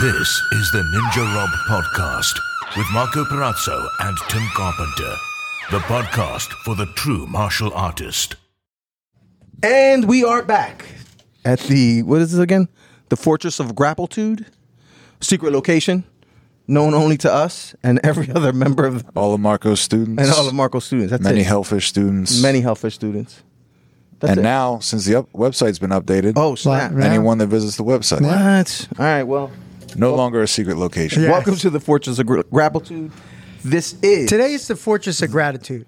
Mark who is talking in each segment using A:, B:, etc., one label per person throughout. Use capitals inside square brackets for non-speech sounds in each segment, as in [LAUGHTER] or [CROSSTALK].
A: This is the Ninja Rob Podcast with Marco Perazzo and Tim Carpenter. The podcast for the true martial artist.
B: And we are back at the what is this again? The Fortress of Grappletude, secret location known only to us and every [LAUGHS] other member of
C: all of Marco's students,
B: and all of Marco's students. That's
C: many
B: it.
C: Hellfish students,
B: many Hellfish students. That's
C: and
B: it.
C: now since the up- website's been updated,
B: oh snap!
D: Wow.
C: anyone that visits the website,
B: What? All right, well,
C: no longer a secret location.
D: Yeah. Yes.
B: welcome to the Fortress of Gra- Grappletude. This is
D: Today is the fortress of gratitude.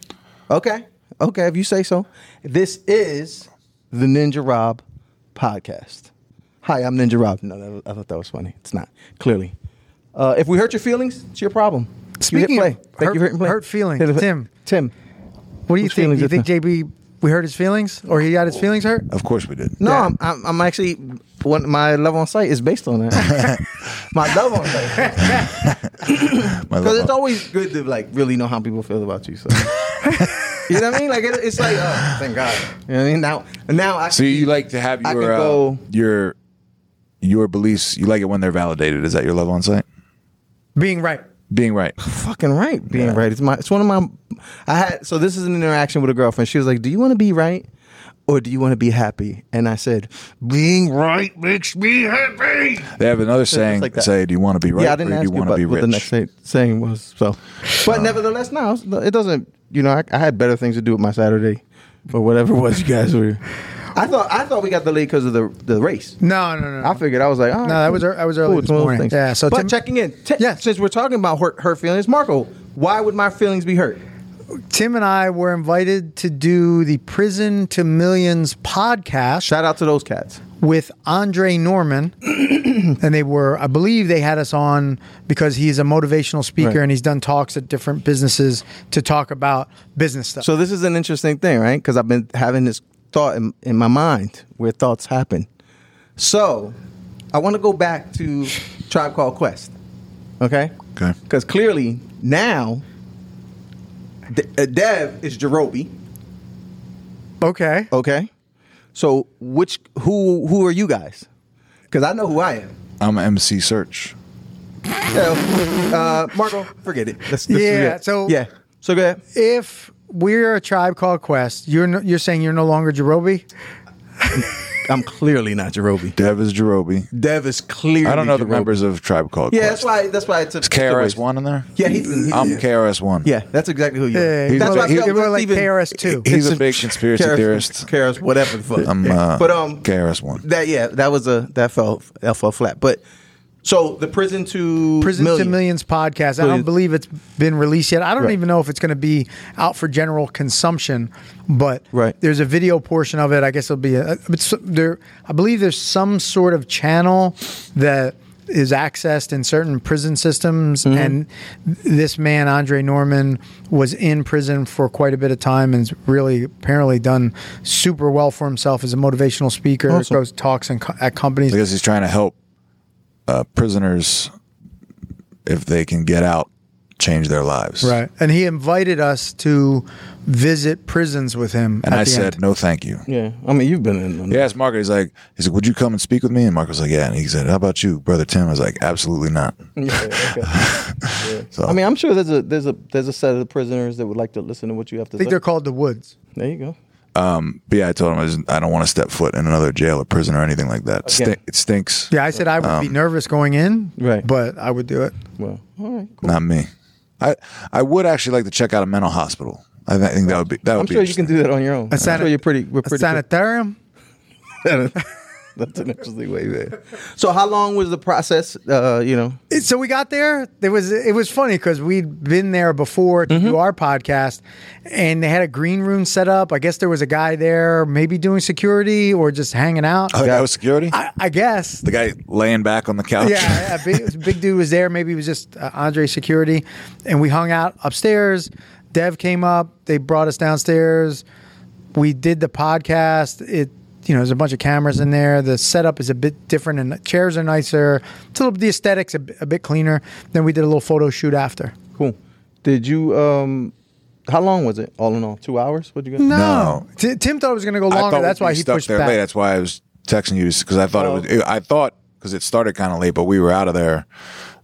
B: Okay. Okay, if you say so. This is the Ninja Rob podcast. Hi, I'm Ninja Rob. No, that, I thought that was funny. It's not, clearly. Uh, if we hurt your feelings, it's your problem.
D: Speaking
B: you hit
D: of
B: play. Thank
D: hurt-
B: you for hitting play.
D: hurt feelings,
B: Hit it-
D: Tim.
B: Tim.
D: What do you
B: Whose
D: think?
B: feelings
D: You
B: is
D: think
B: that?
D: JB we hurt his feelings, or he got his feelings hurt?
C: Of course we did.
B: No,
D: Yeah.
B: I'm, I'm, I'm actually, one, my love on site is based on that.
D: [LAUGHS]
B: my love on site.
C: My
B: Because
C: love-
B: it's always good to like really know how people feel about
D: [LAUGHS]
B: you. So. you know what I mean? Like, it, it's like, oh, thank God. You know what I mean? Now, now I
C: so you like to have
B: I can
C: your uh,
B: go-
C: your your beliefs. You like it when they're validated. Is that your love on site?
D: Being right.
C: Being right.
B: fucking right being right. It's my it's one of my I had so this is an interaction with a girlfriend. She was like, "Do you want to be right or do you want to be happy?" And I said, "Being right makes me happy."
C: They have another saying
B: like
C: like
B: that.
C: say, "Do you want to be right
B: yeah, I
C: or
B: didn't
C: do
B: ask
C: you
B: you
C: want to
B: about
C: be
B: what
C: rich?"
B: the next say, saying was. So, but nevertheless, no, it's- it doesn't. You know, I, I had better things to do with my Saturday or whatever [LAUGHS] it was you guys were. I thought I thought we got delayed because of the the race.
D: No, no, no. no.
B: I figured I was like, all right,
D: No, that was ear- that was early
B: it's
D: this
B: one of those
D: morning.
B: things.
D: Yeah, so
B: but
D: Tim-
B: checking in. Ti-
D: Yeah.
B: Since we're talking about hurt, hurt feelings, Marco, why would my feelings be hurt?
D: Tim and I were invited to do the Prison to Millions podcast
B: Shout out to those cats.
D: with Andre
B: [CLEARS THROAT]
D: Norman, and they were, I believe, they had us on because he's a motivational speaker
B: Right.
D: and he's done talks at different businesses to talk about business stuff.
B: So this is an interesting thing, right? Because I've been having this thought in, in my mind where thoughts happen. So I want to go back to Tribe Called Quest, okay?
C: Okay.
B: Because clearly now, De- uh, Dev is Jerobi,
D: okay,
B: okay? So which who who are you guys? Because I know who I am.
C: I'm MC Search.
B: So, uh, Marco, forget it. Let's- let's do
D: Yeah,
B: it.
D: so-
B: yeah. So go ahead.
D: if we're a tribe called Quest, you're no, you're saying you're no longer Jerobi.
B: I'm clearly not Jerobi.
C: Dev is Jerobi.
B: Dev is clearly.
C: I don't know the
B: Jerobi.
C: members of Tribe Called
B: Yeah,
C: Quest.
B: that's why. That's why it's a
C: Is KRS One in there?
B: Yeah, he's- he's-
C: I'm KRS One.
B: Yeah, that's exactly who you.
D: Yeah,
B: Are.
D: he's
B: that's
C: more
B: why I
C: like- he's
B: felt
D: more
B: that's
D: like
B: even-
D: KRS too.
C: He's
B: it's
C: a big conspiracy
B: KRS [LAUGHS]
C: theorist.
B: KRS, whatever the fuck.
C: I'm,
B: Yeah.
C: uh,
B: but um,
C: KRS One.
B: That yeah, that was a that fell that fell flat. But so the prison to
D: Prison
B: million.
D: to Millions podcast. I
B: Million.
D: don't believe it's been released yet. I don't
B: Right.
D: even know if it's going to be out for general consumption, but
B: Right.
D: there's a video portion of it. I guess it'll be a, but so- there. I believe there's some sort of channel that is accessed in certain prison systems,
B: Mm-hmm.
D: and this man Andre Norman was in prison for quite a bit of time and's really apparently done super well for himself as a motivational speaker.
B: Awesome.
D: Goes talks and co- at companies.
C: I guess he's trying to help uh, prisoners if they can get out, change their lives.
D: Right. And he invited us to visit prisons with him.
C: And
D: at
C: I
D: the
C: said,
D: end.
C: no, thank you.
B: Yeah, I mean you've been in.
C: He asked Marco, he's like, he's like, would you come and speak with me? And Marco was like, yeah. And he said, how about you, brother Tim? I was like, absolutely not.
B: I mean I'm sure there's a there's a there's a set of the prisoners that would like to listen to what you have to
D: I think
B: say.
D: they're called the Woods.
B: There you go.
C: But yeah, I told him I, just, I don't want to step foot in another jail or prison or anything like that. Sti- it stinks.
D: Yeah, I said I would be nervous going in,
B: Right.
D: But I would do it.
B: Well, all right.
C: Not me. I I would actually like to check out a mental hospital. I thi- think that would be that would
B: I'm
C: be
B: sure you can do that on your own. I'm
D: sanit-
B: sure you're pretty. We're
D: A
B: pretty.
D: sanitarium.
B: [LAUGHS] That's an interesting way there. So how long was the process? Uh, you know,
D: It- So we got there. It was it was funny because we'd been there before to do our podcast, and they had a green room set up. I guess there was a guy there, maybe doing security or just hanging out.
C: Oh, the guy with security?
D: I, I guess
C: the guy laying back on the couch.
D: [LAUGHS] Yeah, yeah big, big dude was there. Maybe it was just uh, Andre security, and we hung out upstairs. Dev came up. They brought us downstairs. We did the podcast. It you know there's a bunch of cameras in there. The setup is a bit different, and the chairs are nicer. It's a little, the aesthetics a, bit- a bit cleaner. Then we did a little photo shoot after.
B: Cool. Did you? um How long was it? All in all, two hours. What'd you get?
D: No,
C: No.
D: T- Tim thought it was going to go
C: I thought
D: longer. That's
C: we'd be
D: why he
C: stuck
D: pushed
C: there
D: back.
C: late. That's why I was texting you because I thought
B: Oh.
C: it was. It, I thought because it started kind of late, but we were out of there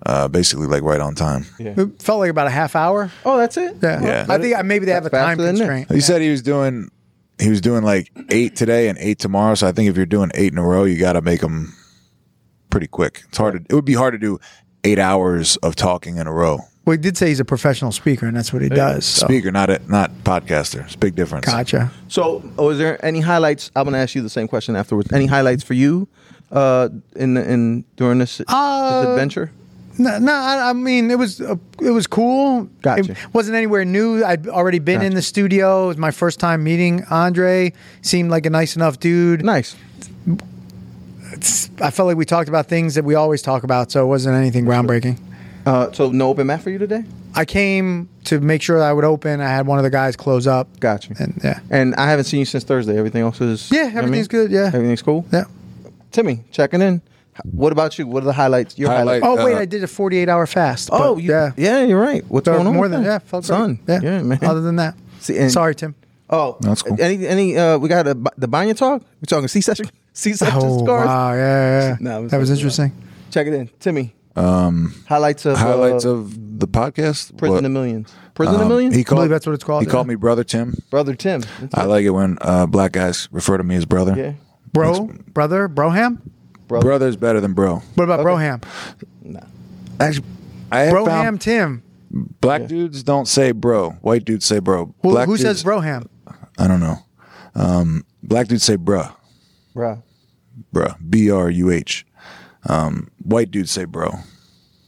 C: uh, basically like right on time.
B: Yeah.
D: It felt like about a half hour.
B: Oh, that's it.
D: Yeah,
C: Yeah.
D: I think I- maybe they have a
B: Faster
D: time
B: than that.
D: constraint.
C: He said he was doing he was doing like eight today and eight tomorrow. So I think if you're doing eight in a row, you got to make them pretty quick. It's hard. To, it would be hard to do eight hours of talking in a row.
D: Well, he did say he's a professional speaker, and that's what he does. So.
C: Speaker, not a, not podcaster. It's a big difference.
D: Gotcha.
B: So, was there any highlights? I'm gonna ask you the same question afterwards. Any highlights for you uh, in in during this,
D: Uh,
B: this adventure?
D: No, no. I, I mean, it was uh, it was cool.
B: Gotcha.
D: It wasn't anywhere new. I'd already been in
B: Gotcha.
D: the studio. It was my first time meeting Andre. Seemed like a nice enough dude.
B: Nice.
D: I felt like we talked about things that we always talk about, so it wasn't anything groundbreaking.
B: Uh, so, no open mat for you today.
D: I came to make sure that I would open. I had one of the guys close up.
B: Gotcha.
D: And yeah,
B: And I haven't seen you since Thursday. Everything else is
D: Yeah, everything's good, yeah.
B: everything's cool.
D: yeah.
B: Timmy, checking in. What about you? What are the highlights? Your
C: Highlight-
B: highlights?
D: Oh wait,
C: Uh,
D: I did a forty-eight hour fast.
B: Oh,
D: but
B: you,
D: yeah.
B: yeah, yeah, you're right. What's
D: So
B: going on?
D: more
B: with
D: than
B: that?
D: yeah, felt
B: son.
D: great.
B: yeah, man.
D: Other than that,
B: See, and-
D: sorry, Tim.
B: oh,
C: That's cool.
B: Any, any? Uh, we got a, bu- the Banya talk. We're talking C section, [LAUGHS] C section
D: Oh
B: scars.
D: wow, yeah, yeah, yeah.
B: No, it was
D: that was
B: like-
D: interesting.
B: Check it in, Timmy. Um, highlights of
C: Highlights
B: uh,
C: of the podcast.
B: Prison
C: What-
B: of Millions. Prison of
C: um,
B: Millions.
C: He called,
D: believe that's what it's called,
C: He
D: yeah.
C: called me brother Tim.
B: Brother Tim.
C: I like it when uh, black guys refer to me as brother.
B: yeah,
D: Bro, brother, broham.
B: brother.
C: Brother's better than bro.
D: What about broham?
C: Actually, I have
D: Broham
C: found
D: Tim.
C: black dudes don't say bro. White dudes say bro.
D: Who,
C: black
D: who
C: dudes-
D: says broham?
C: I don't know. Um, black dudes say bruh,
B: Bruh.
C: bruh, B R U H. Um, white dudes say bro.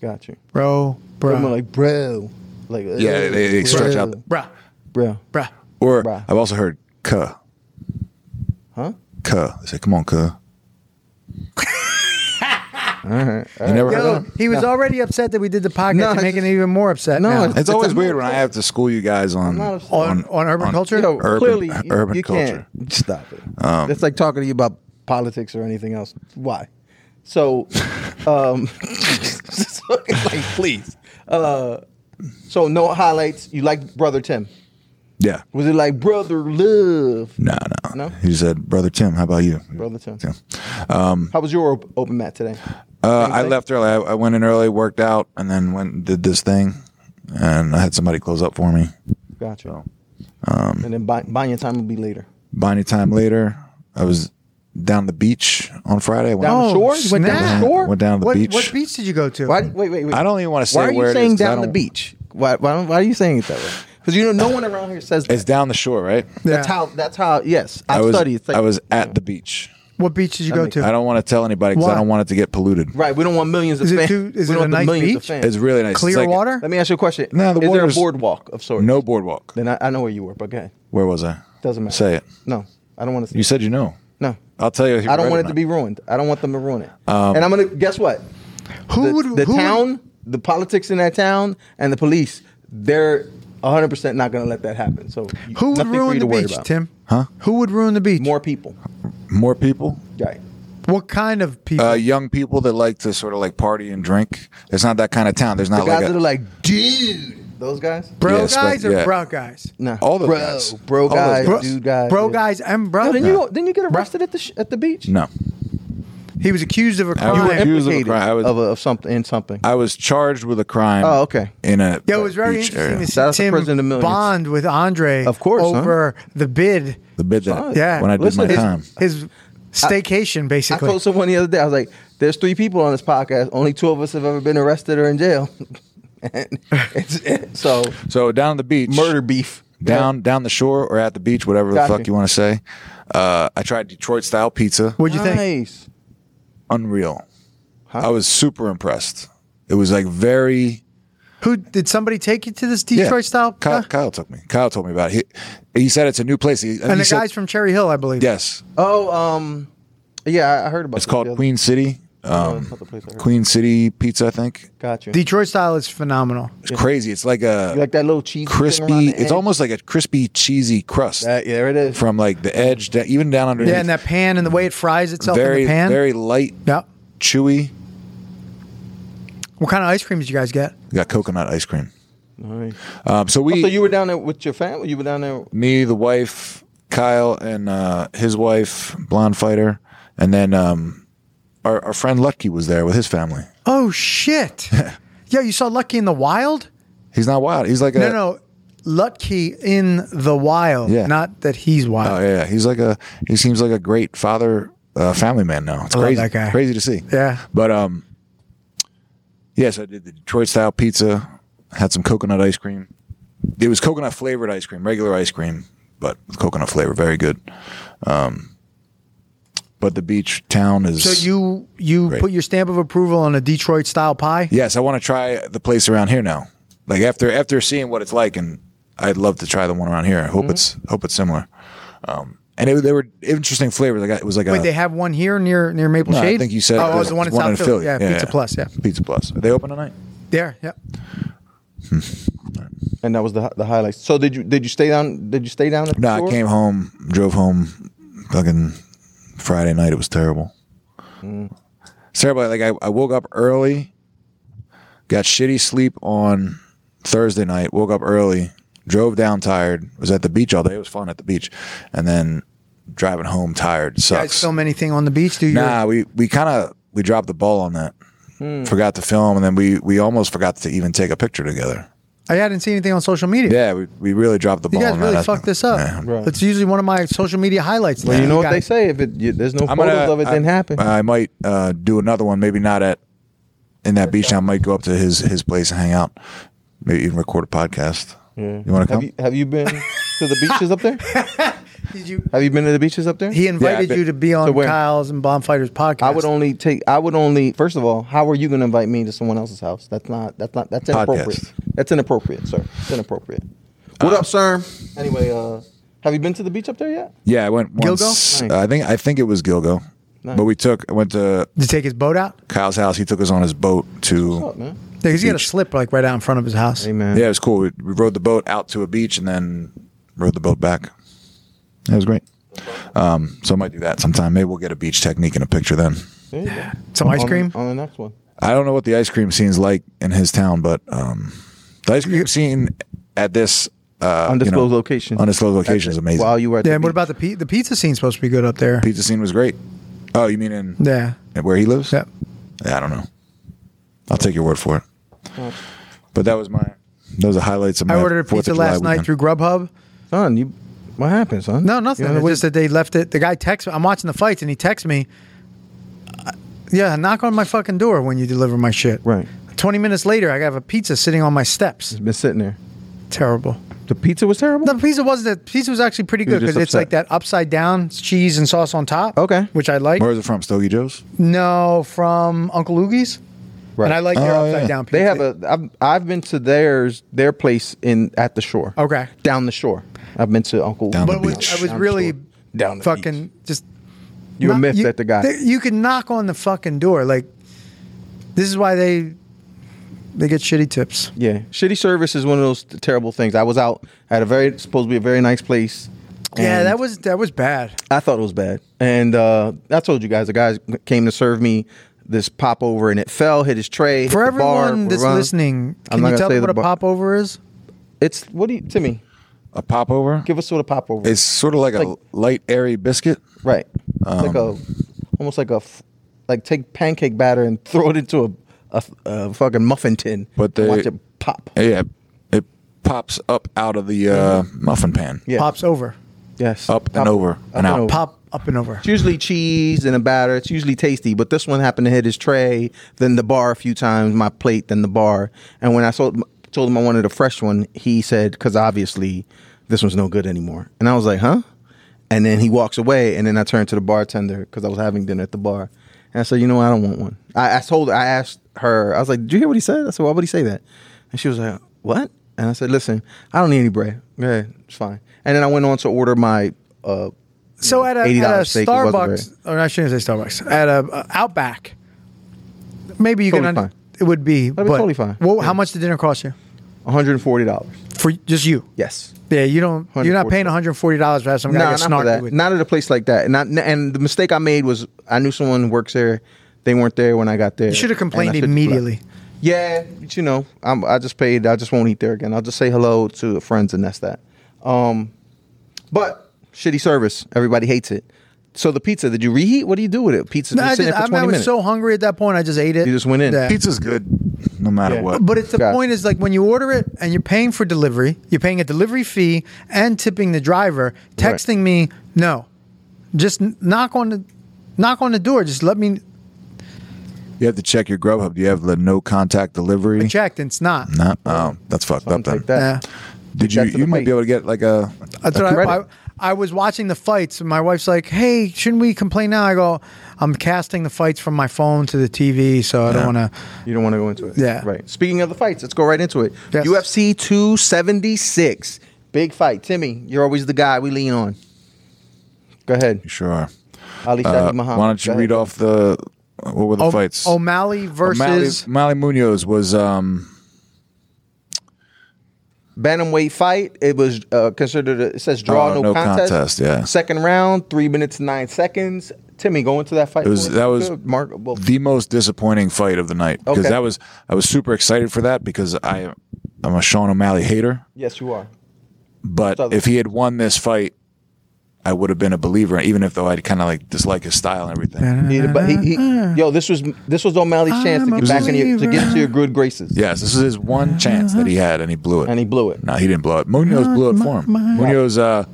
B: Got you.
D: Bro, bro,
B: I'm like bro. Like uh,
C: Yeah, they, they stretch out. the-
D: bruh,
B: bro.
D: bruh.
C: Or
B: Bruh.
C: I've also heard cuh,
B: Huh?
C: cuh. They say, come on, cuh. You never heard
D: Yo,
C: that?
D: he was already upset that we did the podcast,
B: No,
D: You're
B: it's
D: making it even more upset.
B: No,
D: now.
B: it's-
C: It's always
B: a-
C: weird when I have to school you guys on
B: not upset.
D: on on urban culture.
B: Yo,
C: Urban- uh,
B: clearly, you-
C: urban
B: you
C: culture. Um,
B: Can't. Stop it. It's like talking to you about politics or anything else. Why?
C: [LAUGHS]
B: So, um, [LAUGHS] like, please. Uh, so no highlights. You like Brother Tim?
C: Yeah.
B: Was it like Brother Love?
C: No,
B: No?
C: no. He said, brother Tim, how about you?
B: Brother Tim.
C: Tim.
B: How was your op- open mat today?
C: Uh, I left early. I, I went in early, worked out, and then went and did this thing. And I had somebody close up for me.
B: Gotcha. and then buy, buying time will be later.
C: Bonnie time later. I was down the beach on Friday. I went-
B: Down the
D: Oh,
B: shore? You went down the
D: snap.
B: shore?
C: Went down the
D: what,
C: beach.
D: what beach did you go to?
B: Why? Wait, wait, wait.
C: I don't even wanna say
B: why are
C: where
B: you
C: it
B: saying
C: is, 'cause I
B: down the
C: don't-
B: beach? Why? Why, don't, why are you saying it that way? Because you know, no one around here says that.
C: It's down the shore, right?
B: That's
D: Yeah.
B: how. That's how. Yes, I,
C: I was.
B: study. It's like,
C: I was at the beach.
D: What beach did you go
B: makes-
C: I
D: to?
C: don't want to tell anybody because
D: Why?
C: I don't want it to get polluted.
B: Right. We don't want millions of
D: Is it
B: fans.
D: too- is
B: we don't
D: it a
B: want the
D: nice
B: millions of
D: beach?
B: fans.
C: It's really nice. It's
D: Clear
C: like-
D: water?
B: Let me ask you a question.
C: No, the
B: is there a
C: water's-
B: boardwalk of sorts?
C: No boardwalk.
B: Then I, I know where you were, but go ahead.
C: Where was I?
B: Doesn't matter.
C: Say it.
B: No, I don't want to see.
C: You said you know.
B: no.
C: I'll tell you. if you're
B: I don't
C: right Um,
B: want
C: or
B: it to
C: not.
B: be ruined. I don't want them to ruin it. and I'm gonna guess what?
D: Who
B: The,
D: would
B: the
D: who would-
B: town, the politics in that town, and the police. They're 100 percent not gonna let that happen. So you-
D: Who would
B: nothing for you
D: ruin
B: to
D: the
B: worry
D: beach,
B: about.
D: Tim? Huh? Who would ruin the beach?
B: More people.
C: more people.
B: Right.
D: What kind of people?
C: Uh, young people that like to sort of like party and drink. It's not that kind of town. There's
B: The
C: not
B: guys
C: like
B: that are
C: a,
B: like, dude, those guys.
D: bro
C: yes, but-
D: guys or
C: yeah.
D: bro guys?
B: Nah.
C: all those
B: bro,
C: guys.
B: bro
C: All those
B: guys,
C: guys.
B: dude guys,
D: bro
B: yeah.
D: guys and bro.
B: Oh, didn't you didn't you get arrested at the sh- at the beach?
C: no.
D: He was accused of a
C: I was
D: crime.
C: accused- of a
B: Implicated
C: crime. I was-
B: of, a, of something in something.
C: I was charged with a crime.
B: Oh, okay.
C: In a
D: Yeah, it was very
C: beach
D: interesting
C: area.
D: to see
B: Shout out to
D: Tim
B: Prison of Millions.
D: bond with Andre,
B: Of course, huh?
D: over the bid.
C: The bid that
D: Yeah.
C: when I did
B: Listen,
C: my
B: it's-
C: time.
D: His staycation,
B: I
D: basically.
B: told someone the other day, I was like, "There's three people on this podcast. Only two of us have ever been arrested or in jail." [LAUGHS] and it's, so
C: So down at the beach,
B: murder beef.
C: down down the shore or at the beach, whatever
B: Gotcha.
C: the fuck you want to say. Uh, I tried Detroit style pizza.
D: What'd you think?
B: nice.
C: Unreal. I was super impressed. It was like very
D: Who did somebody take you to this
C: yeah.
D: Detroit style?
C: Kyle,
D: Uh,
C: Kyle took me. Kyle told me about it. He, he said it's a new place. He,
D: and
C: he
D: the
C: said-
D: guys from Cherry Hill, I believe.
C: yes,
B: Oh, um, yeah, I- I heard about.
C: it's called Queen City. Um, Queen City Pizza, I think.
B: Got you.
D: Detroit style is phenomenal.
C: It's crazy. It's like a
B: You like that little cheese?
C: crispy. It's almost like a crispy cheesy crust
B: That, yeah, there it is.
C: from like the edge, da- even down underneath.
D: Yeah, and that pan and the way it fries itself
C: very
D: in the pan.
C: very light,
D: yeah.
C: chewy.
D: What kind of ice cream did you guys get?
C: We got coconut ice cream.
B: All right.
C: Um, so
D: Oh,
C: we,
B: So you were down there with your family. You were down there.
C: me, the wife, Kyle, and uh, his wife, blonde fighter, and then um, our, our friend Lucky was there with his family.
D: Oh
C: [LAUGHS]
D: shit! yeah, you saw Lucky in the wild?
C: He's not wild. He's like a
D: No, no, Lucky in the wild.
C: Yeah.
D: not that he's
C: Oh
D: wild.
C: yeah, he's like a he seems like a great father, uh, family man now. It's
D: I love
C: crazy,
D: that guy.
C: crazy to see.
D: Yeah.
C: but um, yes, I did the Detroit style pizza. Had some coconut ice cream. It was coconut flavored ice cream, regular ice cream, but with coconut flavor, very good. Um, but the beach town is
D: So you you
C: Great.
D: put your stamp of approval on a Detroit style pie?
C: Yes, I want to try the place around here now. Like after after seeing what it's like, and I'd love to try the one around here. I
D: Mm-hmm.
C: hope it's hope it's similar. Um, and it, they were interesting flavors. Like it was like a
D: Wait, they have one here near near Maple
C: No,
D: Shade.
C: I think you said
D: Oh, it
C: there's
D: was the one in South Philly. Yeah, Pizza Plus. Yeah,
C: Pizza Plus. Are they open tonight?
D: there. Yeah.
B: And that was the hi- the highlights. So did you did you stay down? Did you stay down? At the
C: No,
B: store?
C: I came home, drove home, fucking Friday night. It was terrible.
D: Mm.
C: It's terrible. Like I, I woke up early, got shitty sleep on Thursday night. Woke up early, drove down tired. Was at the beach all day. It was fun at the beach, and then driving home tired
D: Guys,
C: sucks.
D: film anything on the beach? Do you?
C: Nah, we we kind of we dropped the ball on that.
D: Hmm.
C: Forgot to film, and then we we almost forgot to even take a picture together.
D: I hadn't seen anything on social media.
C: Yeah, Oh, we, we really dropped the
D: You
C: ball.
D: guys
C: on
D: really
C: that.
D: fucked this up.
C: Yeah.
B: Right.
D: It's usually one of my social media highlights.
B: Well, you know what
D: guys-
B: they say: if it you, there's no photos of it,
C: I-
B: didn't happen.
C: I might uh, do another one. Maybe not at in that beach. town. I might go up to his his place and hang out. Maybe even record a podcast. You want to
B: have
C: come?
B: you have you been to the beaches up
C: [LAUGHS]
B: there?
D: Did you?
B: Have you been to the beaches up there?
D: He invited
C: but-
D: you to be
B: So
D: on
B: where?
D: Kyle's and Bomb Fighters podcast.
B: I would only take. I would only. First of all, how are you going to invite me to someone else's house? That's not. That's not. That's inappropriate.
C: Podcast.
B: That's inappropriate, sir. It's inappropriate. What up, sir? Anyway, uh, have you been to the beach up there yet?
C: yeah, I went once.
D: Gilgo?
C: Uh, I think I think it was Gilgo. But we took. I went to
D: Did you take his boat out?
C: Kyle's house. He took us on his boat
B: What's up,
C: to.
B: man?
D: Yeah, 'cause he got a slip like right out in front of his house.
B: Amen.
C: Yeah, it was cool. We, we rode the boat out to a beach and then rode the boat back. It was great. Um, so I might do that sometime. Maybe we'll get a beach technique and a picture then.
B: There you go.
D: Some ice
B: On-
D: cream.
B: on the next one.
C: I don't know what the ice cream scene's like in his town, but um, the ice cream scene at this uh,
B: Undisclosed
C: you know,
B: location.
C: undisclosed location is amazing.
B: While you were at
D: Yeah.
B: the
D: and What
B: beach.
D: about the pi- the pizza scene? Supposed to be good up there.
C: Pizza scene was great. Oh, you mean in
D: Yeah.
C: in where he lives?
D: Yeah.
C: Yeah, I don't know. I'll take your word for it. But that was my those are highlights of my.
D: I ordered a
C: Fourth
D: pizza
C: of July
D: last night
C: weekend.
D: through Grubhub.
B: son? You, what happened, son?
D: No, nothing.
B: You know,
D: It's
B: what-
D: just that they left it. The guy texts. I'm watching the fights, and he texts me. uh, Yeah, knock on my fucking door when you deliver my shit.
B: Right.
D: Twenty minutes later, I have a pizza sitting on my steps.
B: been sitting there.
D: Terrible.
B: The pizza was terrible.
D: The pizza wasn't. The pizza was actually pretty
B: You were
D: good because
B: just
D: it's like
B: upset.
D: that upside down it's cheese and sauce on top.
B: Okay.
D: which I like.
C: Where is it from? Stogie Joe's.
D: No, from Uncle Oogie's.
B: Right.
D: And I like their
C: Oh,
D: upside
C: yeah.
D: down pizza.
B: They have a. I've, I've been to theirs, their place in at the shore.
D: Okay.
B: down the shore. I've been to Uncle.
C: Down
D: But
C: the
D: it was,
C: beach.
D: I was
B: Down the
D: really
B: shore. Down the
D: fucking
B: beach.
D: just.
B: You were
D: Not-
B: miffed at the guy.
D: they- you can knock on the fucking door. Like, this is why they they get shitty tips.
B: yeah, shitty service is one of those terrible things. I was out at a very supposed to be a very nice place.
D: yeah,
B: and
D: that was that was bad.
B: I thought it was bad, and uh, I told you guys. The guys came to serve me this popover, and it fell, hit his tray. hit
D: For
B: the bar,
D: everyone
B: we're
D: that's
B: running.
D: listening,
B: I'm
D: can
B: not
D: you
B: gonna
D: tell
B: say
D: them
B: the
D: what a
B: bar-
D: popover is?
B: It's what do you, Timmy?
C: A popover.
B: Give us what a popover.
C: It's sort of like, a
B: like-
C: light airy biscuit.
B: Right. like a,
C: Um,
B: almost like a, f- like take pancake batter and [LAUGHS] throw it into a, a, a fucking muffin tin.
C: But
B: and
C: they-
B: watch it pop.
C: Yeah, it pops up out of the uh, muffin pan.
B: Yeah. Oh.
D: Pops over,
B: Yes.
C: Up and over and out.
B: over.
D: pop up and over.
B: It's usually cheese and a batter. It's usually tasty, but this one happened to hit his tray, then the bar a few times, my plate, then the bar. And when I sold, told him I wanted a fresh one, he said, because obviously this one's no good anymore. And I was like, huh? And then he walks away, and then I turned to the bartender because I was having dinner at the bar. And I said, you know what? I don't want one. I, I told I asked her, I was like, did you hear what he said? I said, why would he say that? And she was like, what? And I said, listen, I don't need any bread. Yeah, it's fine. And then I went on to order my uh,
D: So at a, at a
B: $80 steak, it wasn't
D: Starbucks, or I shouldn't say Starbucks, at a uh, Outback, maybe you
B: Totally
D: can. un-
B: fine.
D: It would be,
B: That'd be
D: but
B: totally fine.
D: Well,
B: Yeah.
D: how much did dinner cost you
B: One hundred and forty dollars.
D: for just you?
B: Yes.
D: Yeah, you don't. You're not paying
B: $140.
D: 140 dollars to have some
B: No,
D: guy
B: nah, not
D: get
B: for
D: snarky
B: that.
D: with.
B: Not at a place like that. Not, and the mistake I made was I knew someone who works there. They weren't there when I got there.
D: you should have
B: and I
D: complained
B: should've
D: immediately.
B: left. Yeah, but you know, I'm, I just paid. I just won't eat there again. I'll just say hello to friends, and that's that. Um, but shitty service. Everybody hates it. So the pizza, did you reheat? What do you do with it? Pizza
D: No,
B: been
D: I,
B: sitting
D: just,
B: there for
D: I, mean, I
B: twenty
D: was
B: minutes.
D: so hungry at that point. I just ate it.
B: You just went in.
D: Yeah.
C: Pizza's good, no matter
B: Yeah.
C: what.
D: But it's the
B: Got it.
D: point is like when you order it and you're paying for delivery, you're paying a delivery fee and tipping the driver.
B: Right.
D: Texting me, no, just n- knock on the knock on the door. Just let me
C: you have to check your Grubhub. Do you have the no contact delivery?
D: check. And it's not.
C: No, oh, that's fucked up. Then
B: Take that.
D: Yeah.
C: did you?
B: that to the
C: You might
B: plate.
C: be able to get like a.
D: That's
C: a
D: what I, I,
B: credit.
D: I was watching the fights, and my wife's like, "Hey, shouldn't we complain now?" I go, "I'm casting the fights from my phone to the TV, so I don't want to."
B: You don't want to go into it.
D: Yeah.
B: Right. Speaking of the fights, let's go right into it.
D: Yes.
B: UFC 276. Big fight. Timmy, you're always the guy we lean on. Go ahead.
C: sure.
B: Ali Shadi
C: Uh,
B: Muhammad.
C: why don't you
B: Go ahead.
C: read off the what were the fights?
D: O'Malley versus
C: Mally Munoz was um
B: bantamweight fight. It was uh, considered. A, it says draw,
C: Oh,
B: no,
C: no
B: contest.
C: contest, yeah.
B: Second round, three minutes nine seconds. Timmy, go into that fight.
C: it was
B: for us.
C: that was
B: Good. Mark. Well,
C: the most disappointing fight of the night because
B: Okay.
C: that was I was super excited for that because I I'm a Sean O'Malley hater
B: yes, you are.
C: but
B: So-
C: if he had won this fight I would have been a believer even if though I'd kind of like dislike his style and everything
B: He- but he, he, yo, this was this was O'Malley's chance to
D: I'm a
B: get back in your, to get into your good graces.
C: yes this is his one chance that he had and he blew it
B: and he blew it.
C: no he didn't blow it Munoz blew it for him Munoz uh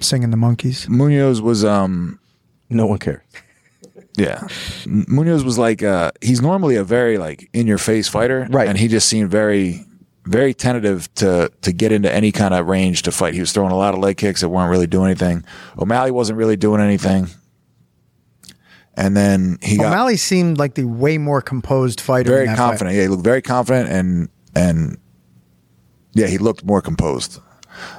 D: singing the monkeys.
C: Munoz was um
B: No one cares.
C: Yeah. M- Munoz was like uh he's normally a very like in your face fighter.
B: Right.
C: And he just seemed very very tentative to to get into any kind of range to fight. He was throwing a lot of leg kicks that weren't really doing anything. O'Malley wasn't really doing anything. And then he got
D: O'Malley seemed like the way more composed fighter. in
C: very
D: that fight.
C: confident. Yeah, he looked very confident and and yeah, he looked more composed.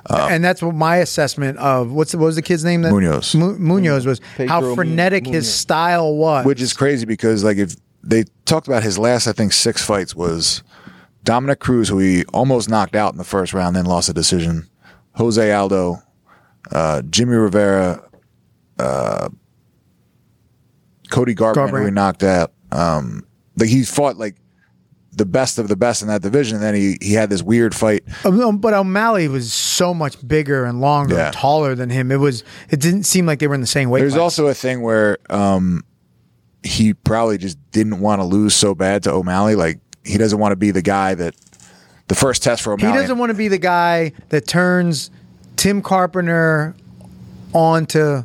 D: and that's what my assessment of what's the, what was the kid's name? That,
C: Munoz.
D: Mu- Munoz was
B: Pedro
D: how frenetic
B: Munoz.
D: his style was.
C: Which is crazy because like if they talked about his last, I think six fights was Dominic Cruz, who he almost knocked out in the first round, then lost a decision. Jose Aldo, uh, Jimmy Rivera, uh, Cody Garbrandt, who he
D: Garbrandt.
C: knocked out. Um, like he fought like the best of the best in that division. And then he he had this weird fight.
D: Um, but O'Malley was so much bigger and longer,
C: Yeah.
D: and taller than him. It was it didn't seem like they were in the same weight.
C: There's
D: class.
C: also a thing where um, he probably just didn't want to lose so bad to O'Malley. Like he doesn't want to be the guy that the first test for
D: he
C: O'Malley.
D: doesn't want to be the guy that turns Tim Carpenter onto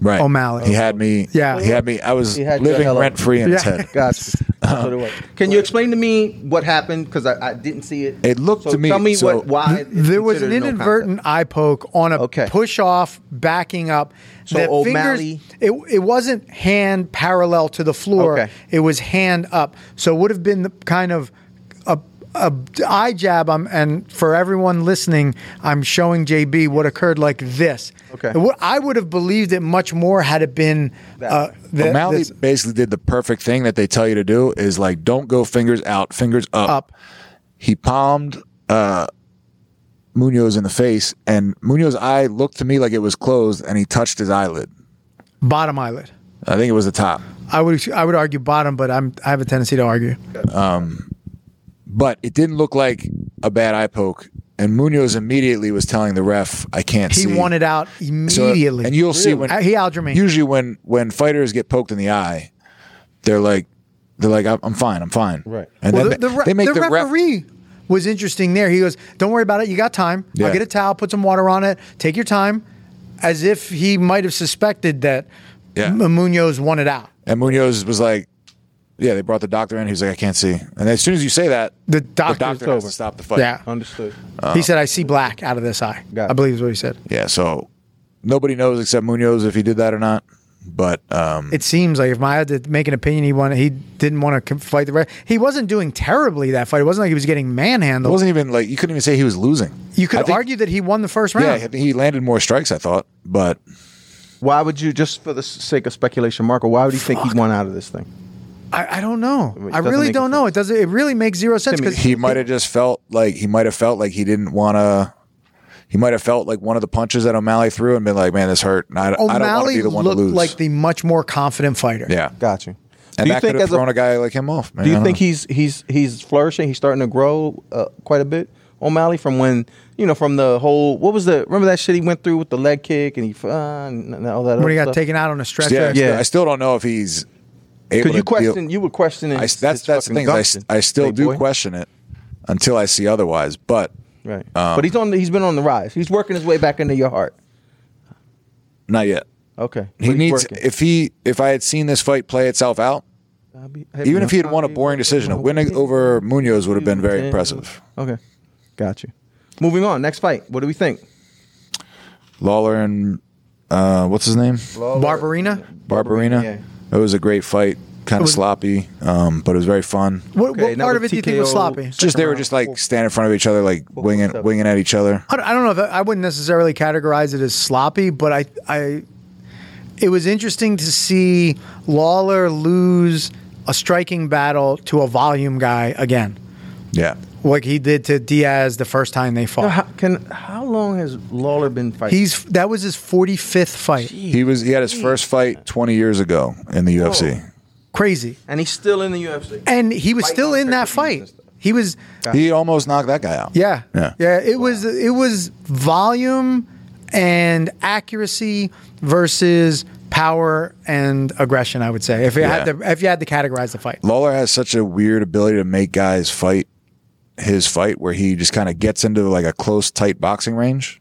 C: right.
D: O'Malley.
C: He had me.
D: Yeah.
C: He had me. I was
B: He had your
C: living
B: hello.
C: rent free in his
D: Yeah. [LAUGHS]
C: head.
B: [LAUGHS] Gotcha. So do I. Um, Can you explain to me what happened? Because I, I didn't see it.
C: It looked
B: So
C: to me-
B: Tell me
C: so-
B: what why it's
D: there was an
B: considered no
D: inadvertent eye poke on a
B: Okay.
D: push off, backing up.
B: So
D: The
B: O'Malley-
D: it, it wasn't hand parallel to the floor.
B: Okay.
D: It was hand up. So it would have been the kind of a, a eye jab. I'm, and for everyone listening, I'm showing JB what occurred like this.
B: Okay.
D: It would- I would have believed it much more had it been
B: That.
D: uh, th-
C: O'Malley
D: this-
C: basically did the perfect thing that they tell you to do is like don't go fingers out, fingers up.
D: up.
C: He palmed uh, Munoz in the face, and Munoz's eye looked to me like it was closed, and he touched his eyelid.
D: Bottom eyelid.
C: I think it was the top.
D: I would I would argue bottom, but I'm I have a tendency to argue.
C: but it didn't look like a bad eye poke. And Munoz immediately was telling the ref, "I can't
D: He
C: see."
D: wanted out
C: So-
D: immediately.
C: and you'll see when
D: Uh, he Algerman.
C: Usually, when when fighters get poked in the eye, they're like, they're like, "I'm I'm fine, I'm fine."
B: Right.
C: And
D: Well,
C: then
D: the, the, re-
C: they make the,
D: the,
C: ref-
D: referee was interesting there. He goes, "Don't worry about it. You got time.
C: Yeah.
D: I'll get a towel, put some water on it. Take your time," as if he might have suspected that
C: Yeah.
D: M- Munoz wanted out.
C: and Munoz was like, "Yeah." They brought the doctor in. He was like, "I can't see." And as soon as you say that,
D: The
C: doctor,
D: doctor's
C: has
B: over.
C: to stop the fight.
D: Yeah,
B: Understood.
C: Uh-huh.
D: he said, "I see black out of this eye."
B: Got it.
D: I believe is what he said.
C: Yeah. So nobody knows except Munoz if he did that or not. But um,
D: It seems like if I had to make an opinion, he wanted, he didn't want to fight the ref. He wasn't doing terribly that fight. It wasn't like he was getting
C: it
D: manhandled.
C: wasn't even like you couldn't even say he was losing.
D: you could
C: I think-
D: argue that he won the first
C: Yeah,
D: round.
C: I think he landed more strikes. I thought, but
B: Why would you, just for the sake of speculation, Marco? Why would you think he won out of this thing?
D: I, I don't know.
B: It
D: I
B: doesn't
D: really
B: make
D: don't
B: a
D: know. It doesn't. It really makes zero sense because
C: he might have just felt like he might have felt like he didn't want to. He might have felt like one of the punches that O'Malley threw and been like, "Man, this hurt." And I, I don't want to
D: O'Malley
C: be the one to
D: looked
C: lose.
D: like the much more confident fighter.
C: yeah,
B: Got you.
C: And
B: you
C: that could
B: think
C: have
B: as a-
C: thrown a, guy like him off, man.
B: Do
C: I
B: you
C: don't
B: think
C: know.
B: he's he's he's flourishing? He's starting to grow uh, quite a bit. O'Malley from when you know from the whole what was the remember that shit he went through with the leg kick and he uh, and all that.
D: When he
B: other
D: got
B: stuff?
D: taken out on a stretcher.
C: Yeah, I still-
B: Yeah.
C: I still don't know if he's able
B: Because
C: to
B: you question,
C: deal-
B: you were questioning.
C: I,
B: his-
C: that's
B: his
C: that's the
B: fucking
C: thing. is I, s-
B: gumption,
C: I still
B: big
C: do
B: boy.
C: question it until I see otherwise. But
B: Right,
C: Um,
B: but he's on. the- He's been on the rise. He's working his way back into your heart.
C: not yet.
B: Okay,
C: He needs if he if I had seen this fight play itself out, even if he had won a boring decision, Mm-hmm. a win over Munoz would have been very impressive.
B: Okay, got you. Moving on. Next fight. What do we think?
C: Lawler and uh, what's his name?
D: Barbarina.
C: Barbarina.
B: Yeah.
C: It was a great fight, kind of
D: was-
C: sloppy, um, but it was very fun.
D: What,
B: Okay,
D: what
B: now
D: part of
B: with
D: it do you think was
B: TKO
D: sloppy?
C: Just they were just like standing in front of each other, like winging
B: seven.
C: winging at each other.
D: I don't- I don't know if I wouldn't necessarily categorize it as sloppy, but I, I, it was interesting to see Lawler lose a striking battle to a volume guy again,
C: Yeah,
D: like he did to Diaz the first time they fought.
B: How, can how long has Lawler been fighting?
D: He's that was his forty fifth fight.
C: he was he had his first fight 20 years ago in the UFC.
D: Crazy,
B: and he's still in the UFC.
D: and he was
B: Fight
D: still
B: on
D: in that
B: pay-per-views and
D: fight.
B: stuff.
D: He was,
C: He almost knocked that guy out.
D: yeah,
C: Yeah.
D: It was it was volume and accuracy versus power and aggression. I would say if you
C: Yeah.
D: had to if you had to categorize the fight.
C: Lawler has such a weird ability to make guys fight his fight where he just kind of gets into like a close tight boxing range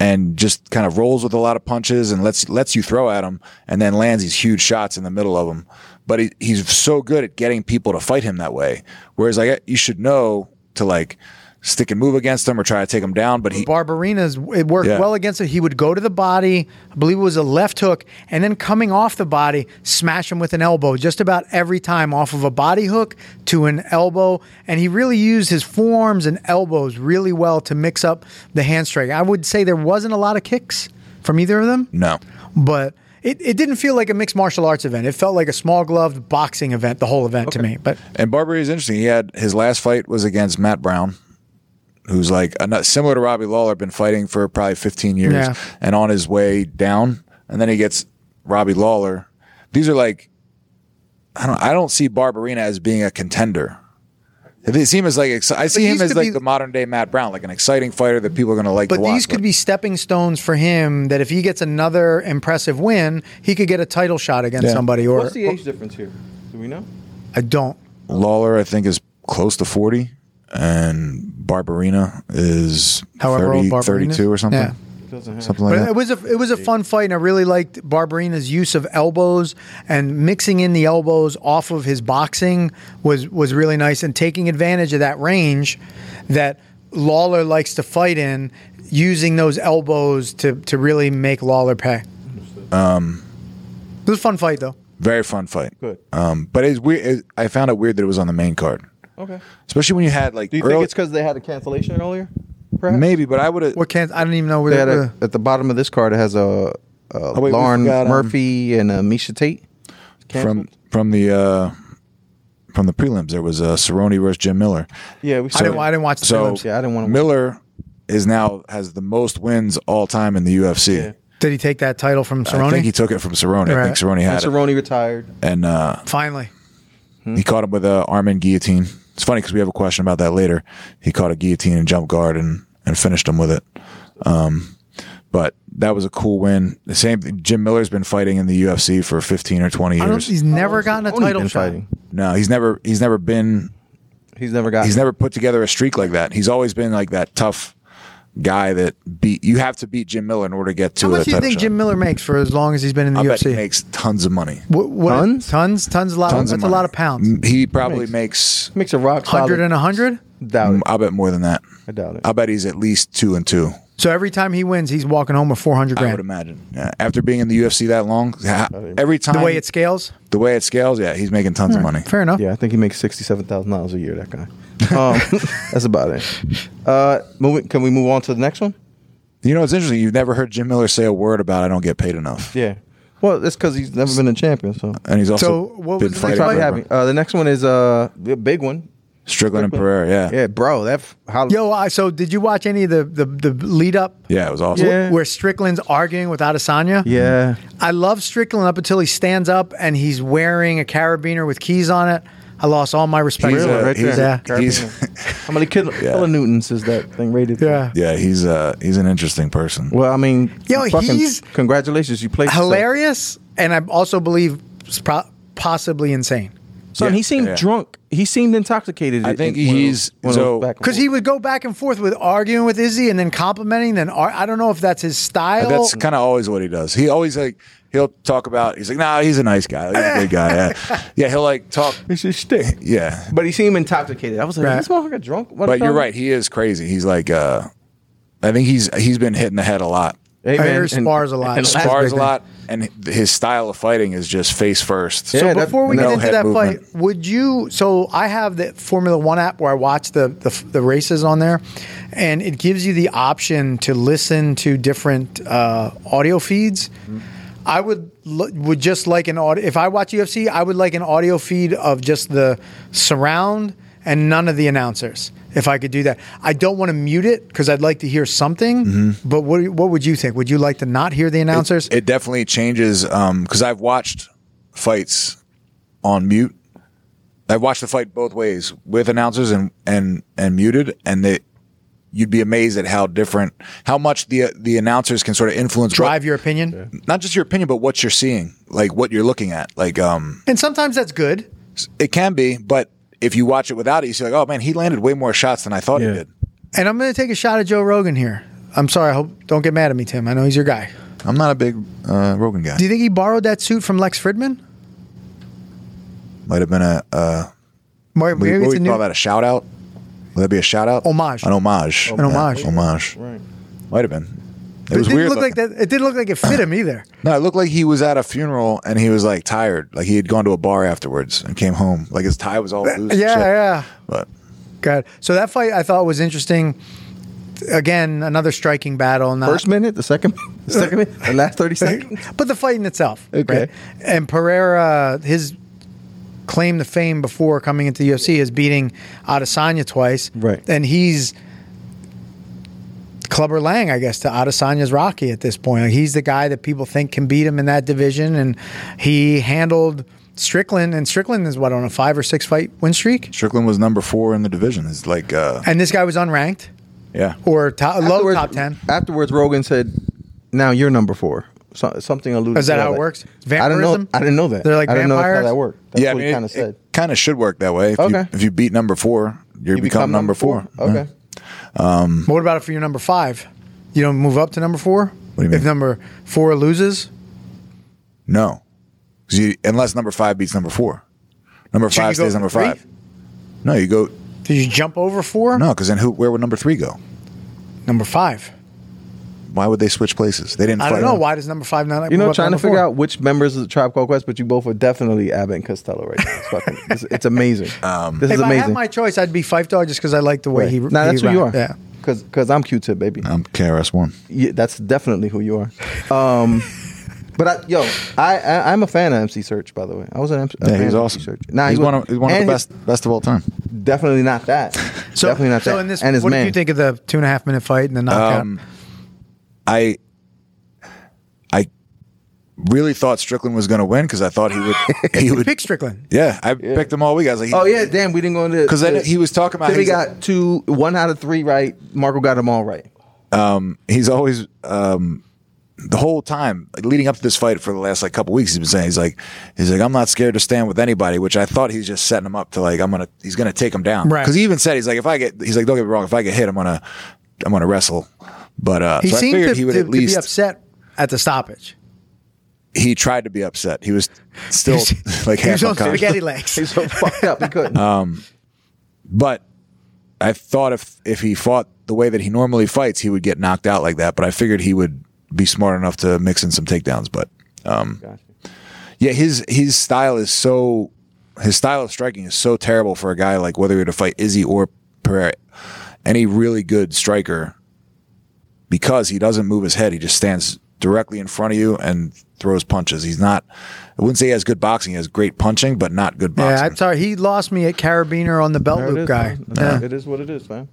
C: and just kind of rolls with a lot of punches and lets lets you throw at him and then lands these huge shots in the middle of him but he, he's so good at getting people to fight him that way whereas like you should know to like stick and move against him or try to take him down but he
D: Barbarina's it worked
C: Yeah.
D: well against it. He would go to the body, I believe it was a left hook, and then coming off the body, smash him with an elbow just about every time off of a body hook to an elbow. And he really used his forms and elbows really well to mix up the hand strike. I would say there wasn't a lot of kicks from either of them,
C: no
D: but it, it didn't feel like a mixed martial arts event. It felt like a small gloved boxing event, the whole event to me. But
C: And Barbary is interesting. He had his last fight was against Matt Brown, who's like ano- similar to Robbie Lawler, been fighting for probably 15 years
D: Yeah.
C: and on his way down. And then he gets Robbie Lawler. These are like, I don't, I don't see Barbarina as being a contender. They seem as like ex- I see
D: these
C: him as
D: could
C: like
D: be-
C: the modern day Matt Brown, like an exciting fighter that people are going to like.
D: But
C: to watch,
D: these could be stepping stones for him that if he gets another impressive win, he could get a title shot against
C: Yeah.
D: somebody. Or
B: What's the age difference here? Do we know?
D: I don't.
C: Lawler, I think, is close to 40, and Barbarina is
D: However, old
C: 30,
D: Barbarina is.
C: 32 or something.
D: Yeah.
B: Doesn't have.
C: Something like
D: But
C: that.
D: it was a it was a fun fight, and I really liked Barbarina's use of elbows and mixing in the elbows off of his boxing was was really nice, and taking advantage of that range that Lawler likes to fight in, using those elbows to to really make Lawler pay. Um, it was a fun fight though.
C: Very fun fight.
B: Good.
C: Um, but it's weird. It, I found it weird that it was on the main card,
B: Okay.
C: especially when you had like
B: Do you
C: early-
B: think it's because they had a cancellation earlier? Perhaps?
C: maybe. But I would have.
D: What can't I don't even know where
B: They had
D: the-
B: a, at the bottom of this card. It has a, a
C: wait, we
B: Lauren
C: forgot, um,
B: Murphy and a Misha Tate.
C: from
B: Canceled?
C: from the uh, from the prelims. There was uh, Cerrone versus Jim Miller.
B: yeah, we.
D: I didn't, I didn't watch the
C: So
D: prelims.
B: Yeah, I didn't wanna watch-
C: Miller is now has the most wins all time in the UFC.
D: Did he take that title from
C: I
D: Cerrone?
C: think he took it from Cerrone. I
D: Right.
C: think Cerrone
B: And
C: had it,
B: Cerrone retired.
C: and uh,
D: Finally.
C: he caught him with a arm and guillotine. It's funny because we have a question about that later. He caught a guillotine and jump guard and and finished him with it. Um, but that was a cool win. The same thing. Jim Miller's been fighting in the UFC for 15 or 20
D: I don't,
C: years.
D: he's never gotten a
B: Cerrone
D: title
B: been
D: shot.
B: fighting.
C: No, he's never he's never been
B: He's never got.
C: he's never put together a streak like that. He's always been like that tough guy that beat you have to beat Jim Miller in order to get to
D: How
C: a
D: much do you
C: title
D: think
C: shot.
D: Jim Miller makes for as long as he's been in the
C: I bet he
D: UFC?
C: makes tons of money.
D: What- what-
B: Tons?
D: Tons? Tons a lot.
C: Tons of
D: that's a
C: money.
D: lot of pounds.
C: M- He probably makes,
B: makes a rock solid.
D: 100 and 100?
B: Doubt it.
C: I'll bet more than that.
B: I doubt it.
C: I'll bet he's at least 2 and 2.
D: So every time he wins, he's walking home with 400
C: I would
D: grand.
C: imagine. Yeah. After being in the UFC that long, ha- every time
D: The way it scales?
C: the way it scales, yeah, he's making tons of money.
D: Fair enough.
B: Yeah, I think he makes sixty-seven thousand dollars a year. That guy. Um, that's about it. Uh, moving. Can we move on to the next one?
C: You know, it's interesting. You've never heard Jim Miller say a word about I don't get paid enough.
B: Yeah. Well, that's because he's never been a champion. So
C: And he's also
D: So, what
C: been
D: was the next
C: fighting
D: fight?
B: probably
C: forever.
B: having. Uh, the next one is uh, the big one.
C: Strickland and Pereira. Yeah. yeah,
B: Yeah, bro. That f- how
D: Yo, I, so did you watch any of the the, the lead up
C: it was awesome.
B: Yeah.
D: where Strickland's arguing with Adesanya?
B: yeah.
D: I love Strickland up until he stands up and he's wearing a carabiner with keys on it. I lost all my respect.
C: He's,
D: for
B: Really?
D: it.
C: uh,
B: Right
C: he's,
D: there.
B: Yeah.
C: he's,
B: How many kil- kilonewtons is that thing rated?
D: yeah.
C: [LAUGHS] yeah, he's uh, he's an interesting person.
B: Well, I mean,
D: Yo,
B: fucking
D: he's-
B: congratulations. You played yourself.
D: Hilarious, and I also believe it's pro- possibly insane.
B: Son,
C: Yeah,
B: he seemed
C: yeah.
B: drunk. He seemed intoxicated.
C: I
B: in-
C: think
B: in one of those-
C: he's-
B: one of those
C: so-
B: back and
D: Because he would go back and forth with arguing with Izzy and then complimenting. Then ar- I don't know if that's his style.
C: That's kind of always what he does. He always like he'll talk about. He's like, nah, he's a nice guy. He's a good
D: [LAUGHS]
C: guy. Yeah, yeah. He'll like talk.
B: forth. it's his shtick.
C: Yeah,
B: But he seemed intoxicated. I was like,
D: Right.
B: this motherfucker drunk. What
C: but
B: the-
C: you're right. He is crazy. He's like, uh, I think he's he's been hitting the head a lot,
B: Hey,
D: I hear spars a lot.
B: and last-
C: spars a
D: big.
C: lot, and his style of fighting is just face first.
B: Yeah,
D: So
B: that-
D: before we
C: no
D: get into
C: head
D: that
C: movement.
D: fight, would you? So I have the Formula One app where I watch the, the the races on there, and it gives you the option to listen to different uh, audio feeds.
C: Mm-hmm.
D: I would l- would just like an audio. If I watch UFC, I would like an audio feed of just the surround and none of the announcers. If I could do that, I don't want to mute it because I'd like to hear something. But what what would you think? Would you like to not hear the announcers?
C: Mm-hmm. It definitely changes because I've watched fights on mute. I've watched the fight both ways with announcers and and and muted, and they. You'd be amazed at how different, how much the the announcers can sort of influence what-
D: Drive your opinion,
C: not just your opinion, but what you're seeing, like what you're looking at. Like, um,
D: and sometimes that's good.
C: it can be, but if you watch it without it, you see like, oh man, he landed way more shots than I thought
B: Yeah.
C: he did.
D: And I'm going to take a shot at Joe Rogan here. I'm sorry. I hope don't get mad at me, Tim. I know he's your guy.
C: I'm not a big uh, Rogan guy.
D: Do you think he borrowed that suit from Lex Fridman?
C: Might have been a uh,
D: Mar-
C: what,
D: Maybe
C: what
D: it's
C: we
D: a
C: call
D: new.
C: that a shout out. Would that be a shout out?
D: Homage.
C: An homage. An
D: homage.
C: homage.
B: Right.
C: Might have been. It
D: It,
C: was
D: didn't
C: weird.
D: look like
C: looking.
D: that. It didn't look like it fit him either.
C: No, it looked like he was at a funeral and he was like tired. Like he had gone to a bar afterwards and came home. Like his tie was all loose. and [COUGHS]
D: yeah,
C: shit.
D: yeah.
C: But
D: God. So that fight I thought was interesting. Again, another striking battle. Not,
B: First minute, the second, the second minute, the last thirty seconds.
D: but the fight in itself.
B: Okay.
D: And Pereira, his claim to fame before coming into the UFC is beating Adesanya twice.
B: Right.
D: And he's Clubber Lang, I guess, to Adesanya's Rocky at this point. Like, he's the guy that people think can beat him in that division. And he handled Strickland, and Strickland is what, on a five or six fight win streak?
C: Strickland was number four in the division. It's like, uh,
D: And this guy was unranked
C: yeah.
D: or to- low
B: Afterwards-
D: top 10.
B: Afterwards, Rogan said, "Now you're number four. So, something alluded.
D: Is that
B: to
D: how it works?
B: I don't know.
D: Vampirism?
B: I didn't know that.
D: They're like
B: I didn't know that's
D: vampires?
B: how that worked. That's what
C: I
B: he
C: mean,
B: kind of
C: it-
B: said.
C: It kind of should work that way. If,
B: Okay.
C: you, if you beat number four, you, become, number four. Yeah.
B: Okay.
D: But what about if you're number five? You don't move up to number four?
C: do you
D: if
C: mean?
D: number four loses?
C: No, 'Cause you, unless number five beats number four, number
D: Should
C: five
D: you go
C: stays number
D: three?
C: five. No, you go
D: Did you jump over four?
C: no, because then who? Where would number three go?
D: Number five.
C: Why would they switch places? They didn't.
D: I
C: fight
D: don't know
C: on-
D: why does number five not.
B: You know,
D: what
B: trying to
D: number
B: figure
D: four?
B: out which members of the Tribe Called Quest, but you both are definitely Abbott and Costello right now. It's, fucking, it's, it's amazing.
C: Um,
B: this
D: If
B: is
D: I had
B: amazing.
D: my choice, I'd be Fife Dog just because I like the way he.
B: Nah, that's
D: he
B: who you are.
D: rocked. Yeah.
B: Because I'm Q-Tip, baby.
C: I'm KRS One.
B: Yeah, that's definitely who you are.
C: [LAUGHS]
B: Um, but I, yo, I, I I'm a fan of MC Search, by the way. I was an MC, a
C: Yeah,
B: fan
C: he's
B: of
C: awesome.
B: MC Search.
C: Nah, he's,
B: he was-
C: one of, he's one of the
B: and his-
C: best best of all time.
B: Definitely not
C: [LAUGHS]
B: that. definitely not
D: so
B: that.
D: in this,
B: and his
D: what
B: man. Um,
D: did you think of the two and a half minute fight and the knockout?
C: I I really thought Strickland was going to win because I thought he would. He
D: you
C: would.
D: picked Strickland.
C: Yeah, I picked him all week. I was like,
B: Oh yeah, damn, we didn't go into
C: 'Cause then he was talking about
B: Timmy
C: he's-
B: got two, one out of three right. Marco got them all right.
C: he's always um, the whole time like, leading up to this fight for the last like couple weeks he's been saying he's like he's like I'm not scared to stand with anybody which I thought he's just setting him up to like I'm gonna he's gonna take him down
D: Right.
C: because he even said he's like if I get he's like don't get me wrong if I get hit I'm gonna I'm gonna wrestle but uh,
D: He
C: so I
D: seemed
C: figured
D: to,
C: he would
D: to-
C: at
D: to
C: least
D: be upset at
B: [LAUGHS]
D: the stoppage.
C: he tried to be upset
D: [LAUGHS]
C: he was still
B: [LAUGHS]
C: like
D: he
C: half
D: was on
C: unconscious
D: spaghetti legs.
B: He's so [LAUGHS] fucked up. He couldn't.
C: but I thought if if he fought the way that he normally fights he would get knocked out like that but I figured he would be smart enough to mix in some takedowns but um,
B: Gotcha.
C: Yeah, his his style is so his style of striking is so terrible for a guy like whether you're to fight Izzy or Pereira, any really good striker, because he doesn't move his head, he just stands directly in front of you and throws punches. He's not. I wouldn't say he has good boxing. He has great punching, but not good boxing.
D: Yeah, I'm sorry. He lost me at carabiner on the belt
B: There it
D: loop
B: is,
D: guy.
B: man.
D: Yeah.
B: It is what it is, man.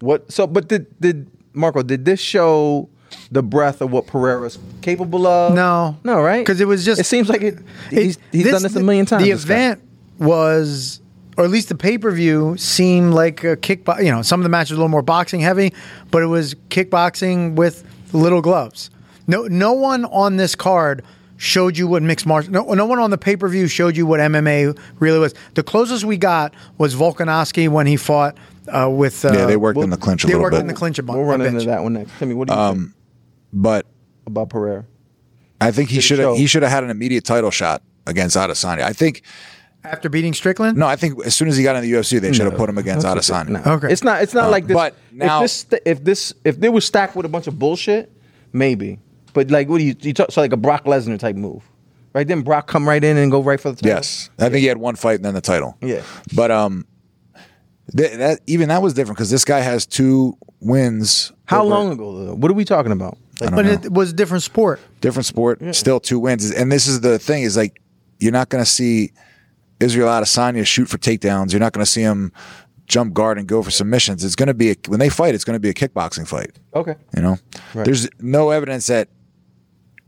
B: What? So, but did did Marco? Did this show the breadth of what Pereira's capable of?
D: No.
B: no, right?
D: 'Cause it was just-
B: It seems like it. He's,
D: It-
B: he's done this a million times.
D: The
B: this guy.
D: event was, or at least the pay per view, seemed like a kickbox. You know, some of the matches were a little more boxing heavy, but it was kickboxing with little gloves. No, no one on this card showed you what mixed martial. No, no one on the pay per view showed you what MMA really was. The closest we got was Volkanovski when he fought uh, with. Uh,
C: Yeah, they worked in the clinch a
D: they
C: little
D: worked
C: bit.
D: in the clinch a bunch.
B: We'll run into
D: bitch.
B: that one next. Timmy, what do you
D: Um,
B: think
C: but
B: about Pereira?
C: I think he
B: Did it
C: should have
B: show?
C: he should have had an immediate title shot against Adesanya. I think
D: after beating Strickland.
C: no, I think as soon as he got in the UFC, they should have put him against Adesanya.
B: No.
D: Okay.
B: It's not. It's not like this.
C: Um, but now-
B: if this, st- if this, if they were stacked with a bunch of bullshit, maybe. But like, what do you? you talk, so like a Brock Lesnar type move, right? Then Brock come right in and go right for the title.
C: Yes, I think he had one fight and then the title.
B: Yeah.
C: but um, th- that even that was different because this guy has two wins.
B: How
C: over-
B: long ago? Though? What are we talking about? Like,
D: but it was a different sport.
C: Different sport, still two wins. And this is the thing: is like you're not going to see Israel Adesanya shoot for takedowns. You're not going to see him jump guard and go for submissions. It's going to be a, when they fight. It's going to be a kickboxing fight.
B: okay.
C: You know, there's no evidence that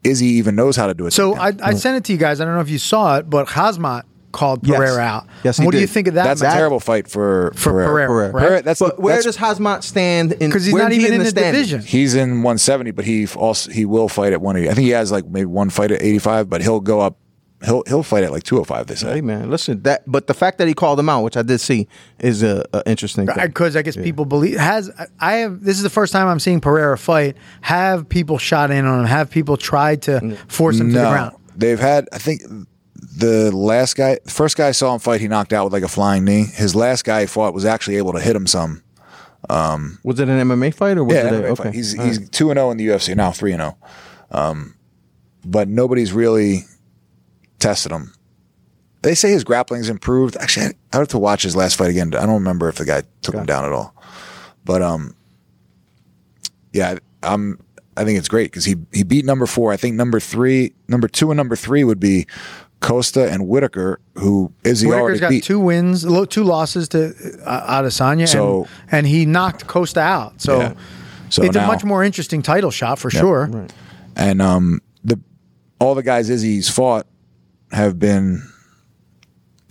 C: Izzy even knows how to do it.
D: So I, I sent it to you guys. I don't know if you saw it, but Hazmat called
B: Yes.
D: Pereira out.
B: Yes, he
D: What do you
B: did.
D: think of that?
C: that's a terrible fight for
D: for Pereira.
B: Pereira.
D: right?
C: Pereira, that's
B: but
C: the-
B: where
C: that's-
B: does Hazmat stand? in-
D: Because he's
B: where's
D: not
B: he
D: even in, the
B: standings?
D: division.
C: He's in 170, but he also he will fight at 180. I think he has like maybe one fight at 85, but he'll go up. He'll he'll fight at like 205. They
B: Hey
C: say.
B: man, listen that. But the fact that he called him out, which I did see, is a, a interesting. Thing.
D: Because Uh, I guess people believe has I have this is the first time I'm seeing Pereira fight. Have people shot in on him? Have people tried to force him to the ground?
C: No, they've had. I think the last guy, first guy I saw him fight, he knocked out with like a flying knee. His last guy he fought was actually able to hit him some.
B: was it an MMA fight or was
C: Yeah,
B: it? A,
C: anyway,
B: okay.
C: he's he's two and zero in the UFC now, three and zero. Um, but nobody's really tested him. They say his grappling's improved. Actually, I have to watch his last fight again. I don't remember if the guy took him down at all. But um, yeah, I'm. I think it's great because he he beat number four. I think number three, number two, and number three would be Costa and Whitaker, who Izzy
D: Whitaker's
C: already
D: got
C: beat.
D: two wins, lo- two losses to uh, Adesanya,
C: So-
D: and, and he knocked Costa out. So,
C: Yeah. So
D: it's
C: now-
D: a much more interesting title shot for sure.
C: and um, the all the guys Izzy's fought have been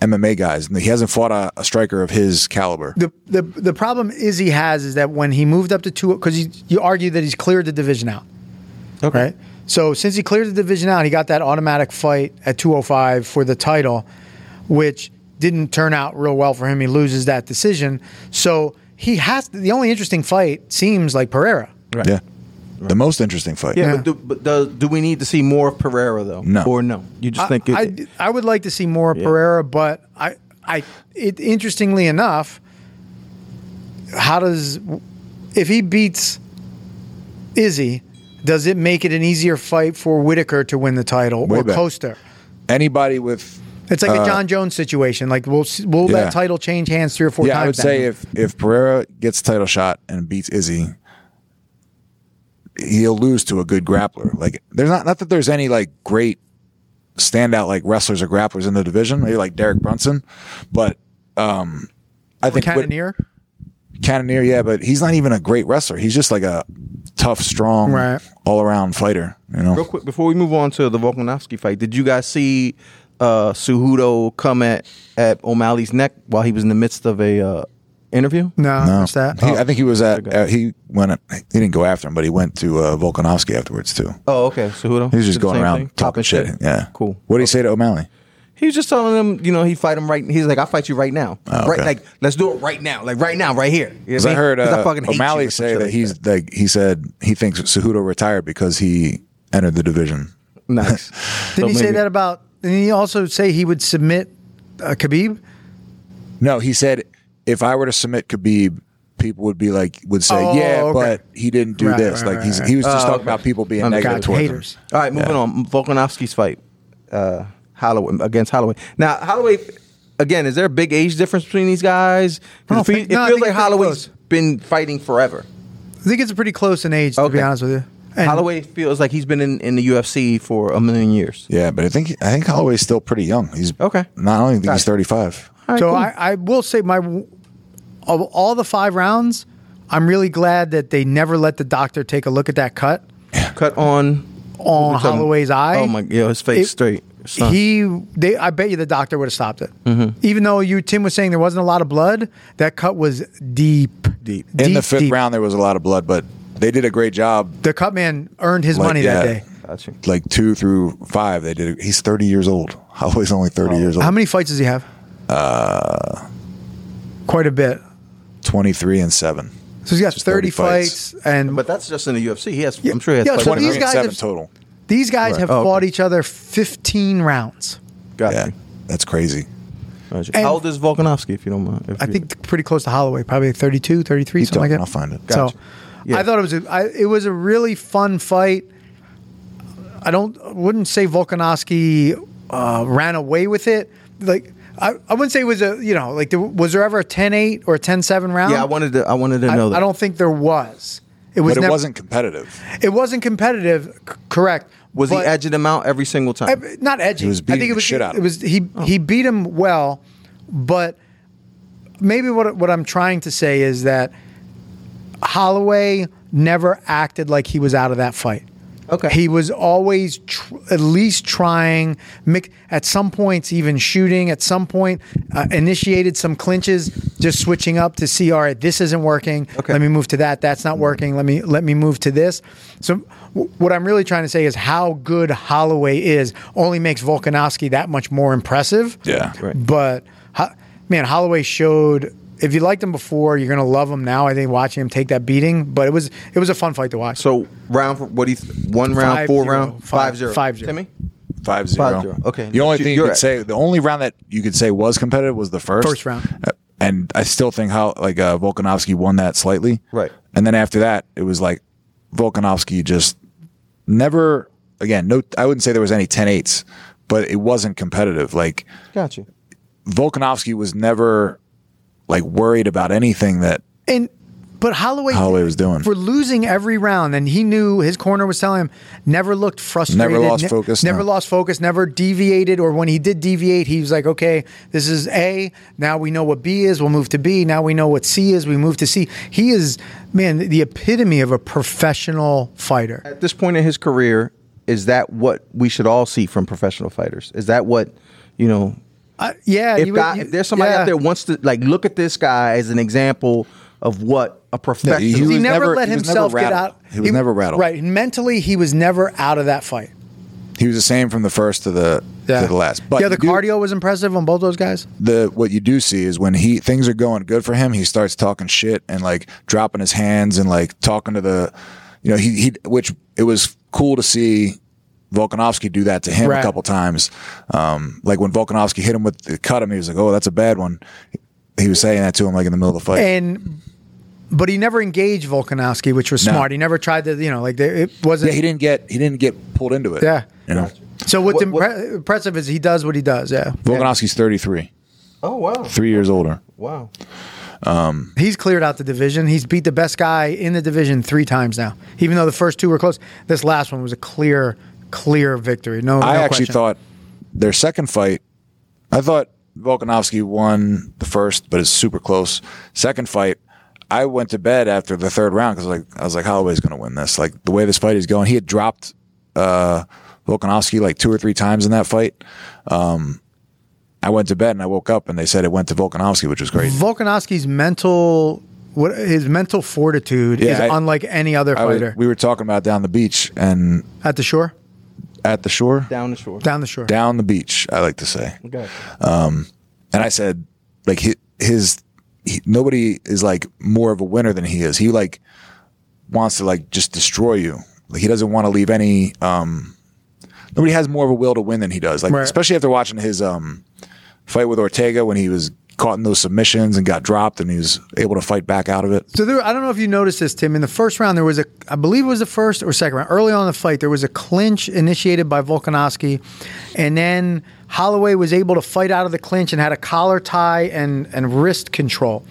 C: MMA guys. He hasn't fought a, a striker of his caliber.
D: the the the problem is he has is that when he moved up to two because you argue that he's cleared the division out,
B: Okay.
D: right? So since he cleared the division out, he got that automatic fight at 205 for the title, which didn't turn out real well for him. He loses that decision, so he has the only interesting fight seems like Pereira.
C: Yeah, the most interesting fight.
B: Yeah,
D: Yeah.
B: but, do, but does, do we need to see more of Pereira though?
C: No.
B: or no? You just think it,
D: I, I would like to see more of Pereira, but I I it interestingly enough, how does if he beats Izzy, does it make it an easier fight for Whitaker to win the title
C: Way
D: or
C: better.
D: Coaster?
C: Anybody with
D: It's like a John Jones situation. Like, will s- will
C: yeah.
D: that title change hands three or four
C: yeah,
D: times?
C: I would
D: now?
C: say if if Pereira gets a title shot and beats Izzy, he'll lose to a good grappler. Like there's not not that there's any like great standout like wrestlers or grapplers in the division. Maybe like Derek Brunson, but um, I think Whit-
D: Cannoneer.
C: Cannoneer, yeah, but he's not even a great wrestler. He's just like a tough, strong,
D: Right.
C: all around fighter. You know,
B: Real quick before we move on to the Volkanovski fight, did you guys see uh, Suhudo come at, at O'Malley's neck while he was in the midst of a uh, interview?
D: No,
C: No. Oh.
D: what's that?
C: He- I think he was at. Uh, he went. He didn't go after him, but he went to uh, Volkanovski afterwards too.
B: Oh, okay. Suhudo.
C: He was just
B: Did the
C: going
B: same
C: around
B: thing?
C: talking shit. Yeah,
B: Cool.
C: What do you say to O'Malley?
B: He was just telling him, you know, he fight him right. He's like, I'll fight you right now.
D: Ah,
C: okay.
B: Right, like let's do it right now, like right now, right here. You know what
C: Because I
B: mean?
C: heard
B: 'Cause
C: uh,
B: fucking hate you
C: O'Malley
B: or some
C: say
B: shit
C: that
B: like
C: he's like he said he thinks Cejudo retired because he entered the division. [LAUGHS]
B: nice.
D: Didn't he say that about? Didn't he also say he would submit uh, Khabib?
C: No, he said if I were to submit Khabib, people would be like would say
D: Oh,
C: yeah,
D: okay.
C: but he didn't do
D: Right,
C: this.
D: right,
C: like
D: right,
C: he's,
D: right.
C: he was just
B: Oh,
C: talking about people being
B: I'm
C: negative
D: God,
C: towards him.
D: haters.
B: All right, moving on. Volkanovski's fight, uh, Holloway against Holloway. Now Holloway, again, is there a big age difference between these guys? 'Cause
D: I don't
B: it fe-
D: think-
B: it
D: no, I
B: feels
D: think
B: like
D: it's pretty
B: Holloway's
D: close.
B: been fighting forever.
D: I think it's pretty close in age, to
B: Okay.
D: be honest with you. And-
B: Holloway feels like he's been in, in the UFC for a million years.
C: Yeah, but I think I think Holloway's still pretty young. He's
B: Okay.
C: Not only think
B: Got
C: he's
B: it.
C: thirty five.
D: so I, I will say my of all the five rounds, I'm really glad that they never let the doctor take a look at that cut
B: cut on
D: on
B: We're talking-
D: Holloway's eye.
B: Oh my god, his face
D: It-
B: straight. Son.
D: He, they, I bet you the doctor would have stopped it. Even though you, Tim was saying there wasn't a lot of blood, that cut was deep,
B: Deep.
C: In the
D: Deep,
C: fifth
D: deep.
C: round, there was a lot of blood, but they did a great job.
D: The cut man earned his
C: Like,
D: money that
C: yeah.
D: day.
B: Gotcha.
C: Like two through five, they did. A, he's thirty years old. [LAUGHS] Holloway's only thirty years old.
D: How many fights does he have? quite a bit.
C: Twenty three and seven.
D: So he's got
C: 30
D: 30 fights, and
B: But that's just in the UFC. He has. I'm sure he has.
D: Yeah,
B: plenty
D: so
B: of
D: these
B: rounds.
C: and
D: guys
C: seven
D: have-
C: total.
D: these guys
B: Right.
D: have
B: Oh, okay.
D: fought each other 15 rounds.
B: Got
C: Yeah,
B: you.
C: that's crazy.
B: Gotcha.
D: And-
B: How old is Volkanovski, if you don't mind? If
D: I
B: you-
D: think pretty close to Holloway, probably 32, 33,
C: Keep
D: something
C: talking.
D: like that.
C: I'll find it.
B: Gotcha.
D: So
B: Yeah.
D: I thought it was a, I, it was a really fun fight. I don't wouldn't say Volkanovski uh, ran away with it. Like I, I wouldn't say it was a you know like there, was there ever a 10-8 or a 10-7 round?
B: Yeah, I wanted to. I wanted to
D: I,
B: know that.
D: I don't think there was. It was
C: but it
D: never-
C: wasn't competitive.
D: It wasn't competitive. c- correct.
B: Was he
D: But-
B: edging him out every single time?
D: Ev- Not edgy.
C: He was beating
D: I think it
C: the
D: was,
C: shit out of
D: It was he. He beat him well, but maybe what what I'm trying to say is that Holloway never acted like he was out of that fight.
B: Okay.
D: He was always tr- at least trying. Mick, at some points, even shooting. At some point, uh, initiated some clinches, just switching up to see. All right, this isn't working.
B: Okay.
D: Let me move to that. That's not working. Let me let me move to this. So, w- what I'm really trying to say is how good Holloway is only makes Volkanovski that much more impressive.
C: Yeah.
B: Right.
D: But Ho- man, Holloway showed. If you liked him before, you're gonna love him now. I think watching him take that beating, but it was it was a fun fight to watch.
B: so round. For, what do you? Th- one round,
D: Five
B: four
D: zero.
B: round,
D: Five-
B: five zero,
D: five zero.
B: Timmy.
C: Five zero.
B: Five zero. Okay.
C: The only
B: You-
C: thing you
B: you're
C: could
B: right.
C: say, the only round that you could say was competitive was the first
D: First round.
C: Uh, And I still think how like uh, Volkanovski won that slightly.
B: Right.
C: And then after that, it was like Volkanovski just never again. No, I wouldn't say there was any 10-8s, but it wasn't competitive. Like
B: Got you.
C: Volkanovski was never like worried about anything that
D: And but Holloway,
C: Holloway was doing.
D: for losing every round, and he knew his corner was telling him never looked frustrated,
C: Never lost focus,
D: never
C: no.
D: lost focus, never deviated. Or when he did deviate, he was like, okay, this is A. Now we know what B is. We'll move to B. Now we know what C is. We move to C. He is man the epitome of a professional fighter.
B: At this point in his career, is that what we should all see from professional fighters? Is that what you know?
D: Uh, yeah,
B: If,
D: you would-
B: guy,
D: you-
B: if there's somebody
D: yeah.
B: out there wants to like look at this guy as an example of what a professional.
C: he
D: he
C: was
D: never,
C: never-
D: let
C: he was never
D: himself get
C: rattled.
D: out.
C: He was never rattled.
D: Right, mentally, he was never out of that fight.
C: he was the same from the first to the to the last. But
D: yeah, the
C: you do-
D: cardio was impressive on both those guys.
C: the what you do see is when he things are going good for him, he starts talking shit and like dropping his hands and like talking to the, you know, he he which it was cool to see Volkanovski do that to him
D: Right.
C: a couple times. Um, like when Volkanovski hit him with the cut him, he was like, "Oh, that's a bad one." He was saying that to him like in the middle of the fight.
D: and but he never engaged Volkanovski, which was
C: No.
D: smart. He never tried to, you know, like they, it
C: yeah,
D: wasn't.
C: he didn't get he didn't get pulled into it.
D: Yeah.
C: you know,
D: so what's
B: What- what-
D: impre- impressive is he does what he does. Yeah,
C: Volkanovski's thirty three,
B: Oh wow!
C: three years older.
B: Wow.
D: he's cleared out the division. He's beat the best guy in the division three times now. Even though the first two were close, this last one was a clear, clear victory. No,
C: I
D: no
C: actually
D: question.
C: thought their second fight. I thought Volkanovski won the first, but it's super close. Second fight, I went to bed after the third round because like I was like Holloway's going to win this. Like the way this fight is going, he had dropped uh, Volkanovski like two or three times in that fight. Um, I went to bed and I woke up and they said it went to Volkanovski, which was great.
D: Volkanovski's mental, what his mental fortitude
C: Yeah,
D: is
C: I-
D: unlike any other
C: I was-
D: fighter
C: we were talking about down the beach and
D: at the shore,
C: at the shore,
B: Down the shore.
D: down the shore.
C: down the beach. I like to say.
B: Gotcha.
C: and I said, like his, his he, nobody is like more of a winner than he is. He like wants to like just destroy you. Like he doesn't want to leave any. um Nobody has more of a will to win than he does. Like
D: Right.
C: especially after watching his um fight with Ortega when he was caught in those submissions and got dropped and he was able to fight back out of it.
D: So there, I don't know if you noticed this, Tim. In the first round, there was a, I believe it was the first or second round, early on in the fight, there was a clinch initiated by Volkanovski, and then Holloway was able to fight out of the clinch and had a collar tie and and wrist control.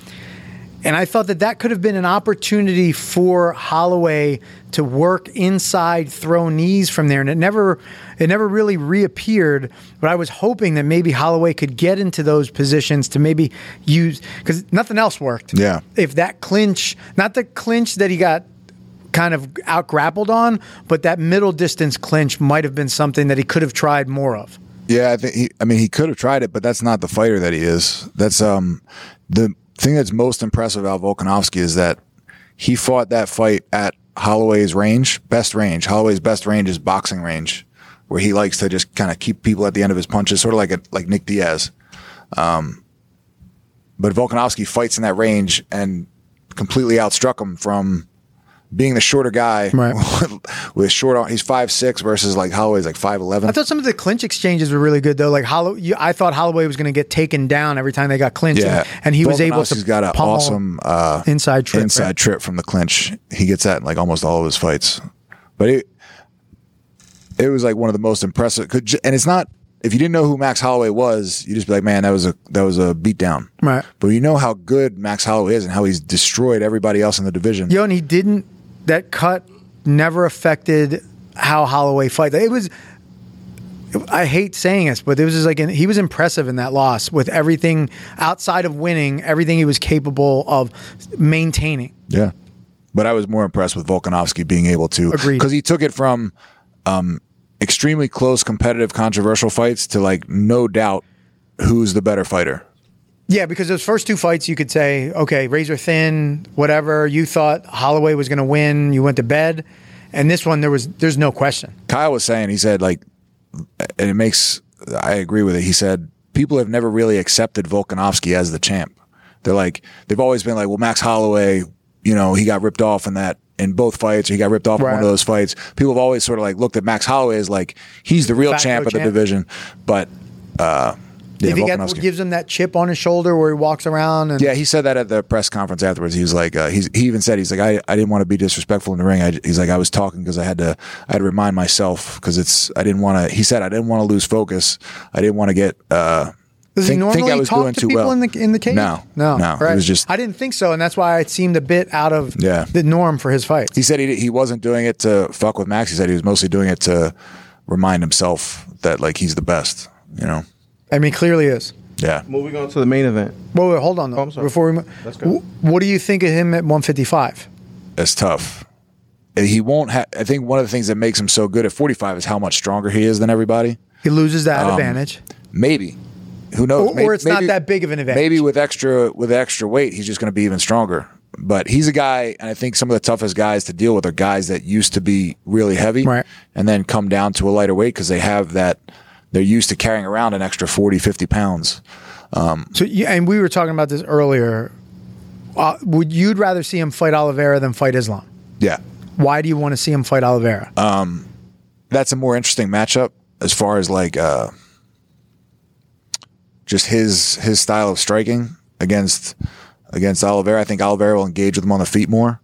D: And I thought that that could have been an opportunity for Holloway to work inside, throw knees from there, and it never, it never really reappeared. But I was hoping that maybe Holloway could get into those positions to maybe use because nothing else worked.
C: Yeah.
D: If that clinch, not the clinch that he got kind of out grappled on, but that middle distance clinch might have been something that he could have tried more of.
C: Yeah, I think he, I mean he could have tried it, but that's not the fighter that he is. That's um the thing that's most impressive about Volkanovski is that he fought that fight at Holloway's range, best range. Holloway's best range is boxing range, where he likes to just kind of keep people at the end of his punches, sort of like a, like Nick Diaz. Um, but Volkanovski fights in that range and completely outstruck him from being the shorter guy
D: Right.
C: [LAUGHS] with short. arm- He's five six versus like Holloway's like five eleven.
D: I thought some of the clinch exchanges were really good though. Like Hollow, you, I thought Holloway was going to get taken down every time they got clinched,
C: Yeah,
D: and, and he was able to.
C: Volkanovski's got an
D: pummel
C: awesome uh,
D: inside trip.
C: inside
D: right?
C: trip from the clinch. He gets that in like almost all of his fights, but it it was like one of the most impressive. Could, ju- and it's not if you didn't know who Max Holloway was, you just be like, man, that was a that was a beatdown.
D: Right.
C: But you know how good Max Holloway is and how he's destroyed everybody else in the division.
D: Yo, and he didn't. That cut never affected how Holloway fight. It was. I hate saying this, but it was just like an, he was impressive in that loss with everything outside of winning, everything he was capable of maintaining.
C: Yeah. But I was more impressed with Volkanovski being able to
D: Agreed.
C: because he took it from um, extremely close, competitive, controversial fights to like no doubt who's the better fighter.
D: Yeah, because those first two fights, you could say, okay, razor thin, whatever. You thought Holloway was going to win. You went to bed, and this one, there was, there's no question.
C: Kyle was saying, he said, like, and it makes, I agree with it. He said, people have never really accepted Volkanovski as the champ. They're like, they've always been like, well, Max Holloway, you know, he got ripped off in that, in both fights, or he got ripped off in
D: Right.
C: one of those fights. People have always sort of like looked at Max Holloway as like, he's the real
D: facto
C: champ of the
D: champ.
C: division. But, uh, yeah,
D: you think that
C: Volkanovski.
D: gives him that chip on his shoulder where he walks around and
C: Yeah, he said that at the press conference afterwards. He was like, uh, he's, he even said, he's like, I, I didn't want to be disrespectful in the ring. I, j- he's like, I was talking because I had to, I had to remind myself because it's, I didn't want to, he said, I didn't want to lose focus. I didn't want to get, uh,
D: Does he
C: think-
D: normally
C: think I was
D: talk
C: doing
D: to
C: too
D: people
C: well.
D: in the in the cage?
C: No.
D: no,
C: No, it
D: Right.
C: was just-
D: I didn't think so, and that's why it seemed a bit out of
C: Yeah.
D: the norm for his fight.
C: he said he, he wasn't doing it to fuck with Max. He said he was mostly doing it to remind himself that like he's the best, you know?
D: I mean, clearly is.
C: Yeah.
B: Moving on to the main event.
D: Well, wait, hold on though.
B: Oh, I'm sorry.
D: Before we, mo-
B: That's good.
D: Wh- what do you think of him at 155?
C: It's tough. He won't have, I think one of the things that makes him so good at 45 is how much stronger he is than everybody.
D: He loses that
C: Um,
D: advantage.
C: Maybe. Who knows?
D: Or- or it's not that big of an advantage.
C: Maybe with extra with extra weight, he's just going to be even stronger. But he's a guy, and I think some of the toughest guys to deal with are guys that used to be really heavy,
D: Right.
C: and then come down to a lighter weight because they have that. They're used to carrying around an extra 40, 50 pounds.
D: So, you, and we were talking about this earlier. Uh, would you'd rather see him fight Oliveira than fight Islam?
C: Yeah,
D: Why do you want to see him fight Oliveira?
C: that's a more interesting matchup as far as like uh, just his his style of striking against against Oliveira. I think Oliveira will engage with him on the feet more.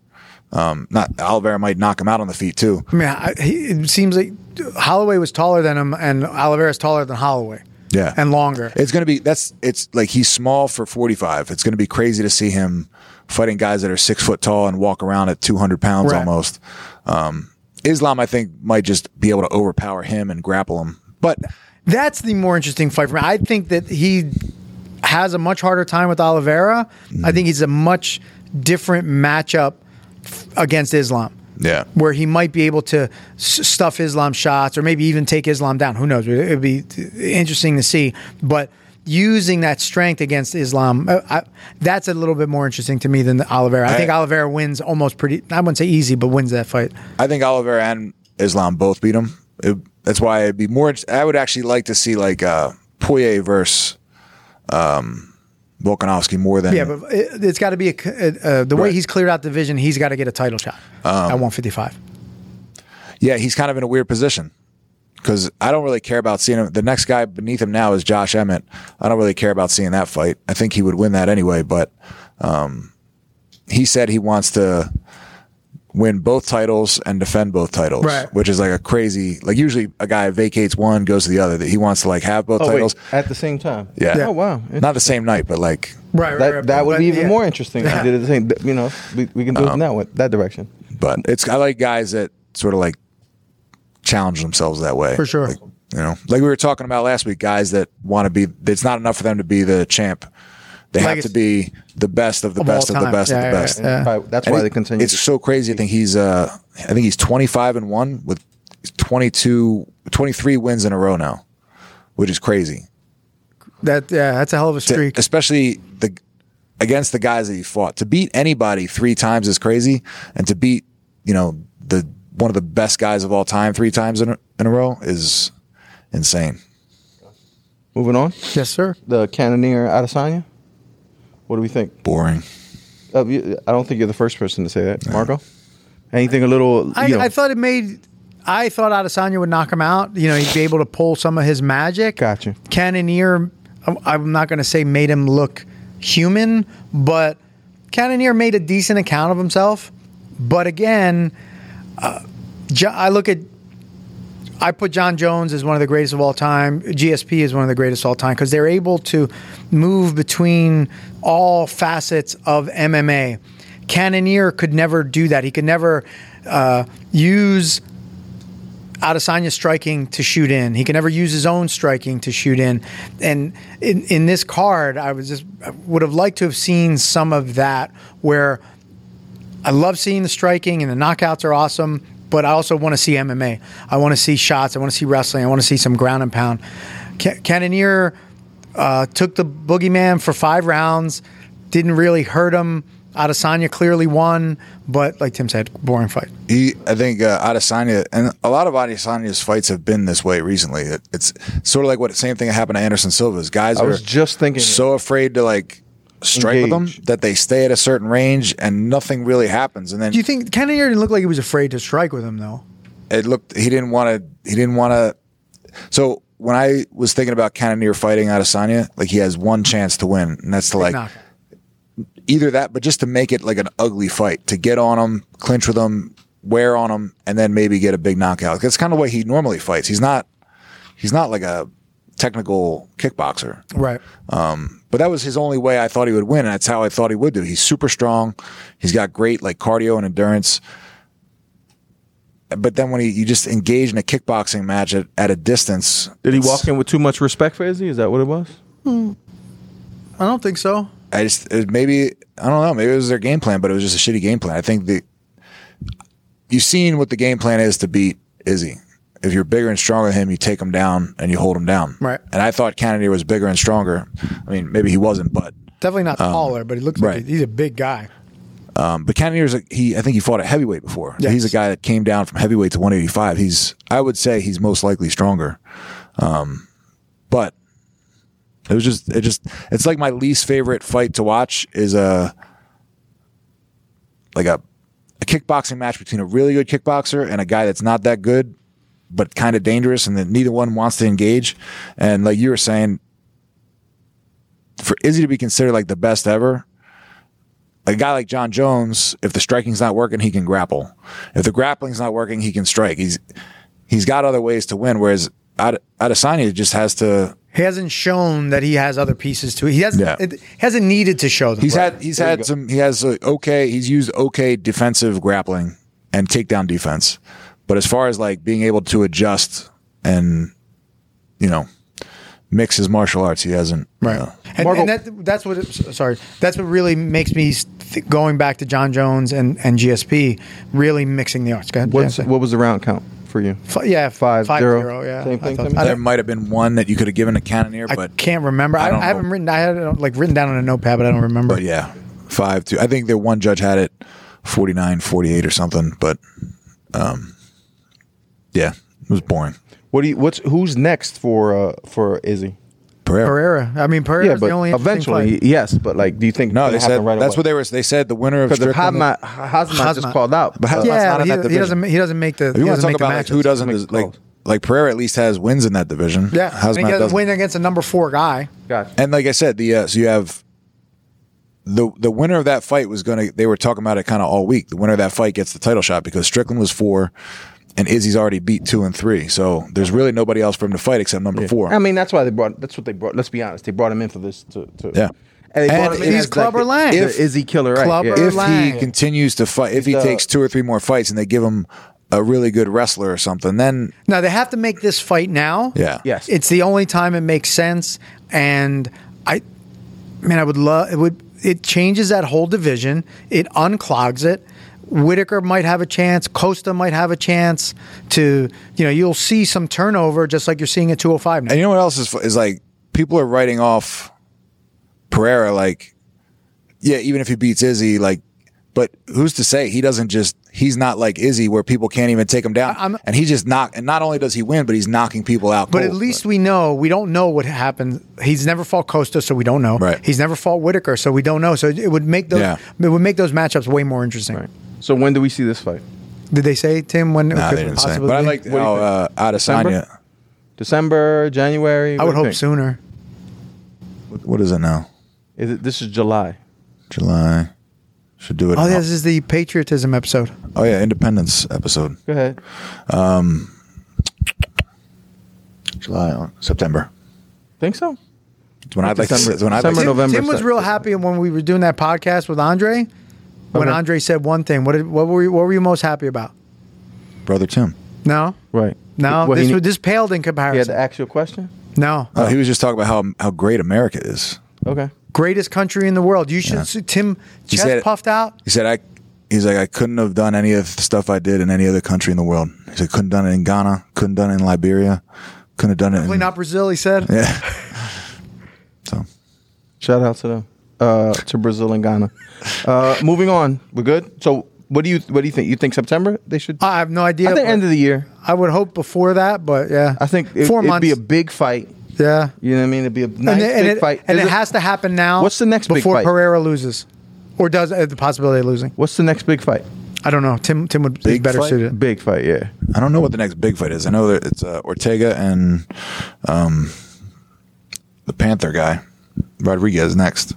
C: Um, not Oliveira might knock him out on the feet too.
D: I mean, I, he, it seems like Holloway was taller than him, and Oliveira's taller than Holloway.
C: Yeah.
D: and longer.
C: It's going to be that's it's like he's small for 45. It's going to be crazy to see him fighting guys that are six foot tall and walk around at 200 pounds
D: Right.
C: almost. Um, Islam, I think, might just be able to overpower him and grapple him. But
D: That's the more interesting fight for me. I think that he has a much harder time with Oliveira. I think he's a much different matchup f- against Islam,
C: yeah,
D: where he might be able to s- stuff Islam shots or maybe even take Islam down. Who knows? It would be t- interesting to see. But using that strength against Islam, uh, I, that's a little bit more interesting to me than the Oliveira. I,
C: I-
D: think Oliveira wins almost pretty, I wouldn't say easy, but wins that fight.
C: I think Oliveira and Islam both beat him. It, that's why it'd be more. I would actually like to see like uh, Poirier versus um, Volkanovski more than
D: Yeah, but it, it's got to be a, c- uh, the way
C: Right.
D: he's cleared out the division. He's got to get a title shot
B: Um,
D: at 155.
C: yeah, he's kind of in a weird position because I don't really care about seeing him. The next guy beneath him now is Josh Emmett. I don't really care about seeing that fight. I think he would win that anyway, but um, he said he wants to win both titles and defend both titles,
D: Right.
C: which is like a crazy. Like usually, a guy vacates one, goes to the other. That he wants to like have both
B: Oh, wait,
C: titles.
B: at the same time.
C: Yeah.
B: Oh wow.
C: Not the same night, but like
D: Right, right,
B: that
D: right.
B: that would
D: But,
B: be even
D: yeah.
B: more interesting if you did the same. th- You know, we, we can do
C: Um,
B: it in that one, that direction.
C: but it's I like guys that sort of like challenge themselves that way.
D: For sure.
C: Like, you know, like we were talking about last week, guys that want to be. It's not enough for them to be the champ. They
D: Like
C: have to
D: it's-
C: be the best of the
D: Of all
C: best of the
D: time.
C: best of
D: Yeah,
C: the
D: yeah,
C: best.
D: yeah.
B: Probably- that's
C: And
B: why
C: it-
B: they continue.
C: It's
B: to-
C: so crazy. I think he's uh, I think he's 25 and one with 22, 23 wins in a row now, which is crazy.
D: That yeah, that's a hell of a
C: To-
D: streak.
C: especially the against the guys that he fought. To beat anybody three times is crazy, and to beat you know the one of the best guys of all time three times in a, in a row is insane.
B: moving on.
D: yes, sir.
B: The cannoneer Adesanya. What do we think?
C: Boring.
B: Uh, you- I don't think you're the first person to say that, Marco. Anything a little?
D: I,
B: you know,
D: I thought it made. I thought Adesanya would knock him out. You know, he'd be able to pull some of his magic.
B: Gotcha.
D: Cannoneer, I'm- I'm not going to say made him look human, but Cannoneer made a decent account of himself. But again, uh, Jo- I look at. I put John Jones as one of the greatest of all time. GSP is one of the greatest of all time because they're able to move between all facets of MMA. Cannoneer could never do that. He could never uh, use Adesanya's striking to shoot in. He can never use his own striking to shoot in. And in, in this card, I was just I would have liked to have seen some of that where I love seeing the striking and the knockouts are awesome, but I also want to see MMA. I want to see shots. I want to see wrestling. I want to see some ground and pound. Ca- Cannoneer uh, took the boogeyman for five rounds, didn't really hurt him. Adesanya clearly won, but like Tim said, boring fight.
C: He, I think uh, Adesanya, and a lot of Adesanya's fights have been this way recently. It, it's sort of like what same thing that happened to Anderson Silva's guys.
B: I
C: are
B: was just thinking-
C: so afraid to like strike with them
B: Engage.
C: that they stay at a certain range and nothing really happens. And then
D: Do you think Cannoneer didn't look like he was afraid to strike with him though?
C: it looked he didn't want to he didn't want to so when I was thinking about Cannoneer fighting Adesanya, like he has one chance to win, and that's to like
D: Knock.
C: either that, but just to make it like an ugly fight, to get on him, clinch with him, wear on him, and then maybe get a big knockout. That's kind of the way he normally fights. He's not he's not like a technical kickboxer.
D: Right.
C: But that was his only way I thought he would win, and that's how I thought he would do. He's super strong. He's got great like cardio and endurance. But then when he you just engage in a kickboxing match at, at a distance,
B: did he
C: it's-
B: walk in with too much respect for Izzy? Is that what it was?
D: I don't think so.
C: I just it, maybe I don't know. Maybe it was their game plan, but it was just a shitty game plan. I think the you've seen what the game plan is to beat Izzy. If you're bigger and stronger than him, you take him down and you hold him down.
D: Right.
C: And I thought Kennedy was bigger and stronger. I mean, maybe he wasn't, but
D: Definitely not taller, but he looks
C: right.
D: like he- he's a big guy.
C: Um, But Cannonier's a, he I think he fought at heavyweight before.
D: Yes.
C: He's a guy that came down from heavyweight to 185. He's I would say he's most likely stronger. Um, but it was just it just it's like my least favorite fight to watch is a like a a kickboxing match between a really good kickboxer and a guy that's not that good but kind of dangerous and that neither one wants to engage and like you were saying for Izzy to be considered like the best ever a guy like John Jones, if the striking's not working, he can grapple. If the grappling's not working, he can strike. He's he's got other ways to win. Whereas Ad- Adesanya just has to.
D: He hasn't shown that he has other pieces to it. He hasn't
C: Yeah.
D: it, he hasn't needed to show them.
C: He's had he's had some. He has uh okay. He's used okay defensive grappling and takedown defense. But as far as like being able to adjust and you know mix his martial arts, he hasn't.
D: Right.
C: uh,
D: and
B: Marvel-
D: and that, that's what. It, sorry, that's what really makes me th- going back to John Jones and, and GSP really mixing the arts. Go ahead,
B: What's
D: Jansen.
B: what was the round count for you?
D: F- yeah,
B: Five, zero.
D: yeah.
B: Same
D: I
B: thing
D: thought-
B: to me?
D: I,
C: there
D: don't-
C: might have been one that you could have given a cannoneer,
D: I
C: but
D: can't remember. I,
C: I don't
D: I, haven't
C: know.
D: written. I had it on- like written down on a notepad, but I don't remember.
C: But yeah, five two. I think the one judge had it 49, 48 or something. But um, yeah, it was boring.
B: What do you? What's who's next for uh for Izzy?
C: Pereira.
D: Pereira. I mean, Pereira's the only interesting
B: eventually,
D: fight.
B: yes. But like, do you think
C: No,
B: it's
C: they
B: gonna
C: said
B: happen right
C: that's
B: away?
C: what they were. They said the winner of
B: because if
C: Strickland-
B: Hazmat, Hazmat just
D: Hazmat.
B: called out,
C: But Hazmat's
D: Yeah,
C: not in
D: but he,
C: that
D: he
C: division.
D: doesn't. He doesn't make the.
C: If you
D: he
C: want to talk
D: doesn't make the
C: about like, who
D: matches.
C: doesn't
B: Make the
C: like
B: calls.
C: like Pereira at least has wins in that division.
D: oh. Yeah, I mean,
C: Hazmat
D: he doesn't
C: doesn't.
D: win against a number four guy.
B: Gotcha.
C: And like I said, the uh, so you have the the winner of that fight was going to. They were talking about it kind of all week. The winner of that fight gets the title shot because Strickland was four, and Izzy's already beat two and three. So there's really nobody else for him to fight except number four.
B: I mean, that's why they brought. That's what they brought. Let's be honest. They brought him in for this. To, to
C: Yeah.
B: And they brought
C: And
B: him in
C: he's
B: as like
D: Clubber
B: the-
D: Lang.
B: the
C: If-
B: Izzy Killer, right?
D: Clubber
B: yeah.
C: if he
D: Lang.
C: continues to fight, if he
D: uh,
B: The-
C: takes two or three more fights, and they give him a really good wrestler or something, then
D: Now they have to make this fight now.
C: yeah,
B: Yes.
D: It's the only time it makes sense, and I, man, I would love it. Would it changes that whole division? It unclogs it. Whitaker might have a chance. Costa might have a chance to, you know, you'll see some turnover just like you're seeing at 205 now.
C: And you know what else is is like people are writing off Pereira like yeah, even if he beats Izzy like but who's to say he doesn't just he's not like Izzy where people can't even take him down
D: I'm-
C: and he just knock and not only does he win but he's knocking people out
D: But
C: cold.
D: at least we know we don't know what happened. He's never fought Costa, so we don't know.
C: Right.
D: He's never fought Whitaker, so we don't know. So it would make those
C: Yeah.
D: it would make those matchups way more interesting.
B: Right. So when do we see this fight?
D: Did they say Tim when? it
C: Nah,
D: could
C: they didn't say.
D: possibly
C: But I
D: be?
C: like
B: What do you
C: how uh, Adesanya
B: December? December, January.
D: I
B: What
D: would
B: do you
D: hope
B: think?
D: sooner.
C: what is it now?
B: Is it, this is July.
C: July should do it.
D: Oh,
C: in-
D: yeah, this is the patriotism episode.
C: oh yeah, Independence episode.
B: Go ahead.
C: July uh, September.
B: Think so?
C: It's when I'd like
B: December-
C: to, it's when I'd like
B: December,
C: to,
D: Tim,
B: November
D: Tim was
B: sec-
D: real happy when we were doing that podcast with Andre. When
B: Okay.
D: Andre said one thing, what did, what were you, what were you most happy about?
C: brother Tim.
D: No,
B: Right.
D: no,
B: Well,
D: this
B: he,
D: was this paled in
B: he had to
D: comparison.
B: ask you a question.
D: no,
C: Oh, he was just talking about how how great America is.
B: Okay.
D: greatest country in the world. You should see Tim
C: He
D: chest
C: said-
D: puffed out.
C: He said, "I." He's like, I couldn't have done any of the stuff I did in any other country in the world. He said, couldn't done it in Ghana, couldn't done it in Liberia, couldn't have done it.
D: Definitely
C: In,
B: Mm.
D: not Brazil. He said.
C: yeah. so
B: Shout out to them, uh, to Brazil and
D: [LAUGHS]
B: Ghana. Uh, moving on, we're good. So, what do you what do you think? You think September they should?
D: I have no idea.
B: I think
D: Uh, but
B: end of the year.
D: I would hope before that, but yeah,
B: I think it,
D: four
B: it'd
D: months.
B: be a big fight.
D: yeah,
B: You know what I mean? It'd be a nice
D: and, it, and
B: big
D: it-
B: fight.
D: and
B: Is
D: it has to happen now.
B: What's the next big
D: before
B: fight?
D: Pereira loses, or does uh, the possibility of losing?
B: What's the next big fight?
D: I don't know. Tim Tim would be
C: Big
D: better
C: fight?
D: suited.
B: Big fight, yeah.
C: I don't know what the next big fight is. I know that it's uh, Ortega and um, the Panther guy, Rodriguez next.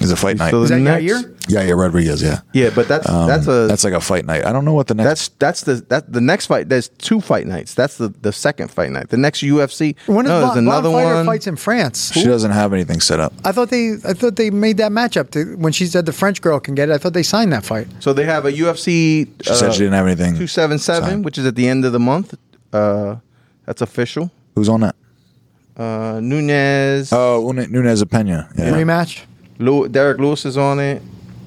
C: Is a fight night.
B: So
D: Is
B: the
D: that
B: next-
D: Yair?
C: yeah, yeah, Rodriguez. Yeah,
B: Yeah, but that's
C: Um,
B: that's a
C: that's like a fight night. I don't know what the next.
B: that's that's the that the next fight. There's two fight nights. That's the the second fight night. The next UFC.
D: When is
B: no,
D: no,
B: there's another one.
D: fights in France?
C: she doesn't have anything set up.
D: I thought they I thought they made that matchup to, when she said the French girl can get it. I thought they signed that fight.
B: So they have a UFC.
C: She said she didn't have anything.
B: uh, Two seven seven,
C: signed.
B: which is at the end of the month. Uh, that's official.
C: Who's on that?
B: Uh, Nunez,
C: Oh, Une- Nunez Pena. Yeah.
D: Rematch.
B: Lew- Derek Lewis is on it.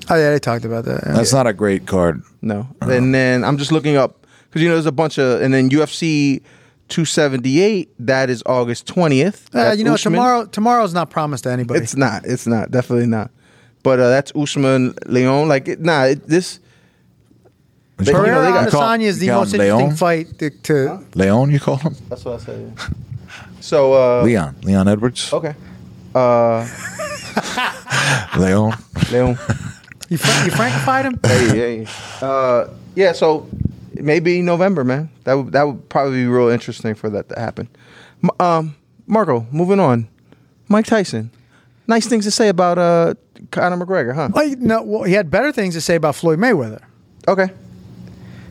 D: Oh yeah, they talked about that. yeah.
C: That's not a great card.
B: No,
D: Uh-huh.
B: and then I'm just looking up because you know there's a bunch of and then UFC 278. That is August 20th.
D: Uh,
B: That's
D: you know,
B: Usman.
D: tomorrow tomorrow's not promised to anybody.
B: It's not. It's not. Definitely not. But uh, that's Usman Leon. Like it, nah, it, this. They- you know,
D: Pereira
B: they got-
D: Adesanya is the
C: You call
D: most
C: him
D: interesting
C: Leon?
D: fight to, to
C: Leon, you call him?
B: That's what I said. yeah. [LAUGHS] So uh,
C: Leon. Leon Edwards.
D: Oh.
B: Okay. Uh,
C: Leon.
D: [LAUGHS]
B: Leon.
D: you, Frank, you Frankified him.
B: hey, hey. Uh, yeah. So maybe November, man. That would that would probably be real interesting for that to happen. M- Um, Marco, moving on. Mike Tyson. Nice things to say about uh Conor McGregor, huh?
D: Well, you know, well, he had better things to say about Floyd Mayweather.
B: Okay.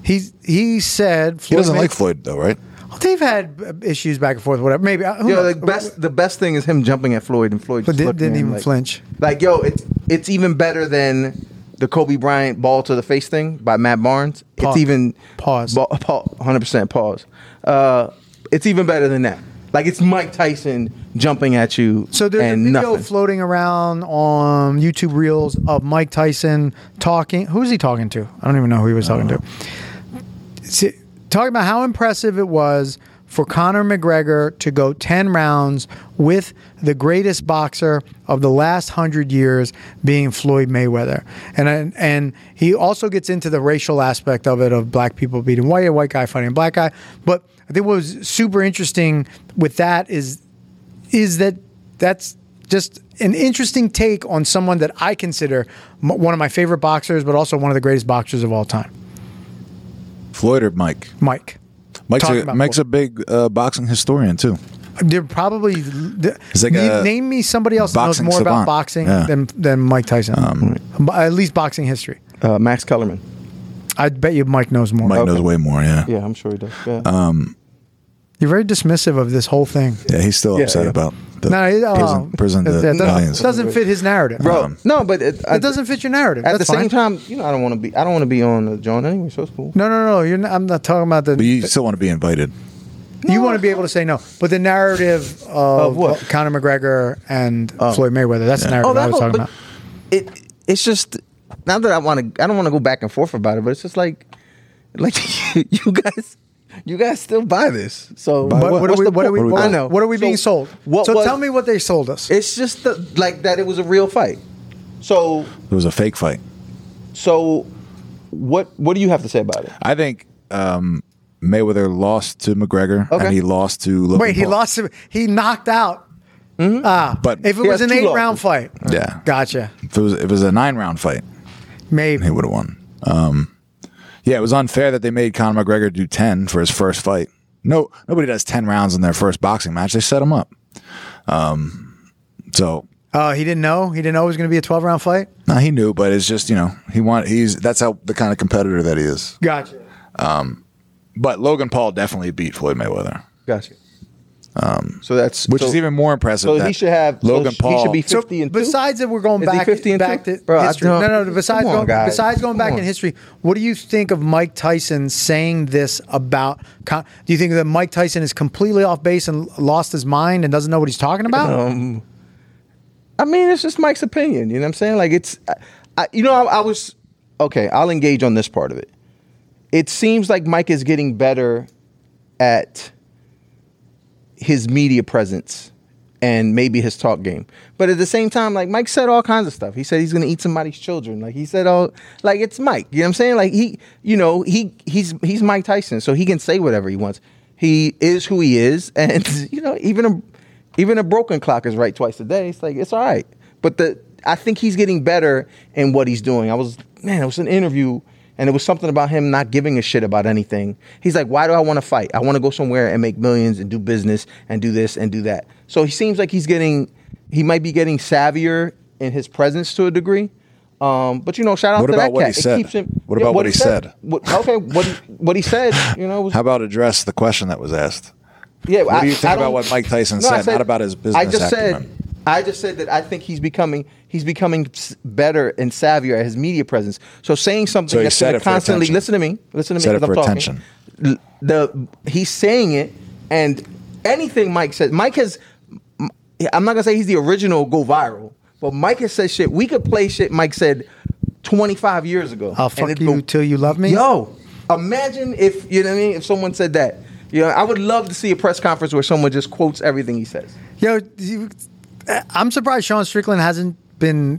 D: He he said Floyd
C: He doesn't
D: May-
C: like Floyd, though, right?
D: They've had uh, issues back and forth, whatever. Maybe uh, who
B: Yeah,
D: knows?
B: the best the best thing is him jumping at Floyd and Floyd
D: But
B: just
D: did-
B: looked at
D: didn't
B: him
D: even
B: like-
D: flinch.
B: Like, yo, it's it's even better than the Kobe Bryant ball to the face thing by Matt Barnes.
D: Pause.
B: It's even
D: Pause.
B: ba- pa- 100% pause. Uh, it's even better than that. Like it's Mike Tyson jumping at you.
D: So there's
B: and
D: a video
B: nothing.
D: floating around on YouTube Reels of Mike Tyson talking. Who's he talking to? I don't even know who he was talking to. See, talking about how impressive it was for Conor McGregor to go 10 rounds with the greatest boxer of the last 100 years being Floyd Mayweather. And I- and he also gets into the racial aspect of it of black people beating white, a white guy fighting a black guy, but I think what was super interesting with that is is that that's just an interesting take on someone that I consider m- one of my favorite boxers, but also one of the greatest boxers of all time,
C: Floyd or Mike?
D: Mike.
C: Mike's,
D: Talking
C: a,
D: about
C: Mike's a big uh, boxing historian, too.
D: They're probably. They're,
C: He's like
D: name,
C: a
D: name me somebody else that knows
C: boxing
D: more about
C: savant.
D: boxing
C: Yeah. Um,
D: than than Mike Tyson. Bu- At least boxing history.
B: Uh, Max Kellerman.
D: I bet you Mike knows more.
C: Mike knows way more. Yeah. yeah,
B: Yeah, I'm sure he does. Yeah.
D: You're very dismissive of this whole thing.
C: He's still
B: Yeah,
C: upset
B: yeah.
C: about the
D: No, it- oh,
C: prison. Prison.
D: that-
C: The
D: that
C: Italians.
D: doesn't, doesn't fit his narrative.
B: Bro,
C: um,
B: no, but it, I,
D: it doesn't fit your narrative.
B: at the
D: That's
B: same
D: fine.
B: time, you know, I don't want to be. I don't want to be on the joint anyway, so it's cool.
D: No, no, no. You're not, I'm not talking about the.
C: But you still want to be invited.
D: You want to be able to say no, but the narrative of, Oh.
B: Of what?
D: Conor McGregor and Floyd Mayweather—that's the narrative I was
B: Oh, whole-
D: talking about.
B: but It it's just not that I want to. I don't want to go back and forth about it, but it's just like like [LAUGHS] you guys. You guys still buy this, so
D: But what,
B: what's
D: are we?
B: the
D: What are we?
B: point?
D: What,
B: I know.
D: what are we being
B: So
D: sold?
B: What
D: so
B: was-
D: tell me what they sold us.
B: It's just the, like that. It was a real fight. So
C: It was a fake fight.
B: so, what what do you have to say about it?
C: I think um, Mayweather lost to McGregor,
B: Okay.
C: and he lost to Logan
D: Wait, he
C: Paul.
D: lost. to- He knocked out. Ah,
C: But-
D: if it
C: He
B: has
D: was an
B: Mm-hmm. two losses.
D: eight-round fight,
C: Yeah.
D: gotcha.
C: If it was, if it was a nine round fight,
D: Maybe
C: he would have won. Um, yeah, it was unfair that they made Conor McGregor do ten for his first fight. No, nobody does ten rounds in their first boxing match. They set him up. Um, so
D: Oh, he didn't know. He didn't know it was going to be a twelve-round fight.
C: no, he knew, but it's just you know he want he's that's how the kind of competitor that he is.
D: Gotcha.
C: But Logan Paul definitely beat Floyd Mayweather,
B: Gotcha. Um, so that's
C: which
B: so-
C: is even more impressive.
B: So
C: that
B: he should have so
C: Logan
B: sh-
C: Paul.
B: He should be
D: So
B: fifty and two.
D: besides if we're going
B: Is he
D: back,
B: 50 and
D: back
B: two?
D: to
B: Bro, I
D: history.
B: don't-
D: No, no. Besides
B: come on,
D: going,
B: guys.
D: besides going
B: Come
D: back
B: on.
D: in history, what do you think of Mike Tyson saying this about? Con- Do you think that Mike Tyson is completely off base and lost his mind and doesn't know what he's talking about?
B: Um, I mean, it's just Mike's opinion. You know what I'm saying? Like it's, I, I, you know, I, I was okay. I'll engage on this part of it. It seems like Mike is getting better at his media presence and maybe his talk game. But at the same time, like Mike said all kinds of stuff. He said he's gonna eat somebody's children. Like he said all like it's Mike. You know what I'm saying? Like he you know, he he's he's Mike Tyson, so he can say whatever he wants. He is who he is, [LAUGHS] and you know, even a even a broken clock is right twice a day. It's like it's all right. But the I think he's getting better in what he's doing. I was man, it was an interview and it was something about him not giving a shit about anything. He's like, why do I want to fight? I want to go somewhere and make millions and do business and do this and do that. So he seems like he's getting, he might be getting savvier in his presence to a degree. Um, but you know, shout out
C: What
B: to
C: about
B: that
C: what
B: cat.
C: he said? What about what he said?
B: What- okay, what he, what he said, you know, was,
C: [LAUGHS] How about address the question that was asked?
B: yeah.
C: What do you think about
B: don't-
C: what Mike Tyson said, not about his business
B: I just said,
C: acumen?
B: I just said that I think he's becoming he's becoming s- better and savvier at his media presence. So saying something
C: So he
B: that's
C: said
B: going
C: it
B: to
C: for
B: constantly
C: attention.
B: listen to me, listen to me
C: Said it
B: 'cause I'm
C: for
B: talking.
C: attention.
B: L- The he's saying it, and anything Mike says, Mike has. m- I'm not gonna say he's the original go viral, but Mike has said shit. We could play shit Mike said 25 years ago.
D: I'll
B: and
D: fuck
B: it'd
D: you
B: go-
D: till you love me.
B: Yo, imagine if you know what I mean. If someone said that, you know, I would love to see a press conference where someone just quotes everything he says.
D: Yo, you, eh, I'm surprised Sean Strickland hasn't been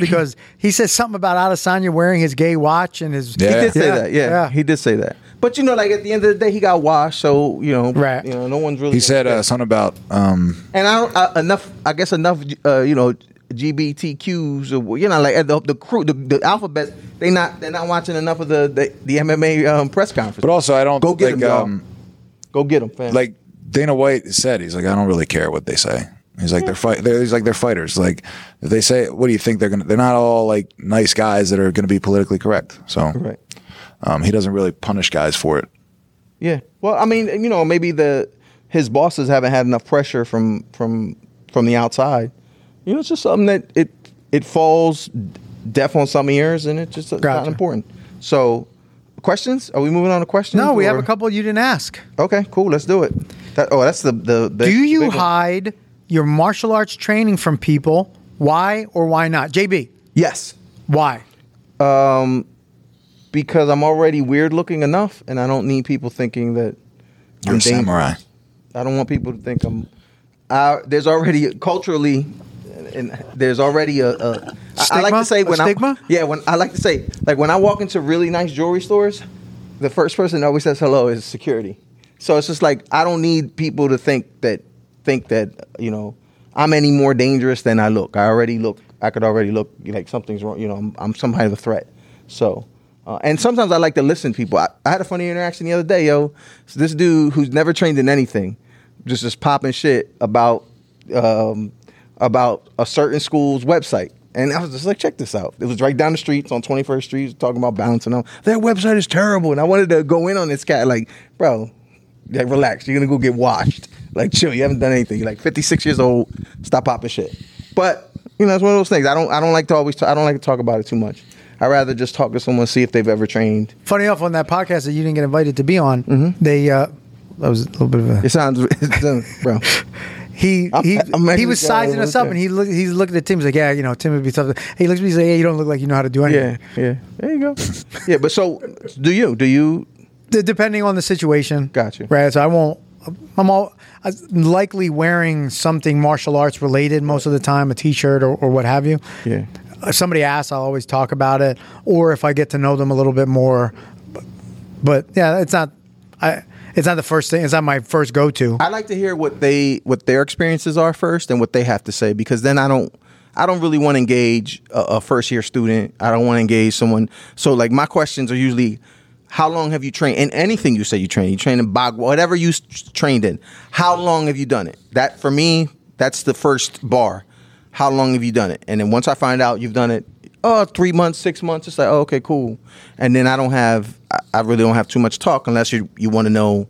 B: [CLEARS THROAT]
D: because he says something about Adesanya wearing his gay watch and his. [LAUGHS]
C: Yeah.
B: He did say
D: Yeah,
B: that. Yeah,
D: yeah.
B: he did say that. But you know, like at the end of the day, he got washed. So you know,
D: Right.
B: You know, no one's really.
C: He said uh, something about um,
B: and I don't I, enough. I guess enough. Uh, you know, GBTQs or you know, like at the the crew, the, the alphabet. They not they're not watching enough of the the, the MMA um, press conference.
C: But also, I don't
B: Go get
C: like,
B: him, y'all.
C: um,
B: go get them, fam.
C: like Dana White said. He's like, I don't really care what they say. He's like, they're fight. They're, he's like, they're fighters. Like, if they say, what do you think they're gonna? They're not all like nice guys that are gonna be politically correct. So,
B: right.
C: um, he doesn't really punish guys for it.
B: Yeah. Well, I mean, you know, maybe the his bosses haven't had enough pressure from from from the outside. You know, it's just something that it it falls deaf on some ears, and it's just not
D: Gotcha.
B: important. So, questions? Are we moving on to questions?
D: No, we have
B: or-
D: a couple you didn't ask.
B: Okay, cool. Let's do it. That, oh, that's the the. the
D: Do you
B: big one.
D: hide your martial arts training from people? Why or why not? JB,
B: Yes,
D: why?
B: because I'm already weird looking enough, and I don't need people thinking that
C: You're
B: I'm
C: a samurai.
B: dangerous. I don't want people to think I'm. I, there's already culturally, and there's already a. a I- I like
D: Stigma?
B: to say
D: A
B: when
D: stigma?
B: I yeah when I like to say like when I walk into really nice jewelry stores, the first person that always says hello is security. So it's just like I don't need people to think that think that you know I'm any more dangerous than I look. I already look. I could already look like something's wrong. You know, I'm, I'm some kind of a threat. So, uh, and sometimes I like to listen to people. I, I had a funny interaction the other day, yo. So this dude who's never trained in anything just just popping shit about um, about a certain school's website. And I was just like, check this out. It was right down the street it's on 21st Street, talking about balancing them. Their website is terrible. And I wanted to go in on this guy, like, bro, like, relax. You're going to go get washed. Like, chill. You haven't done anything. You're like 56 years old. Stop popping shit. But, you know, it's one of those things. I don't, I don't like to always, I I don't like to talk about it too much. I'd rather just talk to someone, see if they've ever trained.
D: Funny enough, on that podcast that you didn't get invited to be on,
B: Mm-hmm.
D: they uh, that was a little bit of a
B: It sounds, [LAUGHS] it's, bro.
D: he
B: I'm-
D: he,
B: I'm actually
D: he was
B: glad I
D: sizing us
B: wasn't
D: up, and he look, he's looking at Tim. He's like, yeah, you know, Tim would be tough. He looks at me, he's like, yeah, you don't look like you know how to do anything.
B: Yeah, yeah. There you go. Yeah, but so do you? Do you?
D: D- depending on the situation.
B: Got you.
D: Right. So I won't. I'm all I'm likely wearing something martial arts related most of the time, a T-shirt or, or what have you.
B: Yeah.
D: If somebody asks, I'll always talk about it, or if I get to know them a little bit more. But, but yeah, it's not. I. It's not the first thing. It's not my first go-to.
B: I like to hear what they what their experiences are first and what they have to say because then I don't I don't really want to engage a, a first year student. I don't want to engage someone. So like my questions are usually how long have you trained in anything you say you train? You train in bog whatever you s- trained in. How long have you done it? That for me that's the first bar. How long have you done it? And then once I find out you've done it oh, three months, six months. It's like, oh, okay, cool. And then I don't have, I, I really don't have too much talk unless you you want to know,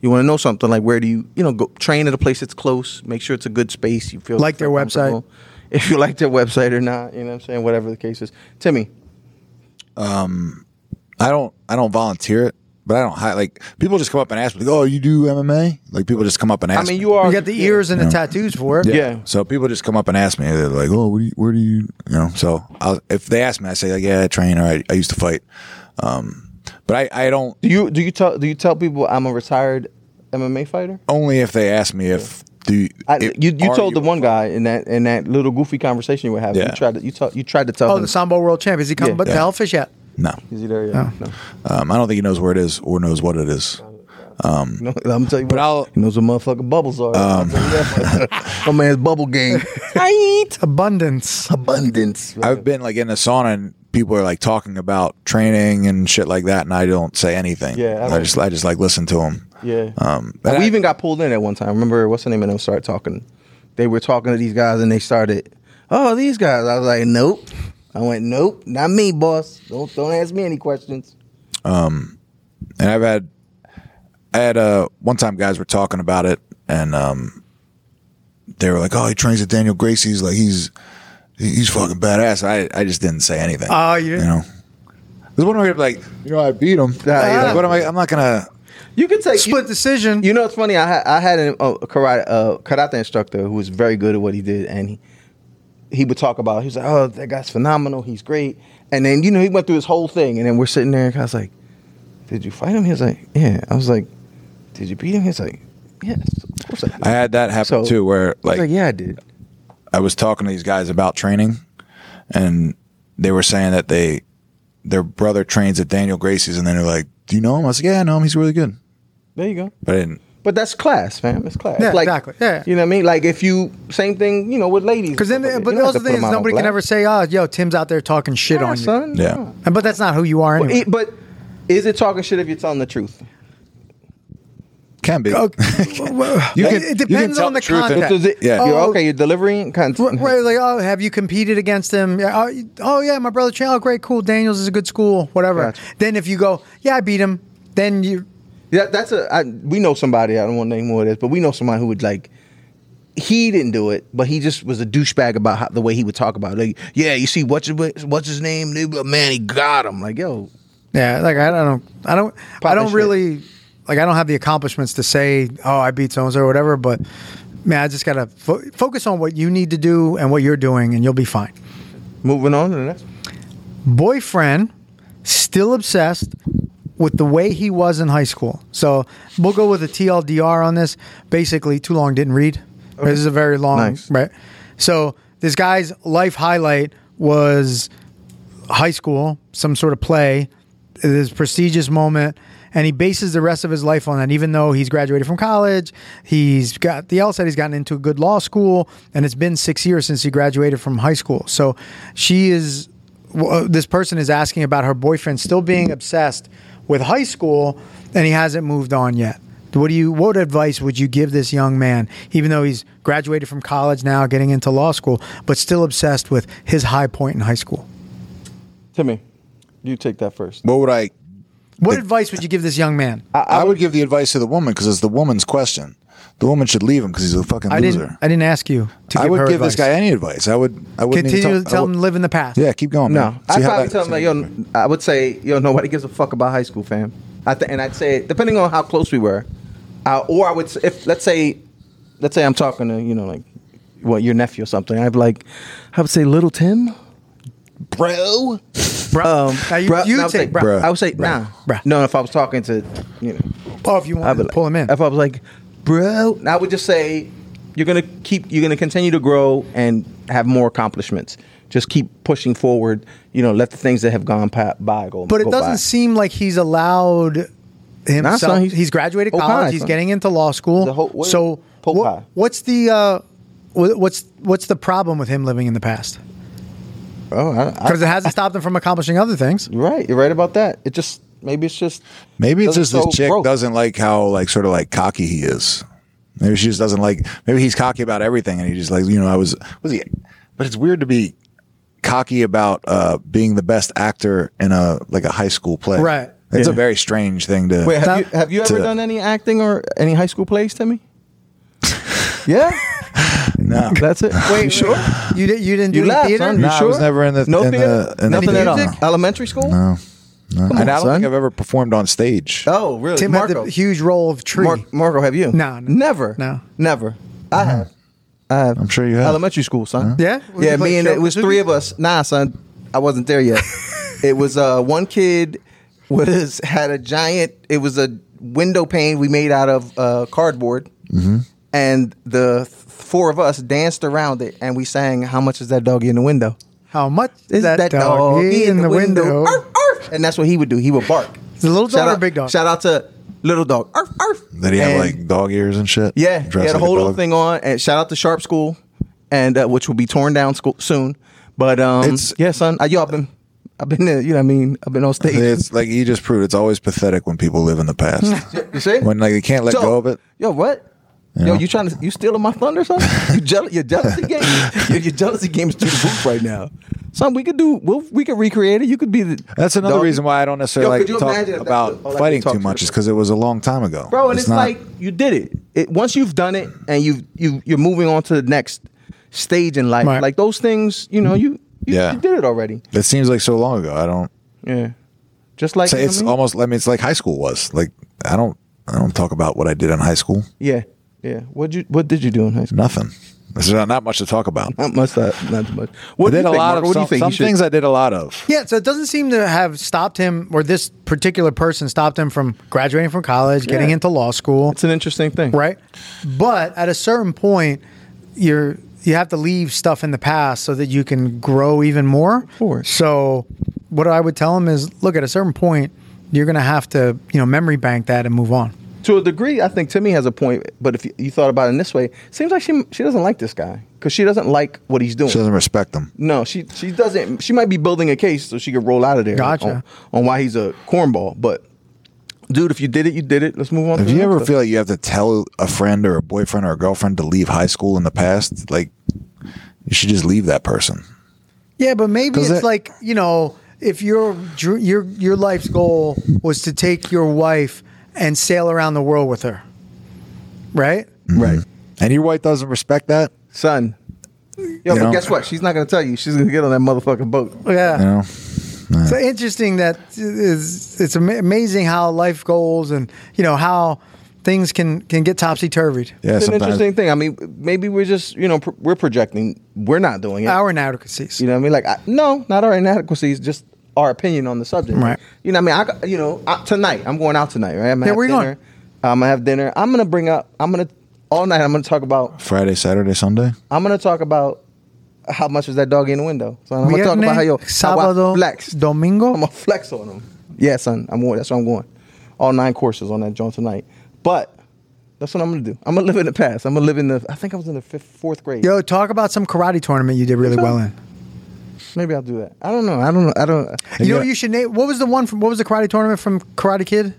B: you want to know something like where do you, you know, go train at a place that's close, make sure it's a good space. You feel
D: Like their website.
B: comfortable. [LAUGHS] if you like their website or not. You know what I'm saying? Whatever the case is, Timmy.
C: I don't I don't volunteer it, but I don't hide. Like people just come up and ask me, like, "Oh, you do MMA?" Like people just come up and
B: I
C: ask.
B: mean,
C: me.
B: you are
D: You got the ears and the tattoos for it.
B: Yeah.
C: So people just come up and ask me. They're like, "Oh, what do you, where do you?" You know. So I'll, if they ask me, I say, like, "Yeah, I train. Or I, I used to fight." Um, but I, I don't
B: Do you do you tell do you tell people I'm a retired MMA fighter?
C: only if they ask me if do you,
B: I,
C: if-
B: you you
C: are
B: told the one guy in that in that little goofy conversation you were having.
C: Yeah.
B: You tried to you, tell you tried to tell
D: Oh,
B: him.
D: the Sambo World Champ. Is he coming?
B: Yeah.
D: but
C: Yeah.
D: the Hellfish yet?
C: No,
B: is he there yet?
D: Oh.
B: No.
C: um, I don't think he knows where it is or knows what it is.
B: No, [LAUGHS] I'm telling you,
C: But
B: what,
C: I'll-
B: he knows what motherfucking bubbles are. Um, [LAUGHS] My man's bubble
C: [LAUGHS]
B: game. Tight
D: Abundance.
B: abundance.
C: I've been like in the sauna and people are like talking about training and shit like that, and I don't say anything.
B: Yeah, I
C: I,
B: don't-
C: just I just like listen to them.
B: yeah.
C: Um,
B: And
C: and
B: we
C: I-
B: even got pulled in at one time. Remember what's the name of them started talking? They were talking to these guys and they started, oh, these guys. I was like, nope. I went, nope, not me, boss. Don't don't ask me any questions.
C: and I've had I had uh one time guys were talking about it and um they were like, Oh, he trains at Daniel Gracie's like he's he's fucking badass. I I just didn't say anything.
D: Oh, you
C: you
D: didn't-
C: know. There's one where like, you know, I beat him.
B: yeah.
D: Ah.
C: Like, what am I I'm not gonna
B: You can take
D: Split decision.
B: You know, it's funny. I had, I had a, a karate uh, karate instructor who was very good at what he did, and he, he would talk about. He was like, "Oh, that guy's phenomenal. He's great." And then you know he went through his whole thing, and then we're sitting there, and I was like, "Did you fight him?" He was like, "Yeah." I was like, "Did you beat him?" He was like, "Yes." Of course I, did."
C: I had that happen
B: So-
C: too where
B: I was
C: like
B: like, "Yeah, I did."
C: I was talking to these guys about training, and they were saying that they their brother trains at Daniel Gracie's, and then they're like, "Do you know him?" I was like, "Yeah, I know him. He's really good."
B: There you go.
C: But I didn't.
B: But that's class, fam. It's class.
D: Yeah,
B: like,
D: exactly. Yeah.
B: You know what I mean? Like if you same thing, you know, with ladies.
D: Because then,
B: You
D: but
B: don't have
D: also
B: to
D: the
B: put
D: thing is,
B: them out on
D: nobody can
B: blast.
D: ever say, "Oh, yo, Tim's out there talking shit
B: Yeah,
D: on you."
B: son.
C: Yeah.
D: And- But that's not who you are
B: Well,
D: anyway.
B: it- but is it talking shit if you're telling the truth?
C: Can be.
D: Okay. Well,
C: You
D: it-
C: can-
D: it,
C: you can
D: depends
C: tell
D: on
C: the
D: the
C: truth and-
D: context.
B: Does it-
C: Yeah.
B: you're-
D: Oh.
B: okay, you're delivering
D: Right,
B: content. [LAUGHS]
D: right, like, oh, have you competed against him? Yeah, Oh, you- oh, yeah, my brother Chan. Oh, great, cool. Daniels is a good school, whatever.
B: Gotcha.
D: Then if you go, yeah, I beat him, then you,
B: Yeah, that's a. I, we know somebody. I don't want to name who it is, but we know somebody who would like. He didn't do it, but he just was a douchebag about how, the way he would talk about it. Like, yeah, you see, what's his, what's his name? They- but Man, he got him. Like, yo,
D: yeah, like I don't, I don't, I
B: Popping
D: don't
B: shit.
D: really, like I don't have the accomplishments to say, oh, I beat so and so or whatever. But man, I just gotta fo- focus on what you need to do and what you're doing, and you'll be fine.
B: moving on to the next.
D: boyfriend still obsessed with the way he was in high school. So we'll go with a TLDR on this. Basically, too long didn't read. This is a very long,
B: Nice.
D: right? So this guy's life highlight was high school, some sort of play, this prestigious moment, and he bases the rest of his life on that. Even though he's graduated from college, he's got the LSAT, he's gotten into a good law school, and it's been six years since he graduated from high school. So she is, w- uh, this person is asking about her boyfriend still being obsessed with high school, and he hasn't moved on yet. What do you? What advice would you give this young man, even though he's graduated from college now, getting into law school, but still obsessed with his high point in high school?
B: Timmy, you take that first.
C: [LAUGHS] What would I?
D: What advice would you give this young man?
C: I, would, give the advice to the woman because it's the woman's question. The woman should leave him because he's a fucking
D: I
C: loser.
D: didn't. I didn't ask you to give
C: I would
D: her
C: give
D: advice.
C: this guy any advice. I would. I would
D: Continue to tell him live in the past.
C: Yeah, keep going.
B: No,
C: man. See
B: I'd
C: how
B: probably
C: that-
B: tell him like, yo, I would say, yo, nobody gives a fuck about high school, fam. I th- and I'd say, depending on how close we were, uh, or I would, s- if let's say, let's say I'm talking to you know like, what your nephew or something. I'd be like, I would say, little Tim, bro,
D: Bro, now you,
B: Um, bruh.
D: you
B: No, I
D: would
B: would
D: say, bro.
C: bruh.
B: I would say, nah,
D: Bruh.
B: no. If I was talking to, you know,
D: Oh, if you
B: I'd
D: want
B: be
D: to
B: like,
D: pull him in.
B: If I was like, bro, I would just say, you're gonna keep, you're gonna continue to grow and have more accomplishments. Just keep pushing forward. You know, let the things that have gone pa- by go.
D: But it
B: go
D: doesn't
B: by.
D: seem like he's allowed himself.
B: son,
D: he's,
B: he's-
D: graduated
B: Pope
D: college.
B: high,
D: he's
B: son.
D: getting into law school.
B: The whole- what-
D: so
B: Pope
D: what-
B: high.
D: what's the uh, wha- what's what's the problem with him living in the past?
B: Oh, I, I,
D: Because it hasn't stopped him from accomplishing other things.
B: you're right. You're right about that. It just maybe it's just
C: Maybe it's
B: doesn't
C: just this
B: show
C: chick
B: growth.
C: doesn't like how like sort of like cocky he is. Maybe she just doesn't like. Maybe he's cocky about everything, and he just like you know I was was he. But it's weird to be cocky about uh being the best actor in a like a high school play.
D: Right.
C: It's a
B: Yeah.
C: very strange thing to. [LAUGHS]
B: Wait, have
D: Stop.
B: you have you ever
C: To-
B: done any acting or any high school plays, Timmy? yeah,
C: no.
B: that's
D: [LAUGHS]
B: it. Wait, you sure?
D: You did. You didn't
B: You
D: do any
B: laugh,
D: theater.
B: son. You
C: Nah, I
B: sure?
C: was never in the-
B: no
C: in the-
B: theater,
C: in the
B: nothing at
C: theater.
B: all. Elementary school?
C: No. No. and I don't
B: son.
C: think I've ever performed on stage.
B: Oh, really?
D: Tim
B: Marco,
D: had the huge role of tree.
B: Mar- Marco, have you?
D: No, no.
B: never,
D: No.
B: never. I have. I have.
C: I'm sure you have.
B: Elementary school, son.
D: Yeah? Uh-huh. Would you
B: yeah.
D: play
B: Me and
D: show-
B: it was
D: did
B: three
D: you-
B: of us. Nah, son, I wasn't there
D: [LAUGHS]
B: yet. it was uh, one kid was had a giant. It was a window pane we made out of uh, cardboard,
D: Mm-hmm.
B: and the th- four of us danced around it, and we sang "How much is that doggy in the window?"
D: How much is that, dog,
B: he
D: in the window?
B: Arf, arf. And that's what he would do. He would bark.
D: The little dog
B: shout
D: or
B: out,
D: big dog?
B: Shout out to little dog. Arf, arf.
C: Did he have
B: And-
C: like dog ears and shit?
B: yeah,
C: Dressed
B: he had a
C: like
B: whole little
C: dog?
B: thing on. And shout out to Sharp School, and uh, which will be torn down school, soon. But um,
C: It's-
B: yeah, son, I, yo, I've been, I've been, there, you know, what I mean, I've been on stage.
C: It's like you just proved it's always pathetic when people live in the past.
B: [LAUGHS] you see,
C: when like they can't let
B: So,
C: go of it.
B: Yo, what? Yo, you trying to you stealing my thunder, son? You jealous? Your
C: [LAUGHS]
B: jealousy game, your, your jealousy game is through the roof right now. Son, we could do. We'll, we could recreate it. You could be the.
C: That's another
B: dog-
C: reason why I don't
B: Yo,
C: necessarily
B: could you
C: like talk
B: imagine if that-
C: about
B: all I could
C: fighting
B: talk
C: too
B: to
C: much,
B: you
C: is because it was a long time ago,
B: bro. And it's,
C: not-
B: like you did it. it. Once you've done it, and you you you're moving on to the next stage in life.
D: Right.
B: Like those things, you
C: Mm-hmm.
B: know, you you,
C: Yeah.
B: you did it already.
C: it seems like so long ago. I don't.
B: Yeah, just like
C: So
B: you know
C: it's
B: what I mean?
C: almost. I mean, it's like high school was. Like I don't. I don't talk about what I did in high school.
B: yeah, yeah. What you what did you do in high school?
C: Nothing. There's not, not much to talk about.
B: Not much. Not, not too much. What do
C: I did
B: you
C: a
B: think?
C: lot
B: Mark?
C: of
B: what do
C: some,
B: you think?
C: some
B: you should-
C: things. I did a lot of.
D: Yeah, so it doesn't seem to have stopped him, or this particular person stopped him from graduating from college, getting
B: Yeah.
D: into law school.
B: It's an interesting thing,
D: right? But at a certain point, you're you have to leave stuff in the past so that you can grow even more. Of
B: course.
D: So, what I would tell them is, look, at a certain point, you're going to have to, you know, memory bank that and move on.
B: To a degree, I think Timmy has a point. But if you, you thought about it in this way, seems like she she doesn't like this guy because she doesn't like what he's doing.
C: She doesn't respect them.
B: No, she she doesn't. She might be building a case so she could roll out of there.
D: Gotcha.
B: On, on why he's a cornball, but dude, if you did it, you did it. Let's move on.
C: If
B: to
C: you
B: the
C: ever
B: next
C: feel like you have to tell a friend or a boyfriend or a girlfriend to leave high school in the past, like you should just leave that person.
D: Yeah, but maybe it's
C: Does it-
D: like you know, if your dr- your your life's goal was to take your wife and sail around the world with her, right?
B: stuff. right,
C: Mm-hmm. And your wife doesn't respect that.
B: son. Yo,
C: You
B: but
C: know?
B: guess what? She's not gonna tell you. She's gonna get on that motherfucking boat.
D: Yeah.
C: You know,
D: So interesting that is it's ama- amazing how life goals and you know how things can can get topsy turvy.
C: yeah.
B: It's an
C: sometimes-
B: interesting thing. I mean, maybe we're just you know pr- we're projecting. We're not doing it.
D: Our inadequacies.
B: You know what I mean? Like, I, no, not our inadequacies, just our opinion on the subject.
D: Right.
B: You know what I mean? I, you know, I, tonight, I'm going out tonight, right? I'm
D: Yeah,
B: gonna
D: where
B: have
D: you
B: dinner. I'm going to have dinner. I'm going to bring up, I'm going to, all night, I'm going to talk about,
C: Friday, Saturday, Sunday.
B: I'm going to talk about how much was that doggy in the window. So I'm going to talk
D: Viernes,
B: about how, yo, how
D: sábado,
B: I flex.
D: domingo.
B: I'm going to flex on them. Yeah, son, I'm going, that's what I'm going. All nine courses on that joint tonight. But that's what I'm going to do. I'm going to live in the past. I'm going to live in the, I think I was in the fifth, fourth grade.
D: Yo, talk about some karate tournament you did really well in.
B: Maybe I'll do that. I don't know. I don't know. I don't.
D: You know
C: got-
D: what you should name? What was the one from? What was the karate tournament from Karate Kid?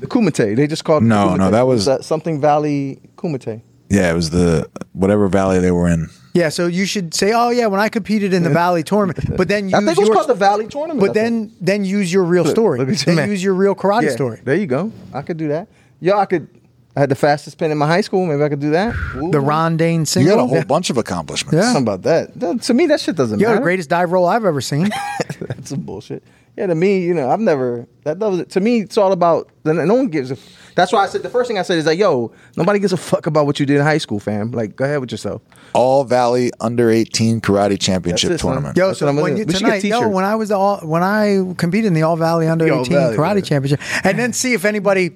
B: The Kumite. They just called it
C: No,
B: the
C: no,
B: Kumite.
C: that
B: It
C: was-
B: that something Valley Kumite.
C: Yeah, it was the whatever valley they were in.
D: Yeah, so you should say, "Oh yeah, when I competed in the Valley tournament," but then
B: [LAUGHS]
D: use
B: I think it was
D: your,
B: called the Valley Tournament. I
D: But
B: think.
D: then, then use your real story.
B: look at your
D: then
B: man.
D: use your real karate story.
B: There you go. I could do that. Yo, I could. I had the fastest pin in my high school. Maybe I could do that. Ooh.
D: The Rondane
C: You
D: single. [LAUGHS]
C: got a whole bunch of accomplishments.
D: Yeah.
B: Something about that. That- To me, that shit doesn't
D: Yo, the
B: matter.
D: greatest dive roll I've ever seen.
B: [LAUGHS] That's some bullshit. Yeah, to me, you know, I've never that does to me. It's all about then no one gives. a That's why I said the first thing I said is like, yo, nobody gives a fuck about what you did in high school, fam. Like, go ahead with yourself.
C: All Valley Under 18 Karate Championship
B: That's it, son.
C: Tournament.
D: Yo,
B: That's
D: so
B: what I'm
D: when
B: gonna
D: you,
B: do. We should get
D: tonight, yo,
B: t-shirts.
D: when I was the all, when I competed in the All Valley Under
B: Yo,
D: 18
B: Valley,
D: Karate
B: yeah.
D: Championship, and then see if anybody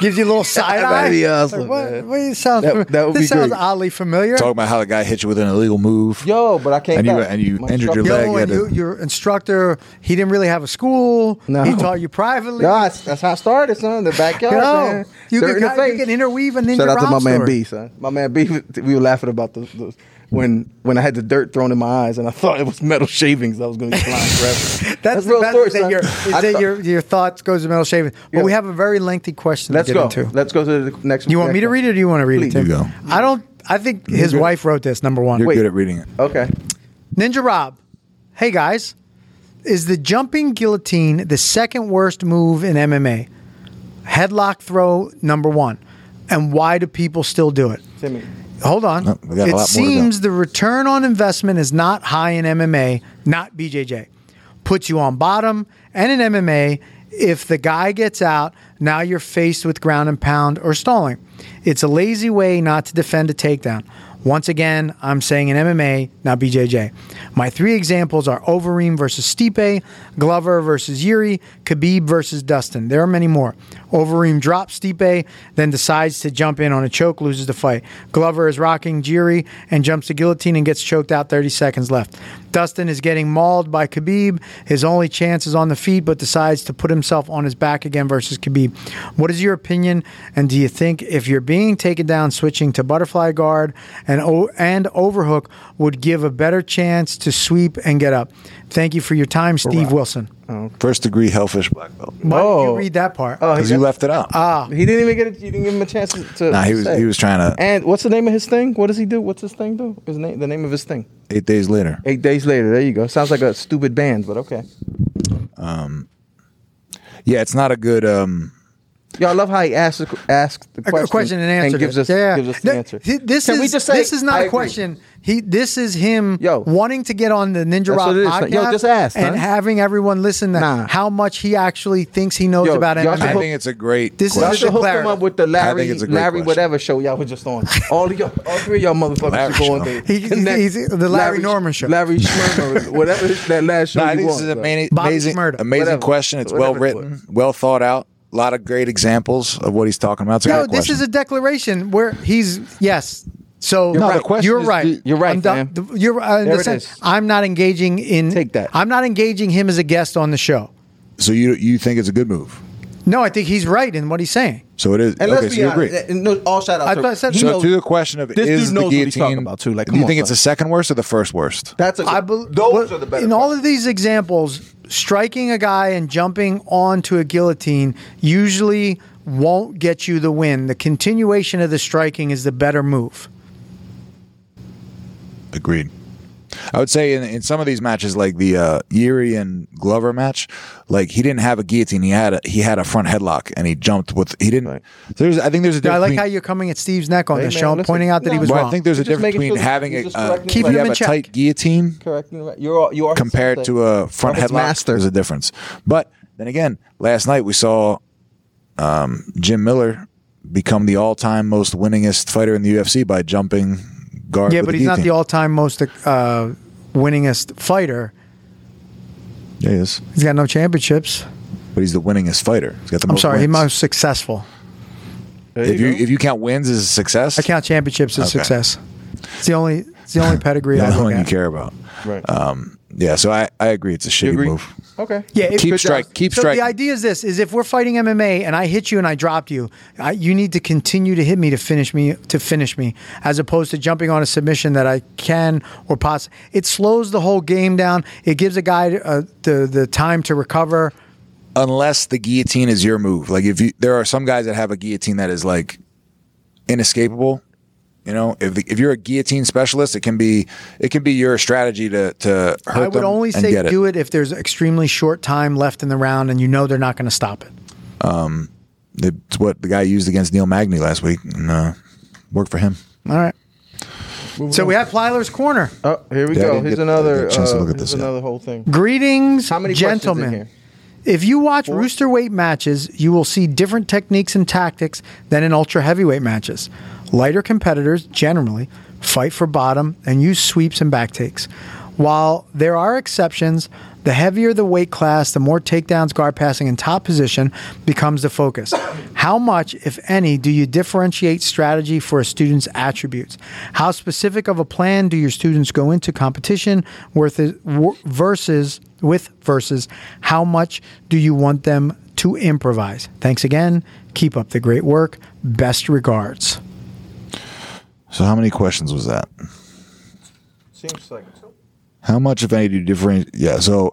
D: gives you a
B: [LAUGHS]
D: little side eye.
B: That'd be awesome,
D: Like, what,
B: man.
D: what you sound?
B: That- that would
D: this
B: be
D: sounds
B: great.
D: oddly familiar.
C: Talking about how the guy hit you with an illegal move.
B: Yo, but I came
C: And you-
B: back.
C: and you
B: My
C: injured your
B: instructor-
C: leg.
D: Yo,
C: Yeah,
D: and
C: the-
D: you, your instructor, he didn't really have a school.
B: No.
D: He taught you privately.
B: Yo, that's, that's how I started, son. The backyard,
D: [LAUGHS] Yo,
B: man.
D: you
B: Dirt
D: can,
B: in the
D: you
B: face.
D: can interweave a ninja
B: Shout out to
D: Rob
B: my man
D: story.
B: B, son. My man B. [LAUGHS] We were laughing about the, the when when I had the dirt thrown in my eyes, and I thought it was metal shavings. I was going to
D: [LAUGHS]
B: get blind forever.
D: That's,
B: real
D: that's
B: story,
D: that
B: son.
D: your,
B: I
D: that
B: thought-
D: your, your thoughts goes to metal shaving. But
B: Yeah.
D: we have a very lengthy question
B: Let's
D: to
B: go.
D: get into.
B: Let's go to the next.
D: You want me to read it or do you want to read
B: Please.
D: it, Tim?
C: You go.
D: I don't I think his
B: good.
D: wife wrote this, number one.
C: You're
B: Wait.
C: good at reading it.
B: Okay.
D: Ninja Rob. Hey guys. Is the jumping guillotine the second worst move in MMA? Headlock throw number one. And why do people still do it?
B: Timmy.
D: Hold on.
C: Nope, we got a lot
D: it
C: more to
D: seems the return on investment is not high in MMA, not BJJ. Puts you on bottom, and in MMA, if the guy gets out, now you're faced with ground and pound or stalling. It's a lazy way not to defend a takedown. Once again, I'm saying in MMA, not BJJ. My three examples are Overeem versus Stipe, Glover versus Yuri, Khabib versus Dustin. There are many more. Overeem drops Stipe, then decides to jump in on a choke, loses the fight. Glover is rocking Jiri and jumps the guillotine and gets choked out 30 seconds left. Dustin is getting mauled by Khabib. His only chance is on the feet, but decides to put himself on his back again versus Khabib. What is your opinion? And do you think if you're being taken down, switching to butterfly guard and o- and overhook would give a better chance to sweep and get up? Thank you for your time, Steve Wilson.
C: First degree Hellfish Black Belt.
D: Why did
B: Oh.
D: you read that part?
C: Because you left it out.
B: He didn't even get it. You didn't give him a chance to. to
C: nah, he was,
B: Ah, say.
C: he was trying to.
B: And what's the name of his thing? What does he do? What's his thing do? His name. The name of his thing.
C: Eight days later.
B: Eight days later. There you go. Sounds like a stupid band, but okay.
C: Yeah, it's not a good. um
B: Yo, I love how he asks asks the
D: a
B: question,
D: question and answer.
B: and gives us
D: yeah.
B: gives us the
D: Th-
B: answer.
D: th- This
B: Can
D: is
B: we just say,
D: this is
B: I
D: not a
B: agree.
D: question. He this is him
B: Yo.
D: wanting to get on the Ninja
B: That's
D: Rob
B: what it is.
D: podcast
B: Yo, just ask,
D: and
B: huh?
D: having everyone listen to
B: Nah.
D: how much he actually thinks he knows
B: Yo,
D: about
B: y'all
D: MMA.
B: should
C: I
B: hook-
C: think it's a great.
D: This is
B: Y'all
C: question.
B: should hook him
D: Declare.
B: up with the
C: I
B: Larry
C: think it's a great
B: Larry
C: question.
B: whatever show y'all was just on. All of y'all, all three of y'all motherfuckers
C: Larry
B: should go
C: show.
B: on there.
D: He- he's-
B: Connect.
D: he's the Larry Norman show.
B: Larry Schmerman, whatever that last show.
C: No, I
B: you
C: think this
B: want,
C: is an
B: bro.
C: amazing,
D: Bobby
C: amazing,
D: Shmurda.
C: amazing
B: Whatever.
C: question. It's
B: Whatever
C: well
B: it
C: written, well thought out. A lot of great examples of what he's talking about. It's a
D: Yo,
C: great
D: this
C: question.
D: is a declaration where he's yes. So
C: No, the right. question
D: you're
C: is
D: right.
C: the-
B: you're right,
D: I'm done-
B: man.
D: the- you're uh, in
B: There
D: the
B: it
D: sense,
B: is.
D: I'm not engaging in.
B: Take that.
D: I'm not engaging him as a guest on the show.
C: so you you think it's a good move?
D: No, I think he's right in what he's saying.
C: So it is.
B: And
C: okay,
B: let's
C: so
B: be
C: you agree.
B: honest. and No, all shout out.
D: I thought I said-
B: he
C: so
B: knows-
C: to the question of
B: this
C: is
B: dude
C: the
B: knows what he's
C: guillotine
B: talking about too. Like,
C: do
B: come
C: you
B: on,
C: think it's
B: son.
C: the second worst or the first worst?
B: that's a,
D: I bel-
B: those
D: what-
B: are the better.
D: In all of these examples, striking a guy and jumping onto a guillotine usually won't get you the win. The continuation of the striking is the better move.
C: Agreed. I would say in, in some of these matches, like the uh, Yuri and Glover match, like he didn't have a guillotine. He had a, he had a front headlock, and he jumped with he didn't.
B: Right.
C: There's I think there's a
D: I
C: difference.
D: like
C: between-
D: how you're coming at Steve's neck on
B: Hey,
D: this
B: man,
D: show,
B: listen.
D: pointing out that he
B: No,
D: was
C: Well,
D: wrong.
C: I think there's a
B: You're just
C: difference
B: making
C: between
B: sure-
C: having
B: you're
C: a
B: just
C: uh,
B: correcting
D: Keeping
C: you
D: them
C: have
D: in
C: a
D: check.
C: tight guillotine
B: correct. me, right? You're all- you are
C: compared
B: sensei.
C: to a front
B: Robert's
C: headlock.
B: master.
C: There's a difference, but then again, last night we saw um, Jim Miller become the all-time most winningest fighter in the UFC by jumping guard.
D: yeah,
C: with
D: but
C: a
D: he's not the
C: guillotine.
D: all-time most uh, winningest fighter.
C: Yeah, he is.
D: He's got no championships.
C: but he's the winningest fighter. He's got the
D: I'm
C: most
D: sorry, he's
C: wins.
D: most successful.
B: There
C: If you
B: go.
C: if you count wins as a success,
D: I count championships as
C: Okay.
D: success. It's the only. It's the only pedigree
C: the
D: I
C: only
D: look
C: one you
D: at.
C: care about.
B: Right.
C: Um, yeah, so I, I agree. It's a shitty
B: agree?
C: move.
B: okay.
D: Yeah, it-
C: Keep strike. Keep
D: so
C: strike.
D: the idea is this: is if we're fighting MMA and I hit you and I dropped you, I, you need to continue to hit me to finish me to finish me, as opposed to jumping on a submission that I can or poss. It slows the whole game down. It gives a guy uh, the the time to recover.
C: unless the guillotine is your move. Like if you, there are some guys that have a guillotine that is like inescapable. You know, if if you're a guillotine specialist, it can be it can be your strategy to to hurt
D: I would
C: them
D: only
C: and
D: say
C: get it.
D: do it if there's extremely short time left in the round and you know they're not going to stop it.
C: It's what the guy used against Neil Magny last week, and uh, worked for him.
D: All right. So we have Plyler's corner.
B: Oh, here we
C: Yeah, I
B: go.
C: didn't
B: Here's
C: get- I
B: another.
C: didn't get a chance to
B: uh,
C: look at
B: here's
C: this yet.
B: another whole thing.
D: Greetings,
B: How many questions in
D: gentlemen.
B: here?
D: If you watch Rooster Weight matches, you will see different techniques and tactics than in ultra heavyweight matches. Lighter competitors generally fight for bottom and use sweeps and back takes. While there are exceptions, the heavier the weight class, the more takedowns, guard passing, and top position becomes the focus. How much, if any, do you differentiate strategy for a student's attributes? How specific of a plan do your students go into competition worth wor- versus with versus how much do you want them to improvise? Thanks again. Keep up the great work. Best regards.
C: So how many questions was that?
B: Seems like
C: How much, if any, do you different? Yeah. So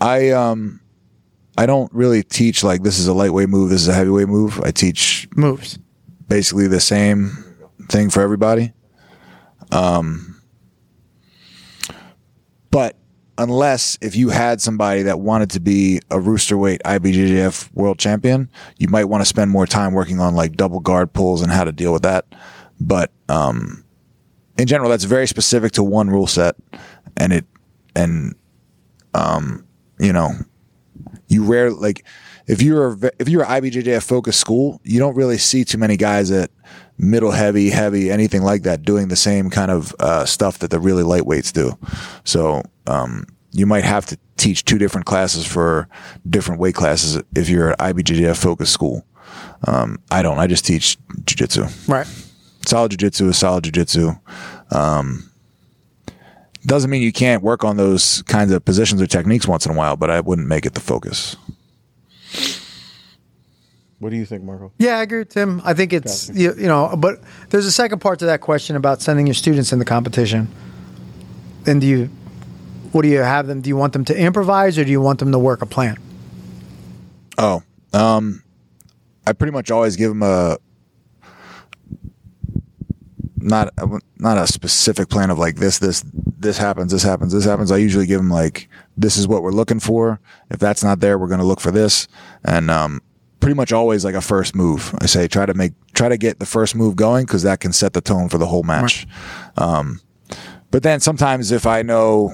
C: I um I don't really teach like this is a lightweight move, this is a heavyweight move. I teach
D: Moves.
C: basically the same thing for everybody. Um, but unless if you had somebody that wanted to be a rooster weight IBJJF world champion, you might want to spend more time working on like double guard pulls and how to deal with that. But um, in general, that's very specific to one rule set, and it and um, you know you rare like if you're a ve- if you're an IBJJF focused school, you don't really see too many guys at middle heavy, heavy, anything like that doing the same kind of uh, stuff that the really lightweights do. So um, you might have to teach two different classes for different weight classes if you're an IBJJF focused school. Um, I don't. I just teach jujitsu
D: Right.
C: solid jujitsu is solid jujitsu. Um, doesn't mean you can't work on those kinds of positions or techniques once in a while, but I wouldn't make it the focus.
B: What do you think, Marco?
D: Yeah, I agree with Tim. I think it's, you, you know, but there's a second part to that question about sending your students in the competition. And do you, what do you have them? Do you want them to improvise or do you want them to work a plan?
C: Oh, um, I pretty much always give them a not not a specific plan of like this this this happens this happens this happens. I usually give them like this is what we're looking for. If that's not there, we're going to look for this, and um, pretty much always like a first move. I say try to make try to get the first move going because that can set the tone for the whole match. Um, but then sometimes if I know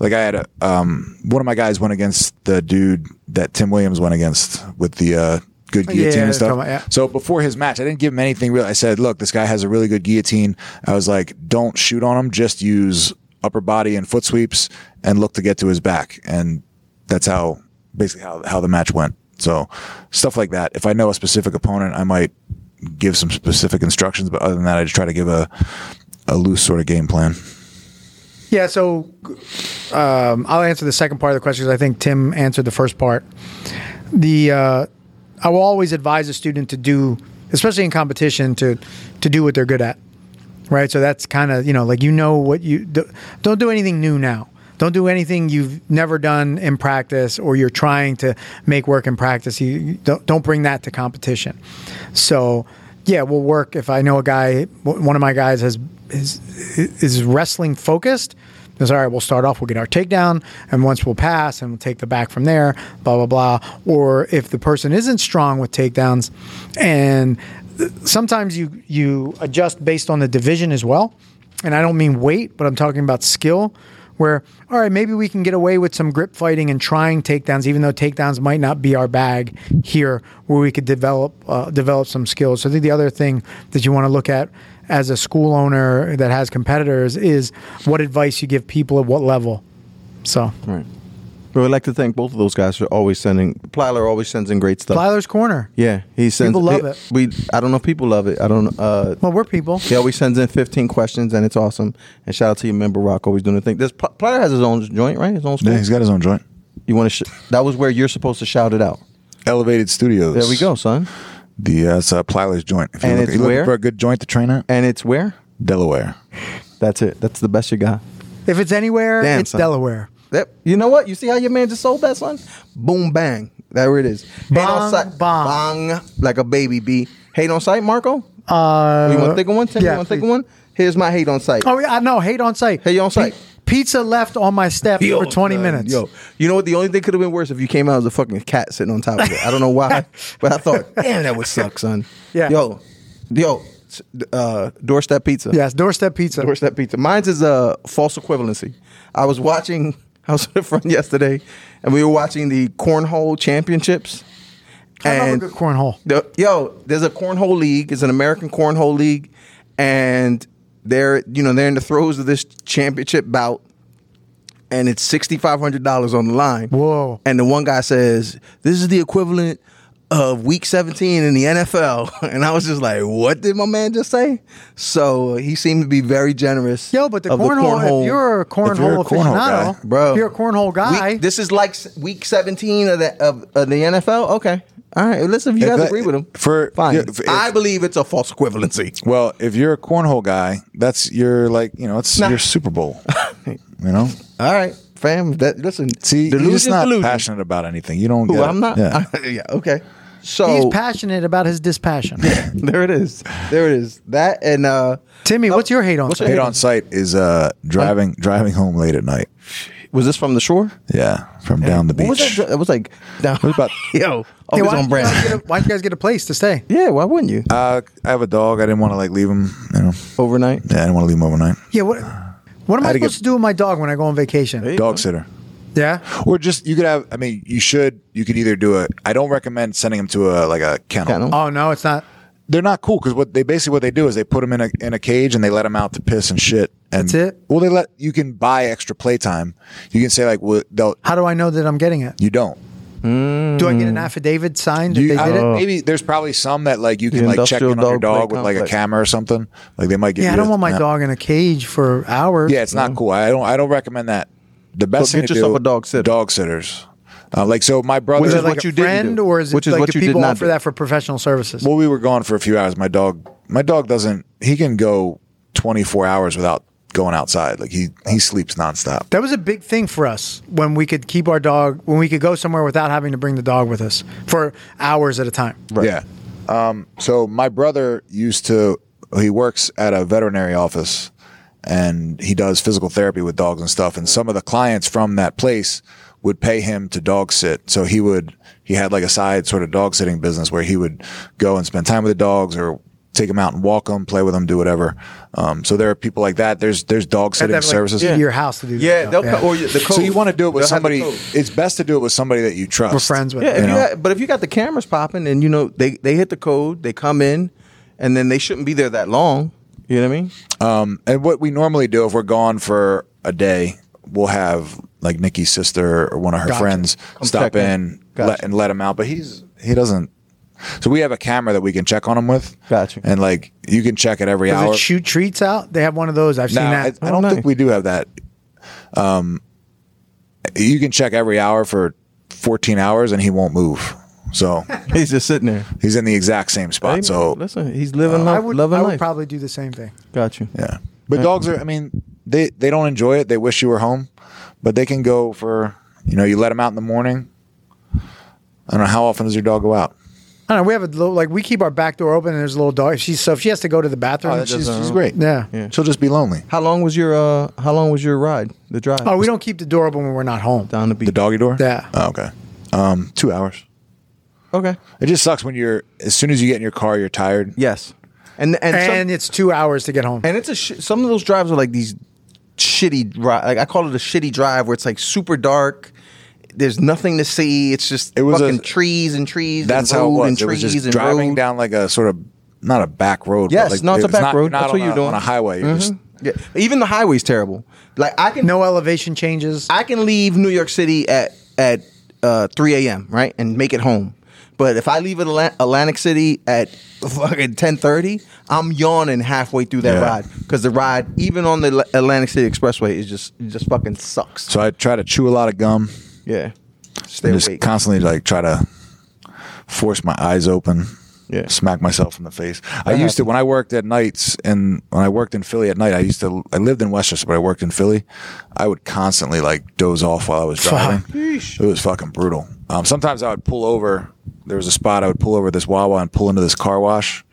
C: like I had a, um, one of my guys went against the dude that Tim Williams went against with the uh, good guillotine
D: Oh, yeah,
C: and stuff.
D: come on, yeah.
C: So before his match, I didn't give him anything real. I said, "Look, this guy has a really good guillotine." I was like, "Don't shoot on him. Just use upper body and foot sweeps, and look to get to his back." And that's how basically how how the match went. So stuff like that. If I know a specific opponent, I might give some specific instructions. But other than that, I just try to give a a loose sort of game plan.
D: Yeah, so um, I'll answer the second part of the question because I think Tim answered the first part. The uh, I will always advise a student to do, especially in competition, to to do what they're good at, right? So that's kind of you know like you know what you do, don't do anything new now. Don't do anything you've never done in practice or you're trying to make work in practice. You you don't don't bring that to competition. So yeah, we'll work if I know a guy. One of my guys has is is wrestling focused. It's all right. We'll start off. We'll get our takedown, and once we'll pass, and we'll take the back from there. Blah blah blah. Or if the person isn't strong with takedowns, and th- sometimes you you adjust based on the division as well. And I don't mean weight, but I'm talking about skill. Where all right, maybe we can get away with some grip fighting and trying takedowns, even though takedowns might not be our bag here. Where we could develop uh, develop some skills. So I think the other thing that you want to look at as a school owner that has competitors is what advice you give people at what level. So,
B: Right. But I'd like to thank both of those guys for always sending. Plyler always sends in great stuff.
D: Plyler's Corner.
B: yeah, he sends.
D: People love
B: he-
D: it.
B: We I don't know if people love it. I don't. Uh,
D: Well, we're people.
B: he always sends in 15 questions, and it's awesome. And shout out to your member Rock, always doing the thing. This Pl- Plyler has his own joint, right? His own school.
C: Yeah, he's got his own joint.
B: you want to? Sh- that was where you're supposed to shout it out.
C: Elevated Studios.
B: There we go, son.
C: The uh, it's a Plyler's joint. If
B: And
C: you're,
B: it's
C: looking, you're looking
B: where?
C: for a good joint to train at,
B: And it's where?
C: Delaware.
B: That's it. That's the best you got.
D: If it's anywhere,
B: Damn,
D: it's
B: son.
D: Delaware.
B: That you know what? You see how your man just sold that, son? Boom bang. There it is. Hate on
D: Bong,
B: sight.
D: bong.
B: Bong, like a baby bee. Hate on sight, Marco?
D: Uh,
B: you want to think of one? Tim,
D: yeah,
B: you want to think
D: please.
B: of one? Here's my hate on sight.
D: Oh yeah, no, hate on site.
B: Hate on site.
D: Pi- Pizza left on my step for twenty
B: son,
D: minutes.
B: Yo, you know what? The only thing could have been worse if you came out as a fucking cat sitting on top of it. I don't know
D: [LAUGHS]
B: why, but I thought, damn, that would suck, son.
D: Yeah.
B: Yo, yo, s- uh, doorstep pizza.
D: Yes, doorstep pizza.
B: Doorstep pizza. Mine's is a false equivalency. I was watching [LAUGHS] House of the Front yesterday, and we were watching the cornhole championships.
D: I love a
B: and
D: good cornhole.
B: the- yo, there's a cornhole league. It's an American cornhole league, and they're you know they're in the throes of this championship bout, and it's sixty five hundred dollars on the line.
D: Whoa.
B: And the one guy says, "This is the equivalent of Week 17 in the NFL," [LAUGHS] and I was just like, "What did my man just say?" So he seemed to be very generous.
D: Yo, but the
B: of
D: cornhole, If you're a cornhole
C: if you're a cornhole
D: aficionado,
C: guy,
B: bro.
D: if you're a cornhole guy.
B: Week- this is like s- Week 17 of the of, of the NFL. Okay. All right, listen. If you
C: If
B: guys
C: that-
B: agree with him,
C: for-
B: fine.
C: yeah, if- if-
B: I believe it's a false equivalency.
C: Well, if you're a cornhole guy, that's your like you know it's
B: Nah.
C: your Super
B: [LAUGHS]
C: Bowl. you know,
B: All right, fam. That listen.
C: see, you're
B: delusion's
C: just not
B: delusion.
C: passionate about anything. You don't.
B: Ooh,
C: get it.
B: I'm not.
C: Yeah.
B: [LAUGHS] Yeah. okay. So
D: He's passionate about his dispassion.
B: [COUGHS] there it is. There it is. That and uh
D: Timmy, what's your hate on
B: What's your
D: site?
C: Hate on site is uh driving driving home late at night.
B: was this from the shore?
C: Yeah, from down the beach.
B: What was that? It was like [LAUGHS] down.
C: What about-
B: yo?
D: Hey,
B: Always
D: why
B: on
D: don't you guys
B: brand.
D: get a- why don't you guys get a place to stay?
B: Yeah. Why wouldn't you?
C: Uh, I have a dog. I didn't want to like leave him. You know,
B: Overnight.
C: yeah, I didn't want to leave him overnight.
D: Yeah, what what am I
C: How'd it
D: supposed
C: get-
D: to do with my dog when I go on vacation?
C: Dog sitter.
D: Yeah.
C: Or just you could have. I mean, you should. You could either do a. I don't recommend sending them to a like a kennel.
B: Kennel.
D: Oh no, it's not.
C: They're not cool because what they basically what they do is they put them in a in a cage and they let them out to piss and shit. And,
D: That's it?
C: Well, they let you can buy extra playtime. You can say like, well, they'll,
D: How do I know that I'm getting it?
C: you don't.
D: Do I get
B: Mm.
D: an affidavit signed that
C: You-
D: they
C: I
D: did
C: don't-
D: it?
C: maybe there's probably some that like you can
B: The
C: like check in on
B: industrial
C: your
B: dog play
C: dog with like a
B: complex.
C: camera or something. Like they might get.
D: Yeah,
C: you
D: I don't
C: a-
D: want my
C: no.
D: dog in a cage for hours.
C: Yeah, it's not cool. I don't. I don't recommend that. The best
B: So
C: thing
B: get
C: to
B: yourself
C: do,
B: a dog sitter.
C: Dog sitters, uh, like so. My brother,
D: Is
B: Which
D: it
B: is
D: like
B: what
D: a
B: you didn't
D: friend,
B: do.
D: or is it
B: Which is
D: like
B: what
D: do
B: you did
D: people
B: not
D: offer
B: do.
D: that for professional services?
C: Well, we were gone for a few hours. My dog, my dog doesn't. He can go 24 hours without going outside. Like he he sleeps nonstop.
D: That was a big thing for us when we could keep our dog when we could go somewhere without having to bring the dog with us for hours at a time.
C: Yeah. Um, so my brother used to. He works at a veterinary office, and he does physical therapy with dogs and stuff. And some of the clients from that place would pay him to dog sit. So he would. He had like a side sort of dog sitting business where he would go and spend time with the dogs or. Take them out and walk them, play with them, do whatever. Um, so there are people like that. There's there's dog
D: Had to
C: sitting
D: have, like,
C: services.
D: to your house to do that.
B: Yeah.
D: stuff.
B: They'll co- or you- the code.
C: So you want to do it with
B: They'll have the
C: somebody.
B: code.
C: It's best to do it with somebody that you trust.
D: we're friends with.
B: Yeah, if
D: them.
B: you
C: know?
B: got, but if you got the cameras popping and you know they they hit the code, they come in, and then they shouldn't be there that long. You know what I mean?
C: And what we normally do if we're gone for a day, we'll have like Nikki's sister or one of her
D: Gotcha.
C: friends
B: Come check
C: stop
B: in.
C: in
B: Gotcha.
C: let, and let him out. But he's he doesn't. So we have a camera that we can check on him with.
B: Gotcha.
C: And like you can check it every
D: Does
C: hour.
D: it shoot treats out? They have one of those. I've
C: No,
D: seen
C: I, I
D: that.
C: don't
B: Oh, nice.
C: think we do have that. Um, you can check every hour for 14 hours and he won't move.
B: [LAUGHS]
C: So
B: [LAUGHS] He's just sitting there. uh,
C: he's in the exact same spot.
B: Hey,
C: so
B: listen, he's living
D: I
B: life,
D: would,
B: loving
D: I would
B: life.
D: probably do the same thing.
B: Got you.
C: Yeah. But dogs are, I mean, they, they don't enjoy it. They wish you were home, but they can go for, you know, you let them out in the morning. I don't know. How often does your dog go out?
D: I don't know. We have a little, like, we keep our back door open and there's a little dog. She's, so if she has to go to the bathroom,
C: Oh,
D: she's-
C: she's, she's great.
D: yeah.
C: She'll just be lonely.
B: How long was your uh How long was your ride? The drive
D: Oh, we don't keep the door open when we're not home.
B: down the beach.
C: The doggy door?
D: Yeah.
C: Oh, okay. Um, two hours.
B: okay.
C: It just sucks when you're, as soon as you get in your car, you're tired.
B: Yes. And and some-
D: And it's two hours to get home.
B: and it's a sh- some of those drives are like these shitty drive. Like I call it a shitty drive where it's like super dark. There's nothing to see. It's just
C: It was a-
B: fucking trees and trees.
C: That's
B: and
C: how it
B: road
C: was.
B: And
C: It was
B: trees
C: just
B: and
C: driving
B: road.
C: down like a sort of, not a back road. but
B: Yes,
C: like,
B: no, it's a back
C: not,
B: road.
C: you're Not
B: That's
C: on
B: what you're
C: a,
B: doing. Mm-hmm.
C: on a highway. You're just,
B: Yeah. Even the highway's terrible. Like I can
D: No elevation changes.
B: I can leave New York City at at uh, 3 a.m. right and make it home. But if I leave Atla- Atlantic City at fucking 10:30, I'm yawning halfway through that
C: Yeah.
B: ride because the ride, even on the Atla- Atlantic City Expressway, is just it just fucking sucks.
C: so I try to chew a lot of gum.
B: Yeah, stay
C: and just
B: awake.
C: constantly like try to force my eyes open.
B: Yeah.
C: Smack myself in the face. I used to when I worked at nights and when I worked in Philly at night, I used to I lived in Westchester, but I worked in Philly. I would constantly like doze off while I was driving. It was fucking brutal. Um, sometimes I would pull over. There was a spot I would pull over this Wawa and pull into this car wash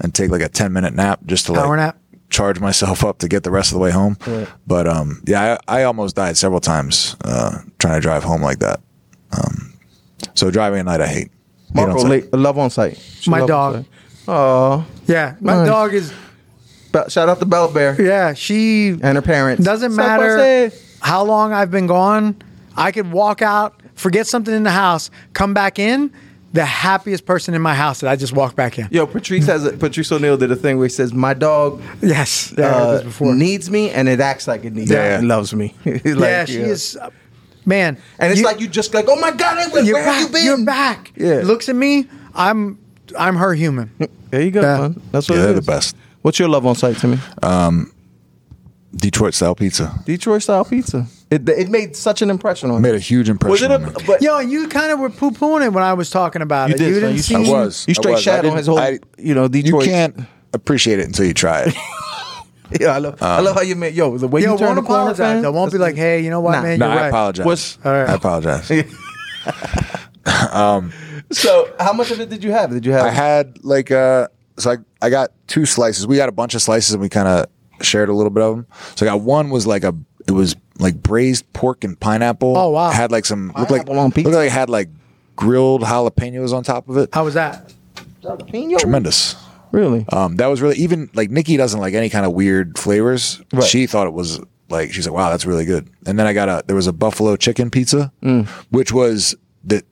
C: and take like a 10 minute nap just to like
D: Power nap?
C: charge myself up to get the rest of the way home. But um, yeah, I, I almost died several times uh, trying to drive home like that. Um, so driving at night, I hate. Hate on
B: Marco,
C: sight.
B: late, love on sight. She
D: My
B: love on
D: dog.
B: sight. Oh,
D: Yeah, my
B: Nice.
D: dog is.
B: But shout out to Bell Bear
D: Yeah, she
B: and her parents.
D: Doesn't
B: Suck
D: matter
B: pussy.
D: how long I've been gone. I could walk out, forget something in the house, come back in, the happiest person in my house that I just walked back in.
B: Yo, Patrice has a, Patrice O'Neill did a thing where he says, "My dog
D: Yes, yeah, I heard
B: uh,
D: this before.
B: needs me, and it acts like it needs
C: Yeah,
B: me.
C: yeah.
B: It loves me. [LAUGHS] Like,
D: yeah, she is. Man,
B: And it's
D: you-
B: like you just like, oh my god, I- where,
D: you're
B: where
D: back,
B: have you been?
D: You're back.
B: Yeah.
D: looks at me. I'm I'm her
B: [LAUGHS]
D: human.
B: There you go,
D: Yeah.
B: man. That's what
C: Yeah,
B: it
C: they're the
B: is.
C: best.
B: What's your love on site to me?
C: Detroit style pizza
B: Detroit style pizza. It, it made such an impression on me.
C: made a huge impression.
B: Was it a?
C: on me.
B: But
D: Yo, you kind of were poo pooing it when I was talking about
B: You
D: it.
B: did,
D: you
B: son.
D: didn't
B: You-
D: see.
C: I was.
B: You
C: I
B: straight
C: was. I
B: shat on
C: didn't-
B: his whole- you know, Detroit-
C: You can't appreciate it until you
B: [LAUGHS]
C: try it.
B: yeah, I love, I
C: Um,
B: love how you made. Yo, the way
D: Yo,
B: you turn
D: won't
B: the corner,
D: apologize.
B: fam,
D: I won't be
B: that's-
D: like, hey, you know what,
B: Nah.
D: man?
C: no,
D: You're
C: I
D: right.
C: apologize.
B: What's-
D: All right.
C: I apologize.
B: So, how much of it did you have? Did you have?
C: I had like uh, so I I got two slices. We got a bunch of slices and we kind of shared a little bit of them. So I got one was like a it was like braised pork and pineapple.
D: Oh, wow.
C: Had like some looked like
B: Pineapple on pizza?
C: looked like it had like grilled jalapenos on top of it.
D: How was that?
B: jalapeno?
C: Tremendous.
B: Really?
C: Um, that was really even like Nikki doesn't like any kind of weird flavors.
B: Right.
C: She thought it was like she's like, wow, that's really good. And then I got a there was a buffalo chicken pizza,
D: Mm.
C: which was the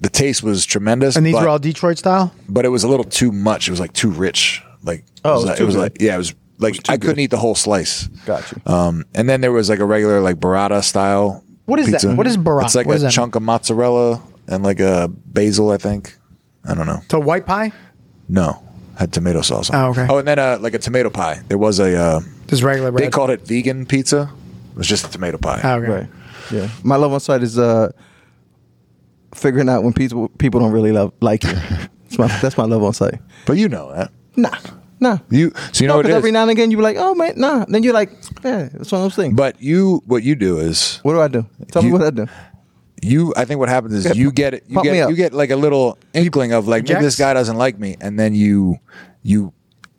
C: the taste was tremendous.
D: And these
C: but,
D: were all Detroit style.
C: but it was a little too much. It was like too rich. Like
B: Oh, it was
C: it was, like,
B: too
C: it was
B: good.
C: like yeah, it was like I couldn't eat the whole slice.
B: Got you.
C: Um, and then there was like a regular like burrata style.
D: What is that?
C: pizza.
D: What is burrata?
C: It's like
D: What
C: a
D: is that?
C: chunk of mozzarella and like a basil, I think. I don't know.
D: So white pie,
C: No, had tomato sauce. On.
D: Oh,
C: it.
D: okay.
C: Oh, and then uh, like a tomato pie. There was a uh,
D: just regular bread.
C: they called it vegan pizza. It was just a tomato pie.
D: Oh, okay.
B: Right. Yeah. My love on site is uh figuring out when people people don't really love like
C: [LAUGHS]
B: you. That's my that's my love on site.
C: But you know that
B: Nah. Nah.
C: you so you know
B: No,
C: what it
B: because
C: is.
B: every now and again you be like, oh man, nah. Then you're like, yeah, that's one of those things.
C: but you what you do is
B: what do I do? Tell me
C: You-
B: what I do.
C: you I think what happens is you get it you
B: pump me
C: get
B: up.
C: you get like a little inkling of like maybe
D: Jax?
C: this guy doesn't like me and then you you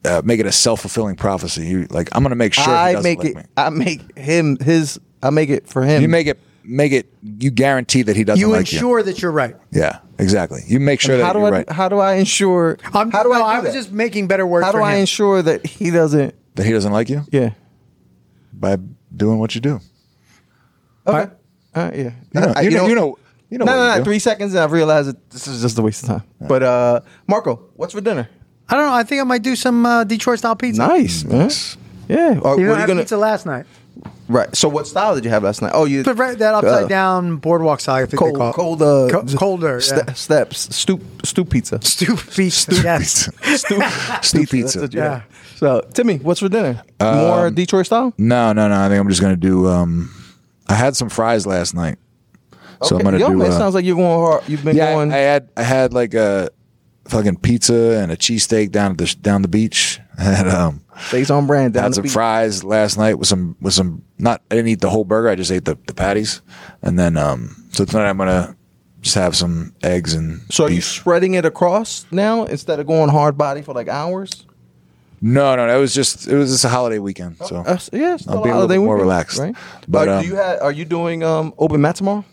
C: uh, make it a self-fulfilling prophecy. You like I'm going to make sure he
B: I
C: doesn't
B: make
C: like
B: it.
C: me.
B: I make him his. I make it for him.
C: You make it make it you guarantee that he doesn't
D: You
C: like
D: ensure that you're right.
C: you. Yeah, exactly. You make sure that
B: how do
C: you're
B: I?
C: right
B: How do I ensure?
D: I'm,
B: how do
D: no,
B: I?
D: I
B: do
D: was
B: that?
D: just making better words.
B: How do
D: for
B: I
D: him.
B: ensure that he doesn't?
C: that he doesn't like you
B: Yeah.
C: by doing what you do.
B: Okay. All right, yeah.
C: You know,
B: I-
C: you, know, you know, you know
B: no,
C: what
B: no,
C: you
B: no.
C: do.
B: Three seconds, and I realized that this is just a waste of time. But uh, Marco, what's for dinner?
D: I don't know. I think I might do some uh, Detroit style pizza.
B: Nice, man. Yeah. Or
D: You know,
B: what
D: I
B: are you
D: had
B: gonna?
D: pizza last night.
B: Right. So, what style did you have last night? Oh, you
D: But right, that upside
B: uh,
D: down boardwalk style. I think
B: cold,
D: they call it.
B: cold, uh,
D: Co- colder.
B: ste-
D: yeah.
B: steps, stoop, stoop pizza,
D: Stoop pizza.
B: [LAUGHS]
D: yes.
B: stoop,
D: [LAUGHS]
C: Stew
B: That's
C: pizza.
B: what you
D: Yeah.
B: had. So, Timmy, what's for dinner?
C: Um,
B: More Detroit style.
C: No, no, no. I think I'm just gonna do. Um, I had some fries last night, so I'm
B: Okay.
C: gonna
B: Yo,
C: do.
B: man,
C: uh,
B: sounds like you're going hard. You've been
C: yeah,
B: going.
C: I had I had like a fucking pizza and a cheesesteak down at the down the beach. [LAUGHS] I had um,
B: Stays on brand. Down
C: had
B: the
C: some
B: beach.
C: fries last night with some with some. Not I didn't eat the whole burger. I just ate the, the patties, and then um, so tonight I'm gonna just have some eggs and
B: So, are you
C: beef.
B: spreading it across now instead of going hard body for like hours?
C: No, no, no. It was just it was just a holiday weekend. So
B: Uh, yeah, it's
C: I'll
B: still
C: be
B: a
C: a little
B: holiday
C: bit more
B: weekend,
C: relaxed.
B: Right?
C: But,
B: are,
C: um,
B: do you ha- are you doing um, open mat tomorrow?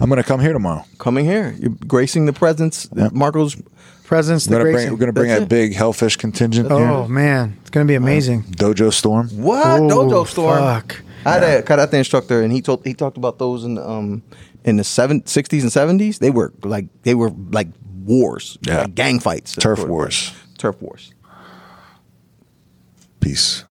C: I'm gonna come here tomorrow.
B: Coming here, you're gracing the presence. Marco's
D: Presence.
C: We're
D: The
C: gonna bring
D: Grayson.
C: we're gonna bring
B: That's
C: a
B: it.
C: big Hellfish contingent
D: Oh man, it's gonna be amazing.
C: here. Dojo Storm.
B: what
D: Oh,
B: dojo storm.
D: fuck.
B: I had a karate instructor, and he told he talked about those in um in the seven sixties and seventies. They were like they were like wars,
C: Yeah.
B: like gang fights,
C: Turf wars.
B: turf wars.
C: Peace.